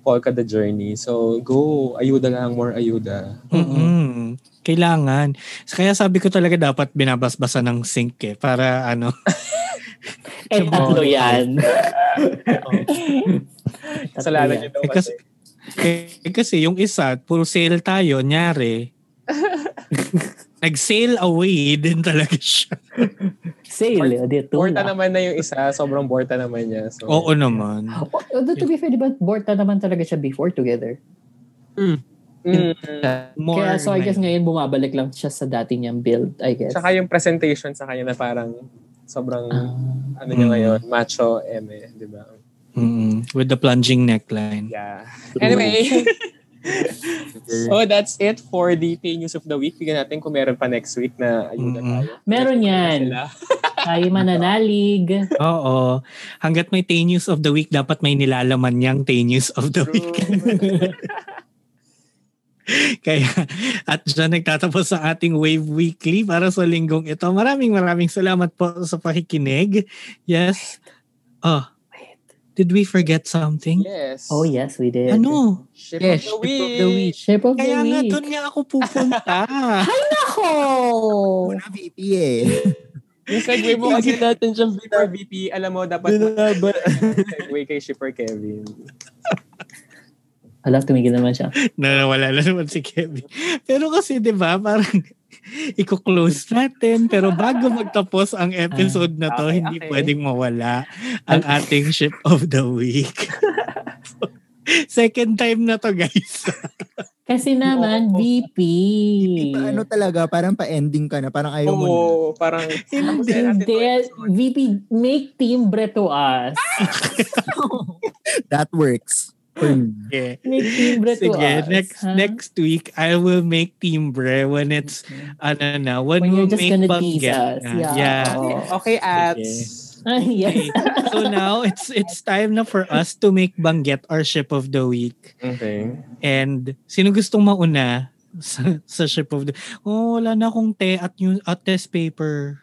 [SPEAKER 4] Polka the Journey. So, go. Ayuda lang. More ayuda.
[SPEAKER 1] Mm-mm. Kailangan. Kaya sabi ko talaga dapat binabasbasa ng sink eh para ano.
[SPEAKER 2] Eh, tatlo yan.
[SPEAKER 4] Kasalanan niyo daw
[SPEAKER 1] Eh,
[SPEAKER 4] kasi.
[SPEAKER 1] kasi, eh, kasi yung isa, puro sale tayo, nyari. Nag-sale away din talaga siya.
[SPEAKER 2] Sale, o di tula.
[SPEAKER 4] Borta naman na yung isa. Sobrang borta naman niya. So,
[SPEAKER 1] Oo naman.
[SPEAKER 2] Oh, to be fair, di ba, Borta naman talaga siya before together.
[SPEAKER 4] Mm.
[SPEAKER 1] More
[SPEAKER 2] Kaya so I guess
[SPEAKER 1] ngayon.
[SPEAKER 2] ngayon bumabalik lang siya sa dati niyang build, I guess.
[SPEAKER 4] Tsaka yung presentation sa kanya na parang sobrang
[SPEAKER 2] Ah.
[SPEAKER 4] ano niya
[SPEAKER 1] Mm.
[SPEAKER 4] ngayon, macho eme, di ba?
[SPEAKER 1] Mm-mm. With the plunging neckline.
[SPEAKER 4] Yeah. Anyway, so that's it for the Pay News of the Week. Tignan natin kung meron pa next week na ayuda
[SPEAKER 1] Mm.
[SPEAKER 4] tayo.
[SPEAKER 2] Meron yan.
[SPEAKER 4] Sila.
[SPEAKER 2] Tayo mananalig.
[SPEAKER 1] Oo. Hanggat may Tay News of the Week, dapat may nilalaman niyang Tay News of the Week. Kaya at dyan nagtatapos sa ating Wave Weekly para sa linggong ito. Maraming maraming salamat po sa pakikinig. Yes. Oh,
[SPEAKER 2] Wait.
[SPEAKER 1] did we forget something?
[SPEAKER 4] yes.
[SPEAKER 2] Oh yes, we did.
[SPEAKER 1] Ano?
[SPEAKER 4] Ship
[SPEAKER 5] Yes, Ship
[SPEAKER 4] of the Week.
[SPEAKER 5] of the Week.
[SPEAKER 2] Shape of
[SPEAKER 1] Kaya
[SPEAKER 2] the
[SPEAKER 1] nga
[SPEAKER 2] week.
[SPEAKER 1] doon nga ako pupunta.
[SPEAKER 2] Ako! Oh.
[SPEAKER 3] Una VP eh.
[SPEAKER 4] Yung segue mo
[SPEAKER 5] Hindi
[SPEAKER 4] kasi
[SPEAKER 5] natin siyang
[SPEAKER 4] Shipper VP, alam mo, dapat
[SPEAKER 5] binababa.
[SPEAKER 4] segue kay Shipper Kevin.
[SPEAKER 2] Hala, tumigil naman siya.
[SPEAKER 1] Nawala na naman si Kevin. Pero kasi 'di ba, parang iko-close natin pero bago magtapos ang episode na to,
[SPEAKER 4] Ah, okay,
[SPEAKER 1] hindi
[SPEAKER 4] okay.
[SPEAKER 1] pwedeng mawala ang ating ship of the week. Second time na to, guys.
[SPEAKER 2] Kasi naman, VP.
[SPEAKER 3] Hindi pa ano talaga, parang pa-ending ka na. Parang ayaw mo na.
[SPEAKER 4] Hmm. Oo, parang...
[SPEAKER 1] Hindi.
[SPEAKER 4] Tapusin natin
[SPEAKER 2] Hindi,
[SPEAKER 4] to episode.
[SPEAKER 2] VP, make team bre to us.
[SPEAKER 3] That works. For me.
[SPEAKER 1] Okay.
[SPEAKER 2] Make team bre to ah.
[SPEAKER 1] Sige,
[SPEAKER 2] us.
[SPEAKER 1] next
[SPEAKER 2] ha?
[SPEAKER 1] next week I will make timbre when it's ano na, when,
[SPEAKER 2] Mm-hmm. When
[SPEAKER 1] we
[SPEAKER 2] you're just
[SPEAKER 1] make
[SPEAKER 2] gonna
[SPEAKER 1] banggit
[SPEAKER 2] tease us.
[SPEAKER 1] na.
[SPEAKER 2] Yeah.
[SPEAKER 1] yeah.
[SPEAKER 2] Oo. Ah,
[SPEAKER 4] Okay, ads.
[SPEAKER 2] Ay, yes.
[SPEAKER 1] Okay. so now it's it's time na for us to make Banggit our ship of the week.
[SPEAKER 4] Okay.
[SPEAKER 1] And sino gustong mauna sa, sa ship of the Oh, wala na akong te at new at test paper.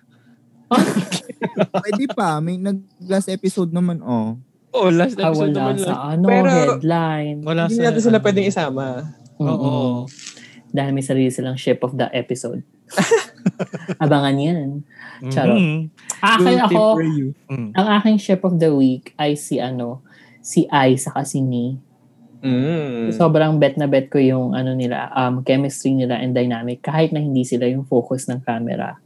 [SPEAKER 3] Pwede pa. May nag-last episode naman, oh.
[SPEAKER 5] Oh, last
[SPEAKER 2] Ah,
[SPEAKER 5] episode
[SPEAKER 2] wala
[SPEAKER 5] naman
[SPEAKER 2] sa
[SPEAKER 5] lang.
[SPEAKER 2] ano,
[SPEAKER 4] Pero-
[SPEAKER 2] headline.
[SPEAKER 1] Wala
[SPEAKER 4] Hindi
[SPEAKER 1] sa ano.
[SPEAKER 4] natin sila pwedeng isama.
[SPEAKER 1] Oo.
[SPEAKER 2] Mm-mm. Dahil may sarili silang shape of the episode. Abangan yan.
[SPEAKER 4] Mm.
[SPEAKER 2] Charot.
[SPEAKER 1] Mhm.
[SPEAKER 2] Akin
[SPEAKER 4] Guilty
[SPEAKER 2] ako,
[SPEAKER 4] for you.
[SPEAKER 1] Mm.
[SPEAKER 2] ang aking shape of the week ay si ano, si I saka si Ni.
[SPEAKER 4] Mm.
[SPEAKER 2] Sobrang bet na bet ko yung ano nila, um, chemistry nila and dynamic kahit na hindi sila yung focus ng camera.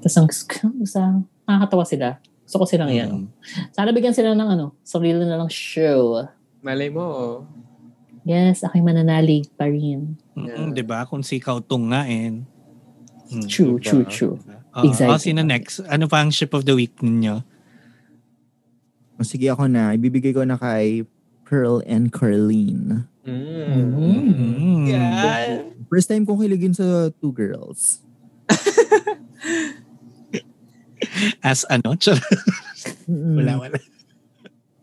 [SPEAKER 2] Tapos ang sa nakakatawa sila. Gusto ko silang yan.
[SPEAKER 1] Mm.
[SPEAKER 2] Sana bigyan sila ng ano, sarili na lang show.
[SPEAKER 4] Malay mo.
[SPEAKER 2] Yes, aking mananalig pa rin.
[SPEAKER 1] Mhm, 'Di ba? Kung si Kautong nga eh. Mm.
[SPEAKER 2] True, true, true.
[SPEAKER 1] Ah,
[SPEAKER 2] Exactly.
[SPEAKER 1] ah, sino next? Ano pa ang ship of the week ninyo?
[SPEAKER 3] O, sige ako na. Ibibigay ko na kay Pearl and Carleen.
[SPEAKER 4] Mm.
[SPEAKER 2] Mm-hmm.
[SPEAKER 1] Mhm.
[SPEAKER 6] Yan.
[SPEAKER 3] First time kong kiligin sa two girls.
[SPEAKER 1] As ano? Charot.
[SPEAKER 3] Mm-mm.
[SPEAKER 1] Wala, wala.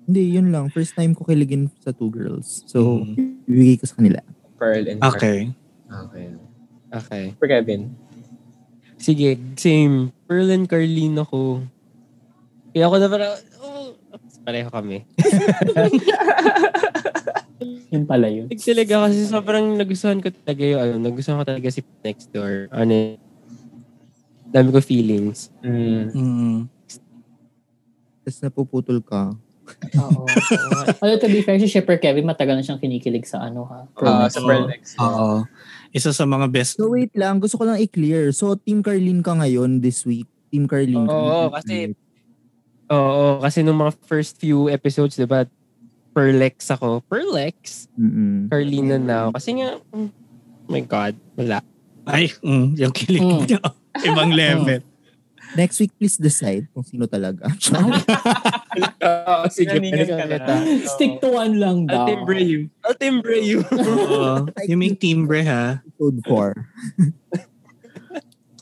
[SPEAKER 3] Hindi, yun lang. First time ko kiligin sa two girls. So,
[SPEAKER 1] Mhm.
[SPEAKER 3] ibibigay ko sa kanila.
[SPEAKER 4] Pearl and
[SPEAKER 1] Okay.
[SPEAKER 4] Okay.
[SPEAKER 5] Okay.
[SPEAKER 4] For Kevin.
[SPEAKER 5] Sige, same. Pearl and Carlene ako. Kaya ako na parang, oh, pareho kami.
[SPEAKER 2] Yun pala yun.
[SPEAKER 5] Like talaga kasi sobrang nagustuhan ko talaga yung ano, nagustuhan ko talaga si Next Door. Ano, dami ko feelings.
[SPEAKER 4] Mm.
[SPEAKER 1] Mhm.
[SPEAKER 3] Tapos napuputol ka.
[SPEAKER 2] Oo. Although to be fair, si Shipper Kevin matagal na siyang kinikilig sa ano ha.
[SPEAKER 4] Ah, sa Pearl next.
[SPEAKER 1] Oo. Isa sa mga best
[SPEAKER 3] So, wait lang. Gusto ko lang i-clear. So, Team Carleen ka ngayon this week. Team Carleen ka.
[SPEAKER 5] Oo, kasi- Oo, kasi nung mga first few episodes, diba, Perlex ako. Perlex?
[SPEAKER 3] Mm-mm.
[SPEAKER 5] Carlina now. Kasi nga, oh my God, wala.
[SPEAKER 1] Ay, mm, yung kilig
[SPEAKER 2] Mm.
[SPEAKER 1] niya. Ibang level.
[SPEAKER 3] Next week, please decide kung sino talaga.
[SPEAKER 5] Ah. Oo, sige, pwede
[SPEAKER 4] Naningan ka
[SPEAKER 5] ka
[SPEAKER 4] na.
[SPEAKER 5] kita.
[SPEAKER 4] Oo.
[SPEAKER 2] Stick to one lang daw.
[SPEAKER 5] I'll timbre you. I'll timbre you.
[SPEAKER 1] Oo. You make timbre, ha?
[SPEAKER 3] Episode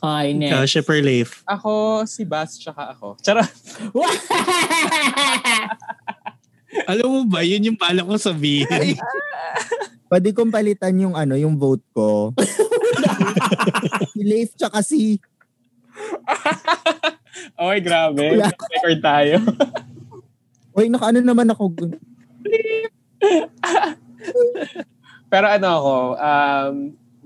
[SPEAKER 3] 4.
[SPEAKER 2] Ay,
[SPEAKER 1] Ikaw,
[SPEAKER 2] next.
[SPEAKER 1] Shipper Leif.
[SPEAKER 4] Ako, si Bas, tsaka ako. Charot.
[SPEAKER 1] Alam mo ba, yun yung pala kong sabihin.
[SPEAKER 3] Pwede kong palitan yung ano, yung vote ko. si Leif tsaka si
[SPEAKER 4] Okay, grabe.
[SPEAKER 3] Wala.
[SPEAKER 4] Record tayo.
[SPEAKER 3] Uy, nakaano naman ako.
[SPEAKER 4] Pero ano ako, um,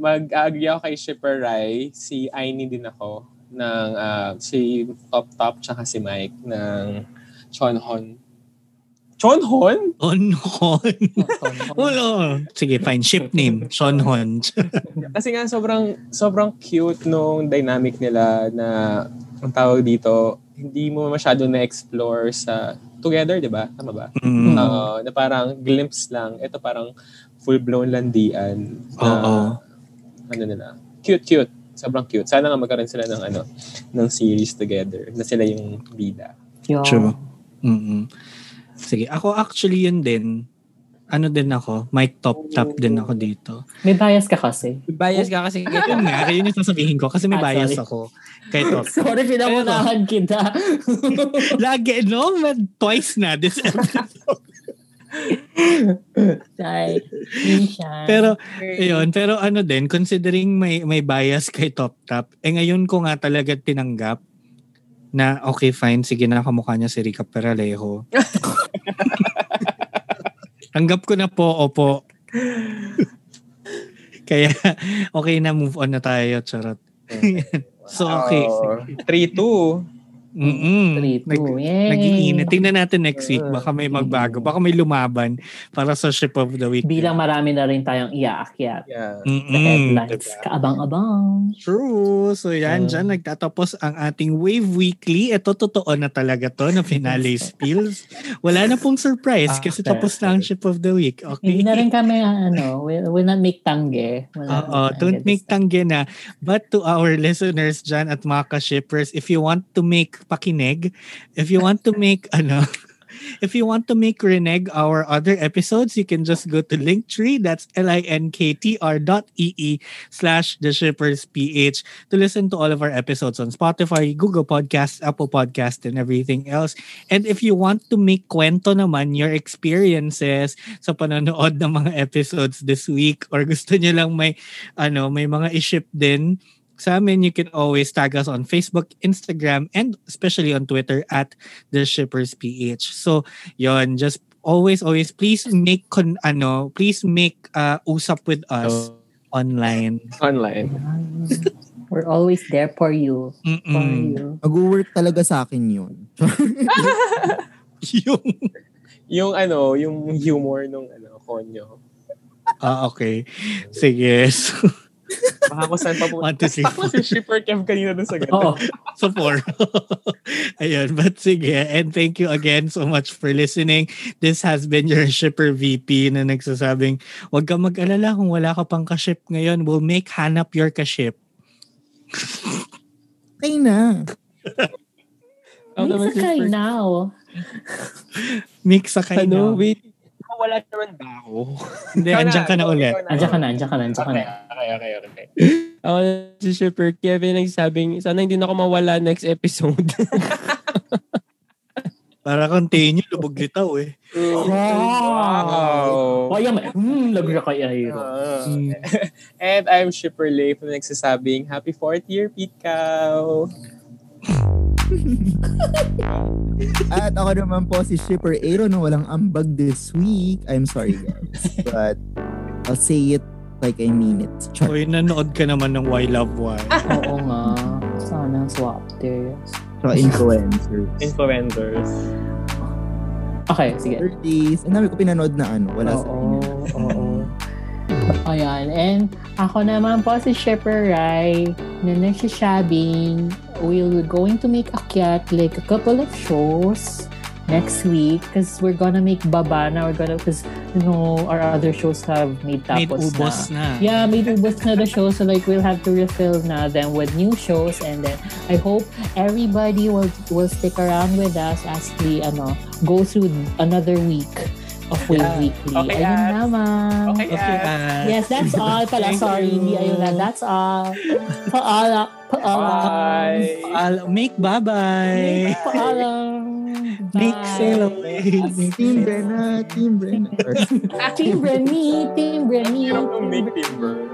[SPEAKER 4] mag-agree ako kay Shipper Rai, si Aini din ako, ng ah, si Top Top, tsaka si Mike, ng Chonhon. Chonhon?
[SPEAKER 1] Onhon. Wala. Sige, fine. Ship name. Sean Hon.
[SPEAKER 4] Kasi nga sobrang sobrang cute nung dynamic nila na ang tawag dito, hindi mo masyado na-explore sa together, di ba? Tama ba?
[SPEAKER 1] Mm.
[SPEAKER 4] Oo, na parang glimpse lang. Ito parang full-blown landian. na,
[SPEAKER 1] Oo.
[SPEAKER 4] Ano nila. Cute, cute. Sobrang cute. Sana nga magkaroon sila ng ano, ng series together na sila yung bida.
[SPEAKER 2] Yun.
[SPEAKER 1] True. mm Sige, ako actually yun din. Ano din ako, mic top top din ako dito.
[SPEAKER 2] May bias ka kasi.
[SPEAKER 5] Bias ka kasi.
[SPEAKER 1] Yun nga, yun yung sasabihin ko kasi may
[SPEAKER 2] Ah,
[SPEAKER 1] bias
[SPEAKER 2] sorry.
[SPEAKER 1] ako. Kay top.
[SPEAKER 2] Sorry, pinamunahan kita.
[SPEAKER 1] Lagi, no? Man, twice na this
[SPEAKER 2] Tay, minsan.
[SPEAKER 1] Pero, ayun, pero ano din, considering may, may bias kay Top Top, eh ngayon ko nga talaga tinanggap na okay, fine, sige na kamukha niya si Rica Peralejo. Tanggap ko na po, opo. Kaya, okay na, move on na tayo, charot. so, okay.
[SPEAKER 4] Oh, 3-2.
[SPEAKER 1] Mm-mm.
[SPEAKER 2] Three, two, oh, yay.
[SPEAKER 1] Nag-iinit. Tingnan natin next week. Baka
[SPEAKER 2] Mm.
[SPEAKER 1] may magbago. Baka may lumaban para sa ship of the week.
[SPEAKER 2] Bilang marami na rin tayong iaakyat.
[SPEAKER 4] Yeah.
[SPEAKER 2] Sa
[SPEAKER 1] Mm-mm.
[SPEAKER 2] headlines. Kaabang-abang.
[SPEAKER 1] True. So yan,
[SPEAKER 5] Ah.
[SPEAKER 1] dyan nagtatapos ang ating Wave Weekly. Ito totoo na talaga to na finale spills. Wala na pong surprise kasi
[SPEAKER 2] After.
[SPEAKER 1] tapos na ang Ship of the Week.
[SPEAKER 2] Ah,
[SPEAKER 1] Okay?
[SPEAKER 2] Hindi na rin kami, ano, will, will not make tangge.
[SPEAKER 1] Oo,
[SPEAKER 2] Will not make
[SPEAKER 1] don't
[SPEAKER 2] tangge
[SPEAKER 1] make
[SPEAKER 2] this time.
[SPEAKER 1] tangge na. But to our listeners dyan at mga ka-shippers, if you want to make pakinig, if you want to make, ano, if you want to make reneg our other episodes, you can just go to Linktree, that's L-I-N-K-T-R dot E-E slash The Shippers PH to listen to all of our episodes on Spotify, Google Podcasts, Apple Podcasts, and everything else. And if you want to make kwento naman your experiences sa panonood ng mga episodes this week or gusto nyo lang may ano, may mga iship din sa amin, you can always tag us on Facebook, Instagram, and especially on Twitter at The Shippers PH. So, yon just always, always, please make, con- ano, please make uh, usap with
[SPEAKER 4] Oh.
[SPEAKER 1] us online.
[SPEAKER 4] Online.
[SPEAKER 2] We're always there for you. For
[SPEAKER 1] Mm-mm.
[SPEAKER 2] you.
[SPEAKER 3] Mag-work talaga sa akin yun.
[SPEAKER 1] Yung,
[SPEAKER 4] Yung ano, yung humor nung ano, konyo.
[SPEAKER 1] ah, okay. Sige. So,
[SPEAKER 4] Baka kung saan pa po.
[SPEAKER 1] One, two, three,
[SPEAKER 4] Basta ko si Shipper Kev kanina dun sa
[SPEAKER 2] Oo.
[SPEAKER 4] gano'n.
[SPEAKER 1] So four. Ayun, but sige. And thank you again so much for listening. This has been your shipper VP na nagsasabing, huwag kang mag-alala kung wala ka pang kaship ngayon. We'll make hanap your kaship.
[SPEAKER 3] Okay na.
[SPEAKER 1] Oh,
[SPEAKER 2] May sakay now.
[SPEAKER 1] Mix sa kayo.
[SPEAKER 5] Ano, wait.
[SPEAKER 6] Wala naman ba ako?
[SPEAKER 1] Hindi,
[SPEAKER 4] Ikaw
[SPEAKER 1] andyan ka na
[SPEAKER 4] ikaw
[SPEAKER 1] ulit.
[SPEAKER 4] ikaw
[SPEAKER 2] Andiyan ka na, andiyan ka na, andiyan ka na.
[SPEAKER 4] Okay, okay, okay, okay.
[SPEAKER 5] Ako si Shipper Kevin nagsasabing, sana hindi na ako mawala next episode.
[SPEAKER 1] Para continue, lubog litaw eh.
[SPEAKER 4] Mm. Wow!
[SPEAKER 2] Oh, yan. Hmm, lagro kay Airo.
[SPEAKER 4] Ah. And I'm Shipper Leif na nagsasabing, Happy 4th year, Pete Cow!
[SPEAKER 3] At ako naman po si Shipper Aero na walang ambag this week. I'm sorry guys. But I'll say it like I mean it. Char.
[SPEAKER 1] Uy, nanood ka naman ng Why Love Why.
[SPEAKER 2] Oo nga. Sana swap this.
[SPEAKER 3] Tsaka influencers.
[SPEAKER 4] Influencers.
[SPEAKER 2] Okay, sige.
[SPEAKER 3] 30s. Ang dami ko pinanood na ano. Wala sa
[SPEAKER 2] Oo,
[SPEAKER 3] inyo.
[SPEAKER 2] oo. Ayan. And ako naman po si Shipper Rai na nagsasabing we'll going to make akyat like a couple of shows next week because we're gonna make babana we're gonna because you know our other shows have made
[SPEAKER 1] May
[SPEAKER 2] tapos na.
[SPEAKER 1] ubos na.
[SPEAKER 2] Yeah, maybe with another show. So like we'll have to refill now then with new shows and then I hope everybody will will stick around with us as we ano, go through another week of Wave
[SPEAKER 4] Yeah.
[SPEAKER 2] Weekly.
[SPEAKER 4] Okay,
[SPEAKER 2] Ayun
[SPEAKER 4] ads.
[SPEAKER 2] naman.
[SPEAKER 4] Okay,
[SPEAKER 1] Okay,
[SPEAKER 4] okay.
[SPEAKER 1] ah.
[SPEAKER 2] Yes, that's all pala.
[SPEAKER 1] Thank
[SPEAKER 2] Sorry, hindi
[SPEAKER 1] you.
[SPEAKER 2] ayun na. That's all. Paalam. Paalam.
[SPEAKER 4] Bye!
[SPEAKER 1] I'll make bye-bye.
[SPEAKER 2] Paalam.
[SPEAKER 1] Make sail away. Make sail
[SPEAKER 3] Team Brenna. Team Brenna.
[SPEAKER 2] Team Remy, Team Remy.
[SPEAKER 4] Hirap ng make timber.